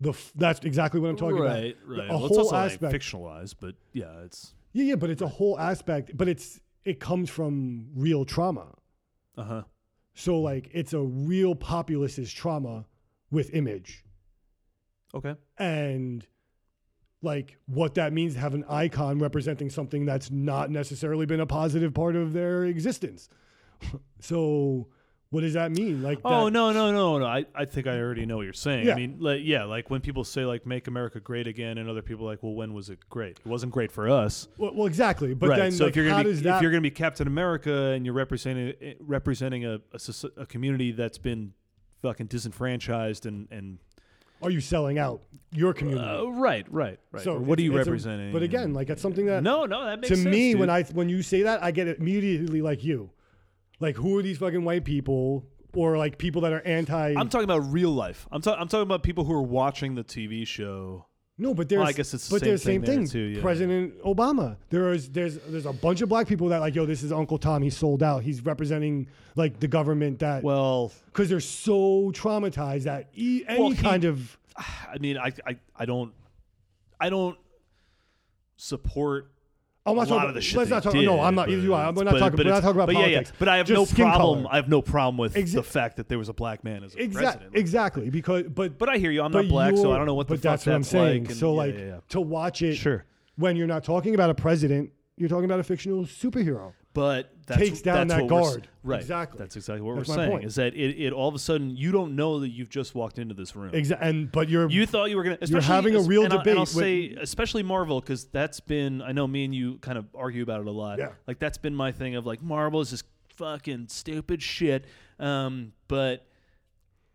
The f- that's exactly what I'm talking about. Right. Right. A well, it's whole also like, aspect. fictionalized, but yeah, it's Yeah, yeah, but it's a whole aspect. But it's it comes from real trauma. uh huh. So like it's a real populist's trauma with image Okay. and like what that means to have an icon representing something that's not necessarily been a positive part of their existence. so what does that mean? Like Oh that- no no no no! I, I think I already know what you're saying. Yeah. I mean, like, yeah, like when people say like "Make America Great Again," and other people are like, "Well, when was it great? It wasn't great for us." Well, well, exactly. But right. then, so like, if you're how gonna be does that? if you're gonna be Captain America and you're representing eh, representing a, a, soci- a community that's been fucking disenfranchised and and are you selling out your community? uh, right right right. so Or what are it's- you it's a- representing? but again, like that's something that no no that makes to sense, me dude. when I when you say that I get immediately like you, like who are these fucking white people or like people that are anti? I'm talking about real life. I'm ta- I'm talking about people who are watching the TV show. No, but there's Well, I guess it's the but same there's thing same there, thing. too, yeah. President Obama. There is there's there's a bunch of black people that like yo, this is Uncle Tom. He's sold out. He's representing like the government that because Well, they're so traumatized that e- any Well, he- kind of I mean, I, I, I don't, I don't support I'm a not lot talking, of the shit. Let's they not talk. did, no, I'm not. but You are. We're not it's- talking. but We're not it's- talking about but yeah, yeah. politics. But I have Just no skin problem. color. I have no problem with Exa- the fact that there was a black man as a Exactly. president. Exactly. Because but But I hear you. I'm not black, so you're- I don't know what the but fuck that's what I'm saying. like. and- so yeah, like yeah, yeah. to watch it. Sure. When you're not talking about a president, you're talking about a fictional superhero. but that's, takes down that's that what we're s- guard. Right. Exactly. That's exactly what That's we're my saying. point. Is that it, it? All of a sudden, you don't know that you've just walked into this room. Exactly. And but you're You thought you were gonna. You're especially- having a real and I'll- debate And I'll with- say, especially Marvel, because that's been. I know me and you kind of argue about it a lot. Yeah. Like that's been my thing of like Marvel is just fucking stupid shit. Um, but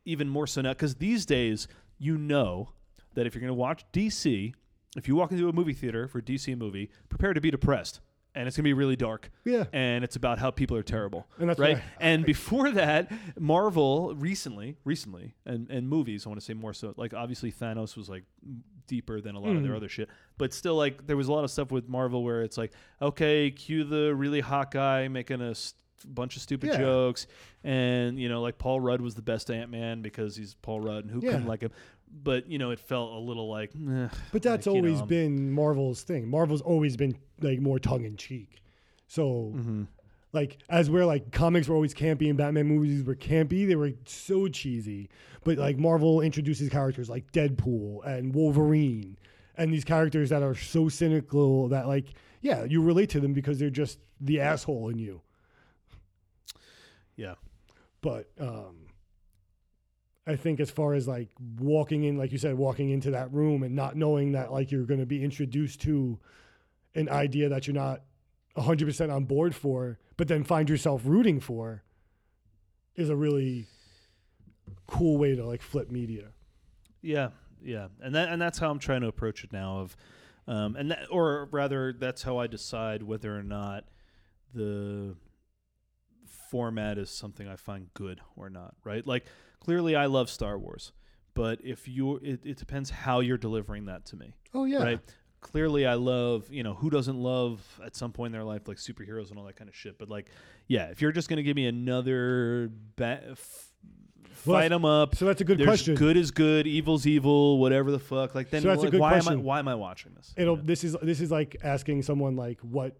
even more so now because these days you know that if you're gonna watch DC, if you walk into a movie theater for a DC movie, prepare to be depressed. And it's gonna be really dark. Yeah. And it's about how people are terrible. And that's right. what I- And before that, Marvel recently, recently, and, and movies, I want to say more so, like obviously Thanos was like m- deeper than a lot Mm. of their other shit, but still like there was a lot of stuff with Marvel where it's like, okay, cue the really hot guy making a st- bunch of stupid Yeah. jokes. And, you know, like Paul Rudd was the best Ant Man because he's Paul Rudd and who couldn't Yeah. like him. But, you know, it felt a little like, eh, But that's like, you know, always I'm- been Marvel's thing. Marvel's always been like more tongue in cheek. So, Mm-hmm. like as we're like comics were always campy and Batman movies were campy, they were so cheesy. But like Marvel introduces characters like Deadpool and Wolverine, and these characters that are so cynical that like yeah, you relate to them because they're just the asshole in you. yeah. But um, I think as far as like walking in, like you said, walking into that room and not knowing that like you're going to be introduced to an idea that you're not 100% on board for, but then find yourself rooting for, is a really cool way to like flip media. Yeah, yeah, and that and that's how I'm trying to approach it now. Of, um, and that, or rather, that's how I decide whether or not the format is something I find good or not. Right? Like, clearly, I love Star Wars, but if you, it, it depends how you're delivering that to me. Oh yeah. Right? Clearly, I love you know who doesn't love at some point in their life like superheroes and all that kind of shit. But like, yeah, if you're just gonna give me another ba- f- Well, fight them up, So that's a good there's question. Good is good, evil's evil, whatever the fuck. Like then, So that's a like, good why am I question. why am I watching this? It'll this is this is like asking someone like what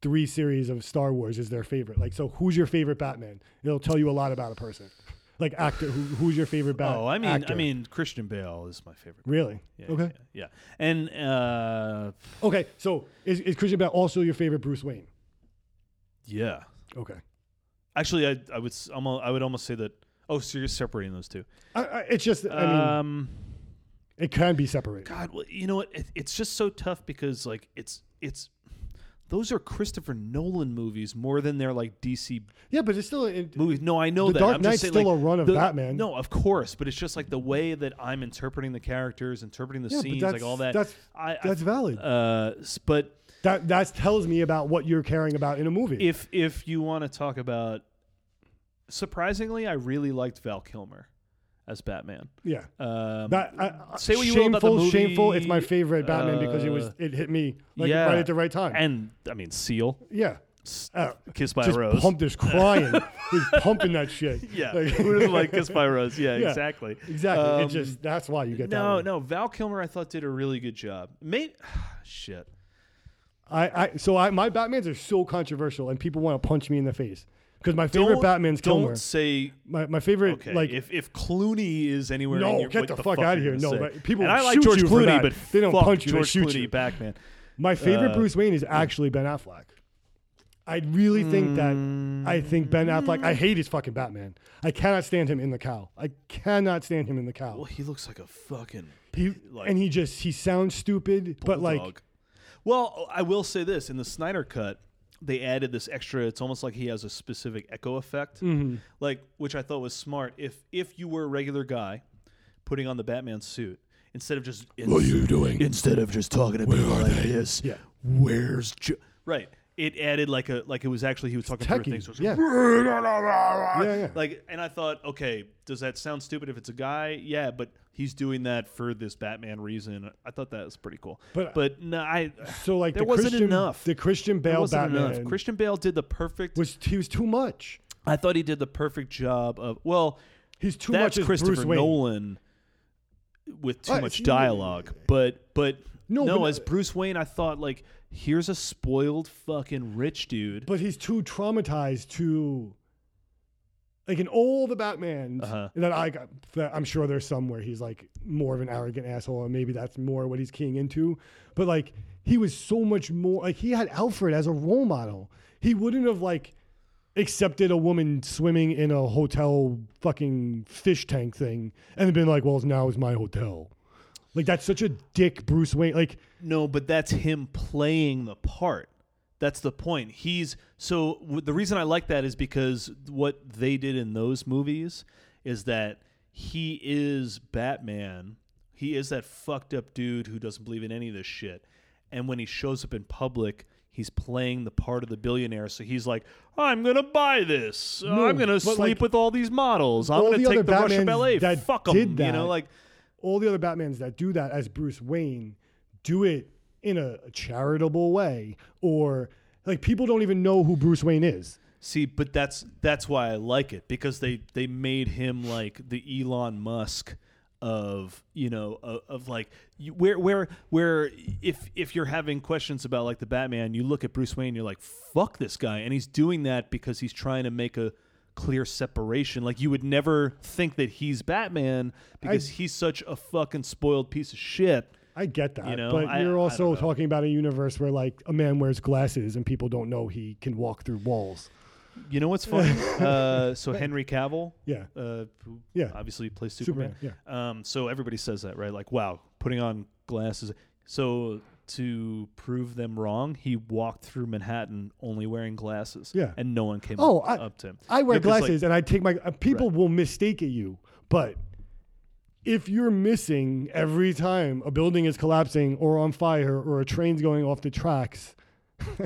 three series of Star Wars is their favorite. Like so who's your favorite Batman? It'll tell you a lot about a person. Like actor who, who's your favorite Batman? oh, I mean, actor. I mean, Christian Bale is my favorite. Really? Yeah, okay. yeah, yeah. and uh, Okay. So is, is Christian Bale also your favorite Bruce Wayne? yeah. Okay. Actually, I I would almost I would almost say that. Oh, so you're separating those two. I, I, it's just I mean Um, it can be separated. God, well, you know what? It, it's just so tough because like it's it's those are Christopher Nolan movies more than they're like DC Yeah, but it's still it, movies. No, I know The that. Dark I'm just Knight's saying, still like, a run of the- Batman. No, of course, but it's just like the way that I'm interpreting the characters, interpreting the Yeah, but scenes, like that's- all that. that's- I, I- that's valid. uh, s- but that that tells me about what you're caring about in a movie. if if you want to talk about, surprisingly, I really liked Val Kilmer as Batman. yeah. Um, That, I, I- say what you shameful, will about the movie, shameful. It's my favorite Batman because it was uh, it hit me like yeah. right at the right time. and I mean Seal, yeah, s- Uh, Kiss by just a Rose. pumped, just crying, just pumping that shit. yeah, Like- who doesn't like Kiss by a Rose? Yeah, Yeah. exactly. exactly. it Um, just that's why you get that. No, one. no. Val Kilmer, I thought did a really good job. Maybe, shit. I, I so I my Batmans are so controversial and people want to punch me in the face because my favorite Batman's don't Kilmer. say My my favorite okay. like. if if Clooney is anywhere, in No, your, get what the fuck outta you're here. gonna No, say. but people and I will like shoot George you for Clooney, that. but They don't fuck punch you, they George shoot Clooney, you. Batman. My favorite Uh, Bruce Wayne is actually Ben Affleck. I really think that I think Ben Affleck. I hate his fucking Batman. I cannot stand him in the cow. I cannot stand him in the Well, cow. he looks like a fucking He like- and he just he sounds stupid, but like bulldog. well, I will say this: in the Snyder cut, they added this extra. It's almost like he has a specific echo effect, Mm-hmm. like which I thought was smart. If if you were a regular guy putting on the Batman suit instead of just What are you doing? instead of just talking to people like this, Yeah. Where's Jo- right? It added like a like it was actually he was talking through techie. things. So it was yeah. yeah, yeah. Like, and I thought, okay, does that sound stupid if it's a guy? Yeah, but he's doing that for this Batman reason. I thought that was pretty cool. But- uh, no, I so like there the wasn't Christian, enough. The Christian there Bale wasn't Batman enough. Christian Bale did the perfect. was he was too much. I thought he did the perfect job of. Well, He's too that's much as Christopher Bruce Wayne. Nolan with too Uh, much he- dialogue, but but. No, No, but- as Bruce Wayne, I thought like, here's a spoiled fucking rich dude. but he's too traumatized to like in all the Batmans Uh-huh. that I got, that I'm sure there's some where he's like more of an arrogant asshole, and maybe that's more what he's keying into. But like he was so much more like he had Alfred as a role model. He wouldn't have like accepted a woman swimming in a hotel fucking fish tank thing and been like, "Well, now it's my hotel." Like that's such a dick Bruce Wayne. Like No, but that's him playing the part. That's the point. He's so w- the reason I like that is because what they did in those movies is that he is Batman. He is that fucked up dude who doesn't believe in any of this shit. And when he shows up in public, he's playing the part of the billionaire. So he's like, "I'm gonna buy this. No, I'm gonna but, sleep like, with all these models. I'm all gonna the take other the Russian Batmans ballet. that Fuck them." did You that- know, like all the other Batmans that do that as Bruce Wayne do it in a charitable way or like people don't even know who Bruce Wayne is. See, but that's that's why I like it because they they made him like the Elon Musk of you know of, of like you, where where where if if you're having questions about like the Batman, you look at Bruce Wayne, you're like fuck this guy, and he's doing that because he's trying to make a clear separation. Like you would never think that he's Batman because he's such a fucking spoiled piece of shit. I get that. You know, but I- I you're don't also know. talking about a universe where like a man wears glasses and people don't know he can walk through walls. You know what's funny? uh, so Henry Cavill, Yeah. uh, who Yeah. obviously plays Superman. Superman, yeah. Um, so everybody says that, right? Like, wow, putting on glasses. So to prove them wrong, he walked through Manhattan only wearing glasses. Yeah. And no one came Oh, up, I- up to him. I wear They're just like- glasses and I take my. uh, People will mistake it you, but if you're missing every time a building is collapsing or on fire or a train's going off the tracks,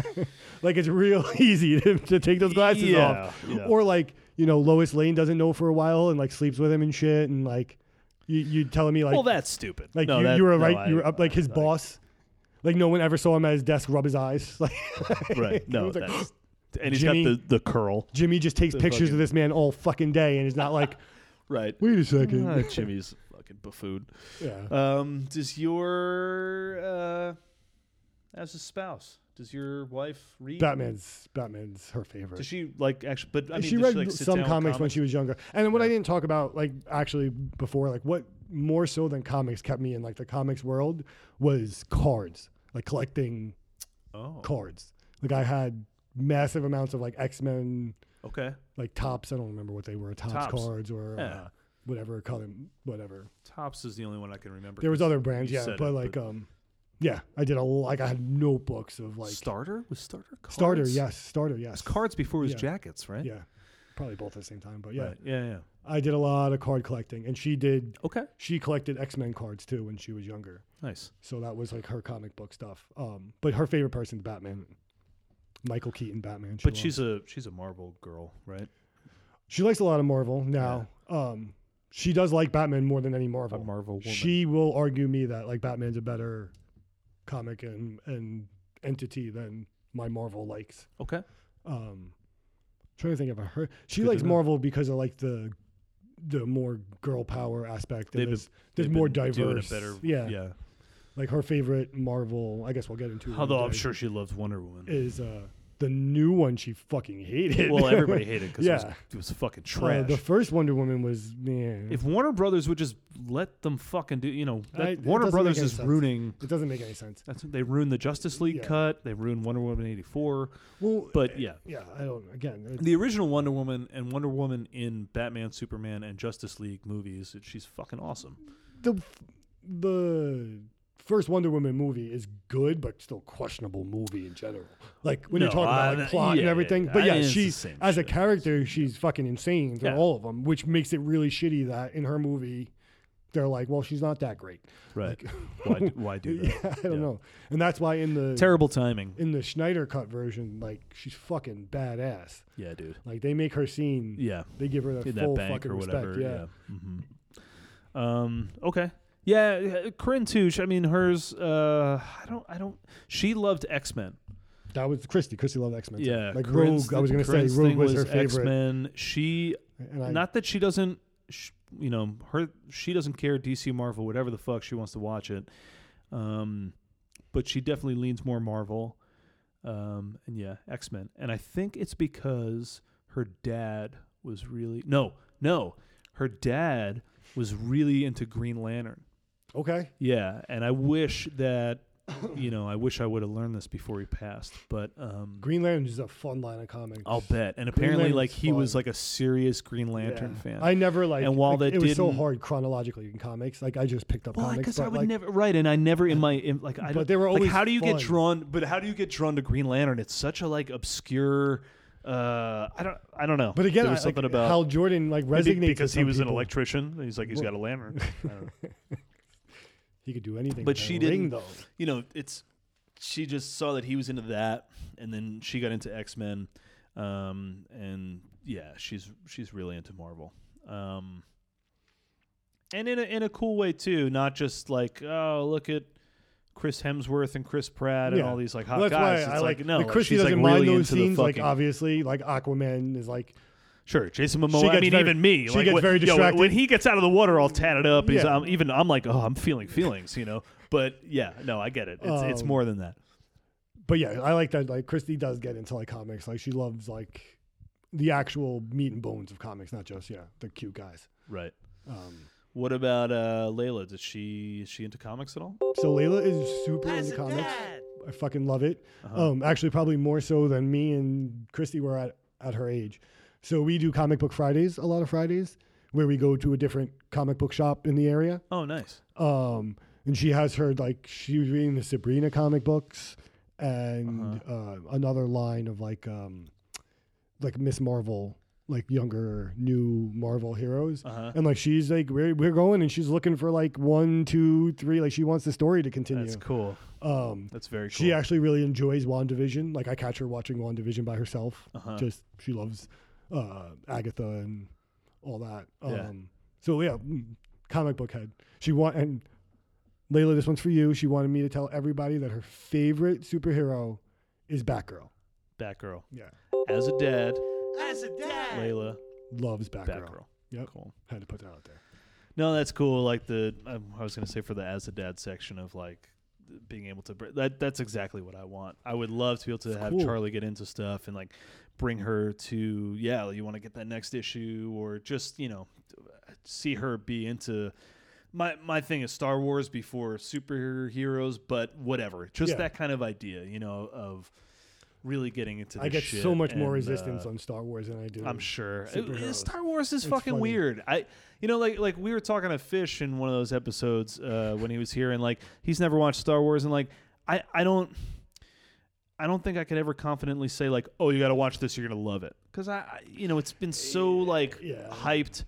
like it's real easy to, to take those glasses Yeah, off. yeah. Or like you know Lois Lane doesn't know for a while and like sleeps with him and shit and like you you telling me like well, that's stupid. like No, you, that- you were no, right I- you were up like his I- boss. Like no one ever saw him at his desk rub his eyes. Like Right. No, was like, that's, and he's Jimmy- got the, the curl. Jimmy just takes pictures fucking- of this man all fucking day and is not like Right. Wait a second. Ah, Jimmy's fucking buffoon. yeah. Um, does your uh, as a spouse, does your wife read? Batman's Batman's her favorite. Does she like actually? But I mean, she does read she, like, sit some down with comics, when she was younger. And what I didn't talk about, like actually before, like what more so than comics kept me in like the comics world was cards, like collecting Oh, cards. Like I had massive amounts of like X Men, okay. like tops. I don't remember what they were, tops, Topps. cards or Yeah. uh, whatever color, whatever. Tops is the only one I can remember. There was 'cause other brands, you yeah, said but it, like um, yeah, I did a like I had notebooks of like starter was starter cards? starter, It yes, starter, yes, was cards before it was Yeah. jackets, right? yeah, probably both at the same time, but yeah. Right. yeah, yeah. I did a lot of card collecting, and she did. Okay, She collected X Men cards too when she was younger, nice. so that was like her comic book stuff. Um, but her favorite person's Batman, Michael Keaton Batman. She But loves- she's a she's a Marvel girl, right? she likes a lot of Marvel now. Um, she does like Batman more than any A Marvel. Marvel woman. She will argue me that like Batman's a better comic and and entity than my Marvel likes. okay. Um, trying to think of her. She good to likes know. Marvel because of like the the more girl power aspect. They've been- And there's there's They've more been diverse. Doing a better, yeah. yeah. Like her favorite Marvel. I guess we'll get into. it Although one I'm day, sure she loves Wonder Woman. is uh, the new one she fucking hated. well, everybody hated because it, Yeah. was, it was fucking Uh, trash. the first Wonder Woman was man. If Warner Brothers would just let them fucking do, you know, that I- it doesn't Warner make Brothers any is sense. ruining. it doesn't make any sense. That's they ruined the Justice League Yeah. cut. They ruined Wonder Woman eighty four. Well, But yeah, yeah, I don't. Again, it- the original Wonder Woman and Wonder Woman in Batman, Superman, and Justice League movies, it- she's fucking awesome. the f- the first Wonder Woman movie is good, but still questionable movie in general. Like when you're No, talking I- about like, plot yeah, yeah, and everything. yeah. But I- yeah, it's the she's same as shit. a character, she's fucking insane through Yeah. all of them, which makes it really shitty that in her movie, they're like, well, she's not that great. Right? why, do- why do that? Yeah, I don't Yeah. know, and that's why in the Terrible timing. in the Schneider cut version, like she's fucking badass. Yeah, dude. Like they make her scene, Yeah, they give her the in full that bank fucking or whatever. respect. Yeah. hmm Um. Okay. Yeah, uh, Corinne too. she- I mean, hers. Uh, I don't. I don't. She loved X Men. that was Christy. Christy loved X Men. Yeah, like Corinne's- Rogue. I was gonna Corinne's say Rogue thing was, her favorite. X-Men. She, And I, not that she doesn't, sh you know, her she doesn't care DC, Marvel, whatever the fuck she wants to watch it. Um, but she definitely leans more Marvel. Um, and yeah, X Men, and I think it's because her dad was really no, no, her dad was really into Green Lantern. Okay. Yeah, and I wish that. You know, I wish I would have learned this before he passed, but um, Green Lantern is a fun line of comics. I'll bet. And Green apparently, Lantern's like he was fun. like a serious Oh, Green Yeah. Lantern fan. I never like. And while like, that it was so didn't- hard chronologically in comics, like I just picked up well, comics. because I but, would like, never right, and I never in my in, like I. But don't- they were like, always how do you get fun. drawn? But how do you get drawn to Green Lantern? It's such a like obscure. Uh, I don't. I don't know. But again, there I, was like, something about Hal Jordan like maybe resonates with because he some was an people. electrician. and He's like he's got a lantern. I don't know. He could do anything. But with that she ring, didn't- though. you know, it's she just saw that he was into that, and then she got into X Men, um, and yeah, she's she's really into Marvel, um, and in a in a cool way too, not just like oh look at. Chris Hemsworth and Chris Pratt and Yeah. all these like hot Well, that's guys. why It's I like, like, no, like, like, Christy she's doesn't like mind really those into scenes. the Like uh, fucking obviously, like Aquaman is like sure. Jason She Momoa. I gets mean, very- even me. she like gets when, very yo, when- distracted. when he gets out of the water, all tatted up. He's, Yeah. I'm, even I'm like, oh, I'm feeling feelings, you know. But yeah, no, I get it. It's it's Um, more than that. but yeah, I like that. Like Christy does get into like comics. Like she loves like the actual meat and bones of comics, not just yeah the cute guys. Right. Um, What about uh, Layla? Did she is she into comics at all? so Layla is super into comics. I fucking love it. Uh-huh. Um, actually, probably more so than me and Christy were at at her age. So we do comic book Fridays, a lot of Fridays, where we go to a different comic book shop in the area. Oh, nice. Um, and she has her like she was reading the Sabrina comic books and uh another line of like um, like Miss Marvel, like younger new Marvel heroes, Uh-huh. and like she's like we're we're going and she's looking for like one, two, three, like she wants the story to continue. That's cool. Um, That's very cool. she actually really enjoys WandaVision. Like I catch her watching WandaVision by herself. Uh-huh. Just she loves uh, Agatha and all that. Um, Yeah. So yeah, mm, comic book head. She want and Layla, this one's for you. She wanted me to tell everybody that her favorite superhero is Batgirl. Batgirl. Yeah, As a dad. As a dad. Layla. loves Batgirl. Batgirl. Yep. Cool. Had to put that out there. No, that's cool. Like the um, I was gonna say for the as a dad section of like being able to br- that that's exactly what I want. I would love to be able to have cool. Charlie get into stuff and like bring her to yeah, you want to get that next issue or just you know see her be into. My, my thing is Star Wars before superheroes, but whatever. Just Yeah. that kind of idea, you know, of really getting into. I this get shit so much more and, resistance uh, on Star Wars than I do. I'm sure. It- superheroes. Star Wars is fucking funny. weird. I, you know, like like we were talking to Fish in one of those episodes uh, when he was here, and like he's never watched Star Wars, and like I I don't. I don't think I could ever confidently say like, "Oh, you got to watch this; you're gonna love it," because I, I- you know, it's been so like Yeah. hyped,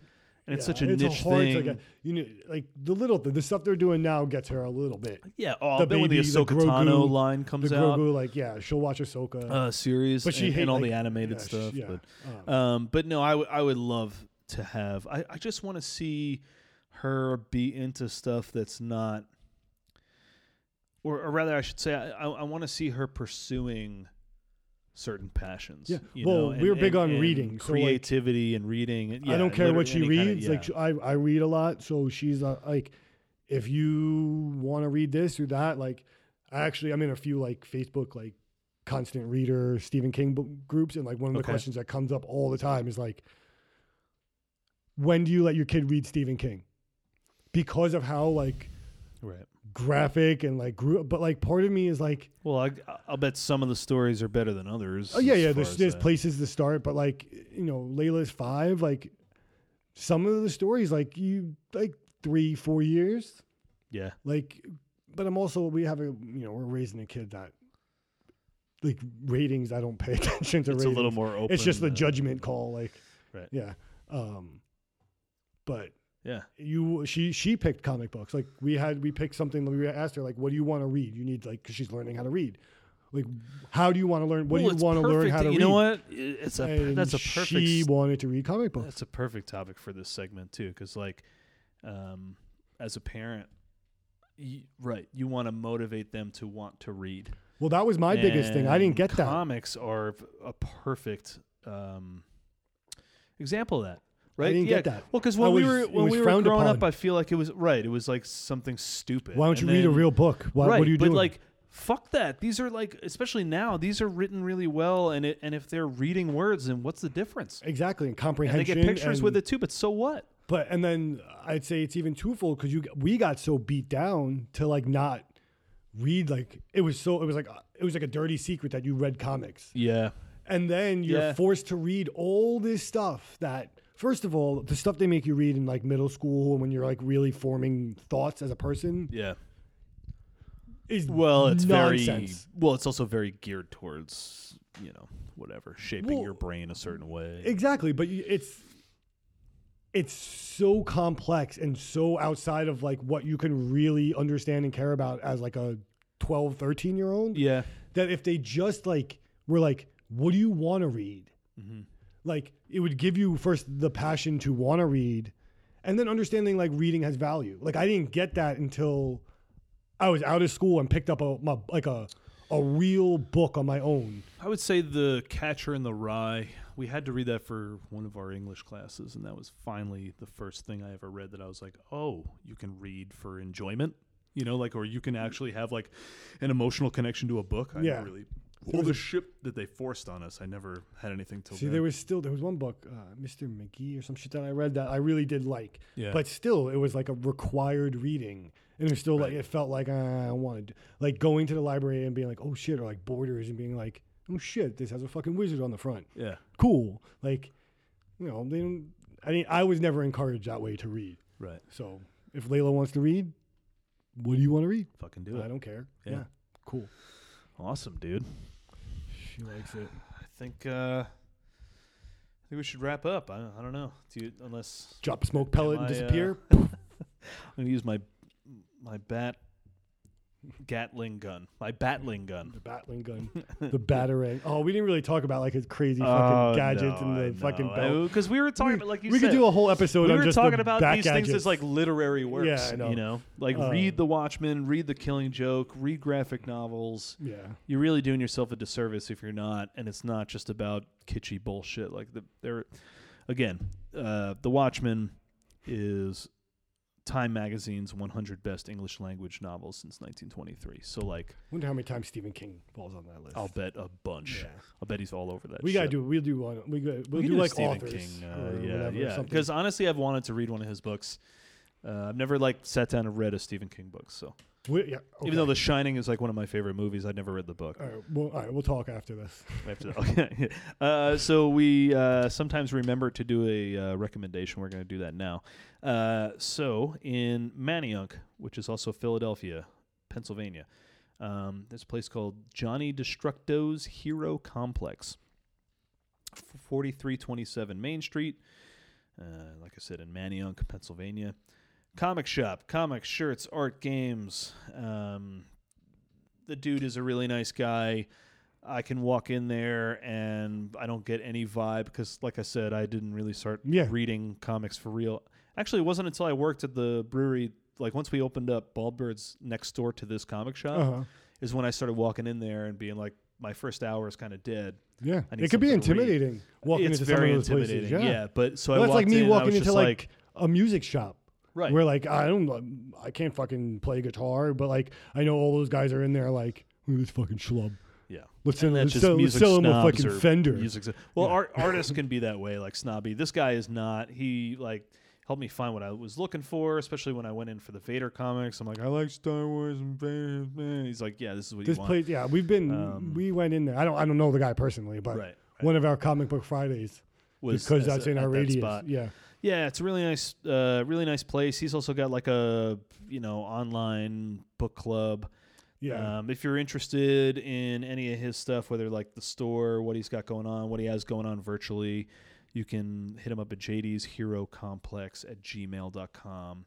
and it's Yeah, such a niche hard to thing. get- you know, like the little thing, the stuff they're doing now gets her a little bit. yeah, oh, the then when the baby, the Ahsoka Tano Grogu- line comes the out, Grogu, like yeah, she'll watch Ahsoka. uh, series, But she and, hate, and all like- the animated yeah, she- stuff. yeah, uh, But, um, but no, I would I would love to have. I, I just want to see her be into stuff that's not, or, or rather, I should say, I I, I want to see her pursuing certain passions. Yeah. you Well, know, and- we're and- big on and reading, so, like, creativity, and reading. and- Yeah, I don't care what she literally any reads. Kind Like of, sh I, I read a lot, so she's uh, like, if you want to read this or that, like, I actually I'm in a few like Facebook like constant reader Stephen King book groups, and like one of the Okay. questions that comes up all the time is like, when do you let your kid read Stephen King? Because of how like yeah. right. graphic and like grew, but like part of me is like, Well, I, I'll bet some of the stories are better than others. Oh yeah, as yeah. far There's, as there's that. places to start, but like you know, Layla's five. Like some of the stories, like you like three, four years. Yeah, Like, but I'm also we have a you know we're raising a kid that like ratings. I don't pay attention to it's a ratings. little more open. it's just the uh, judgment call. Like, Right. Yeah. Um, but Yeah. you she she picked comic books like we had we picked something we asked her like what do you want to read you need like because she's learning how to read like how do you want to learn what Well, do it's you want to learn perfect how that- to you read know what? It's a and that's a she perfect wanted to read comic books that's a perfect topic for this segment too, because like, um, as a parent, you, right, you want to motivate them to want to read. well that was my biggest thing i didn't And get that Comics are v- a perfect um, example of that. Right? didn't yeah. get that. Well, because I when we was- were it when was we were frowned growing up, upon. I feel like it was right. It was like something stupid. why don't you And read a then- real book why, right, what are you but doing like fuck that. These are like especially now, these are written really well and it, and if they're reading words, then what's the difference? exactly and And they comprehension get pictures with and- it too, but so what? but and then i'd say it's even twofold because you we got so beat down to like not read like it was so it was like uh, it was like a dirty secret that you read comics Yeah. and then you're Yeah. forced to read all this stuff that first of all the stuff they make you read in like middle school when you're like really forming thoughts as a person Yeah. is Well, it's nonsense. very well, it's also very geared towards, you know, whatever, shaping Well, your brain a certain way. exactly but you, it's it's so complex and so outside of like what you can really understand and care about as like a 12 13 year old yeah. that if they just like were like, what do you want to read? Like it would give you first the passion to want to read, and then understanding like reading has value. Like I didn't get that until I was out of school and picked up a my, like a a real book on my own. I would say the Catcher in the Rye. We had to read that for one of our English classes, and that was finally the first thing I ever read that I was like, "Oh, you can read for enjoyment," you know, like, or you can actually have like an emotional connection to a book. I Yeah. really. All the ship that they forced on us, I never had anything till See, then. there was still there was one book, uh, Mr. McGee or some shit that I read that I really did like. Yeah. But still, it was like a required reading, and it was still like it felt like uh, I wanted like going to the library and being like, oh shit, or like Borders and being like, oh shit, this has a fucking wizard on the front. yeah, Cool. Like, you know, they don't. I mean, I was never encouraged that way to read. right. So if Layla wants to read, What do you want to read? Fucking do it. I don't care. Yeah. Yeah. Cool. Awesome, dude. She likes it. I think uh, I think we should wrap up. I, I don't know. Do you, unless Drop a smoke pellet Am and I, uh, disappear. I'm gonna use my my bat Gatling gun. My Batling gun. the battling gun. the batarang. Oh, we didn't really talk about like his Oh, crazy fucking gadgets and the fucking belt. Because we were talking about like you we said, could do a whole episode we on were just the talking about bat these gadgets. things as like literary works. Yeah, I know. You know, like Uh, read The Watchmen, read The Killing Joke, read graphic novels. yeah. You're really doing yourself a disservice if you're not, and it's not just about kitschy bullshit. Like the there, again, uh, The Watchmen is Time Magazine's 100 best English language novels since 1923. So like, Wonder how many times Stephen King falls on that list. I'll bet a bunch. Yeah. I'll bet he's all over Oh, that. we gotta shit. do. We'll do one. We got, we'll We do, can a like Stephen authors. King, uh, or yeah, whatever, yeah. something. Because honestly, I've wanted to read one of his books. Uh, I've never like sat down and read a Stephen King book. So We- yeah, okay. even though The Shining is like one of my favorite movies, I'd never read the book. all right, well, all right, we'll talk after this. After that, okay. Uh, so we uh, sometimes remember to do a uh, recommendation. We're going to do that now. Uh, so in Manayunk, which is also Philadelphia, Pennsylvania, um, there's a place called Johnny Destructo's Hero Complex, 4327 Main Street. Uh, like I said, in Manayunk, Pennsylvania. Comic shop, comics, shirts, art, games. Um, the dude is a really nice guy. I can walk in there and I don't get any vibe because, like I said, I didn't really start Yeah. reading comics for real. Actually, it wasn't until I worked at the brewery, like once we opened up Baldbird's next door to this comic shop, Uh-huh. is when I started walking in there and being like, my first hour is kind of dead. Yeah, I need it could be something to read. intimidating walking it's into very some of those intimidating. places. yeah. but so I Well, that's walked like me in and I walking was into just like, like a music shop. Right. Where like I don't, I can't fucking play guitar, but like I know all those guys are in there. Like look at this fucking schlub. Yeah. Let's And sell, that's let's just sell, let's music sell him a snobs fucking or Fender. music snob- well, art, artists can be that way, like snobby. This guy is not. He like helped me find what I was looking for, especially when I went in for the Vader comics. I'm like, I like Star Wars and Vader. Man. He's like, yeah, this is what This you want. place, yeah, we've been, Um, we went in there. I don't, I don't know the guy personally, but Right, right. one of our comic book Fridays was because as that's a- in at our that radius. spot. Yeah, Yeah, it's a really nice, uh, really nice place. He's also got like a you know online book club. yeah. Um, if you're interested in any of his stuff, whether like the store, what he's got going on, what he has going on virtually, you can hit him up at JD's Hero Complex at gmail.com.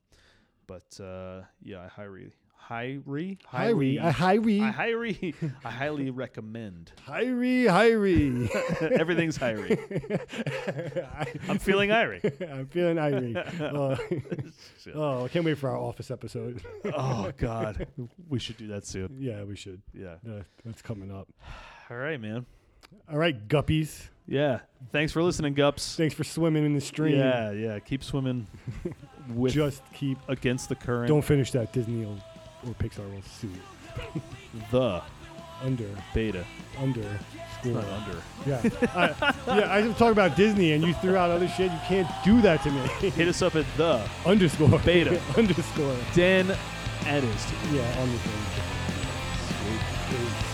But uh, yeah, I highly, highly, Hyrie, a I Hyrie, highly, I highly recommend. Hyrie, Hyrie. Everything's highly. I'm feeling highly. I'm feeling Hyrie. Uh, oh, I can't wait for our office episode. Oh God, we should do that soon. yeah, we should. Yeah. Uh, that's coming up. All right, man. All right, guppies. Yeah. Thanks for listening, Gups. Thanks for swimming in the stream. Yeah, yeah. Keep swimming with Just keep. against the current. Don't finish that. Disney will, or Pixar will sue you. the Under, beta, under, school. not under. Yeah. I, yeah, I just talked about Disney and you threw out other shit. You can't do that to me. Hit us up at the underscore. Beta. underscore. Den Adist. Yeah, on the thing. Peace.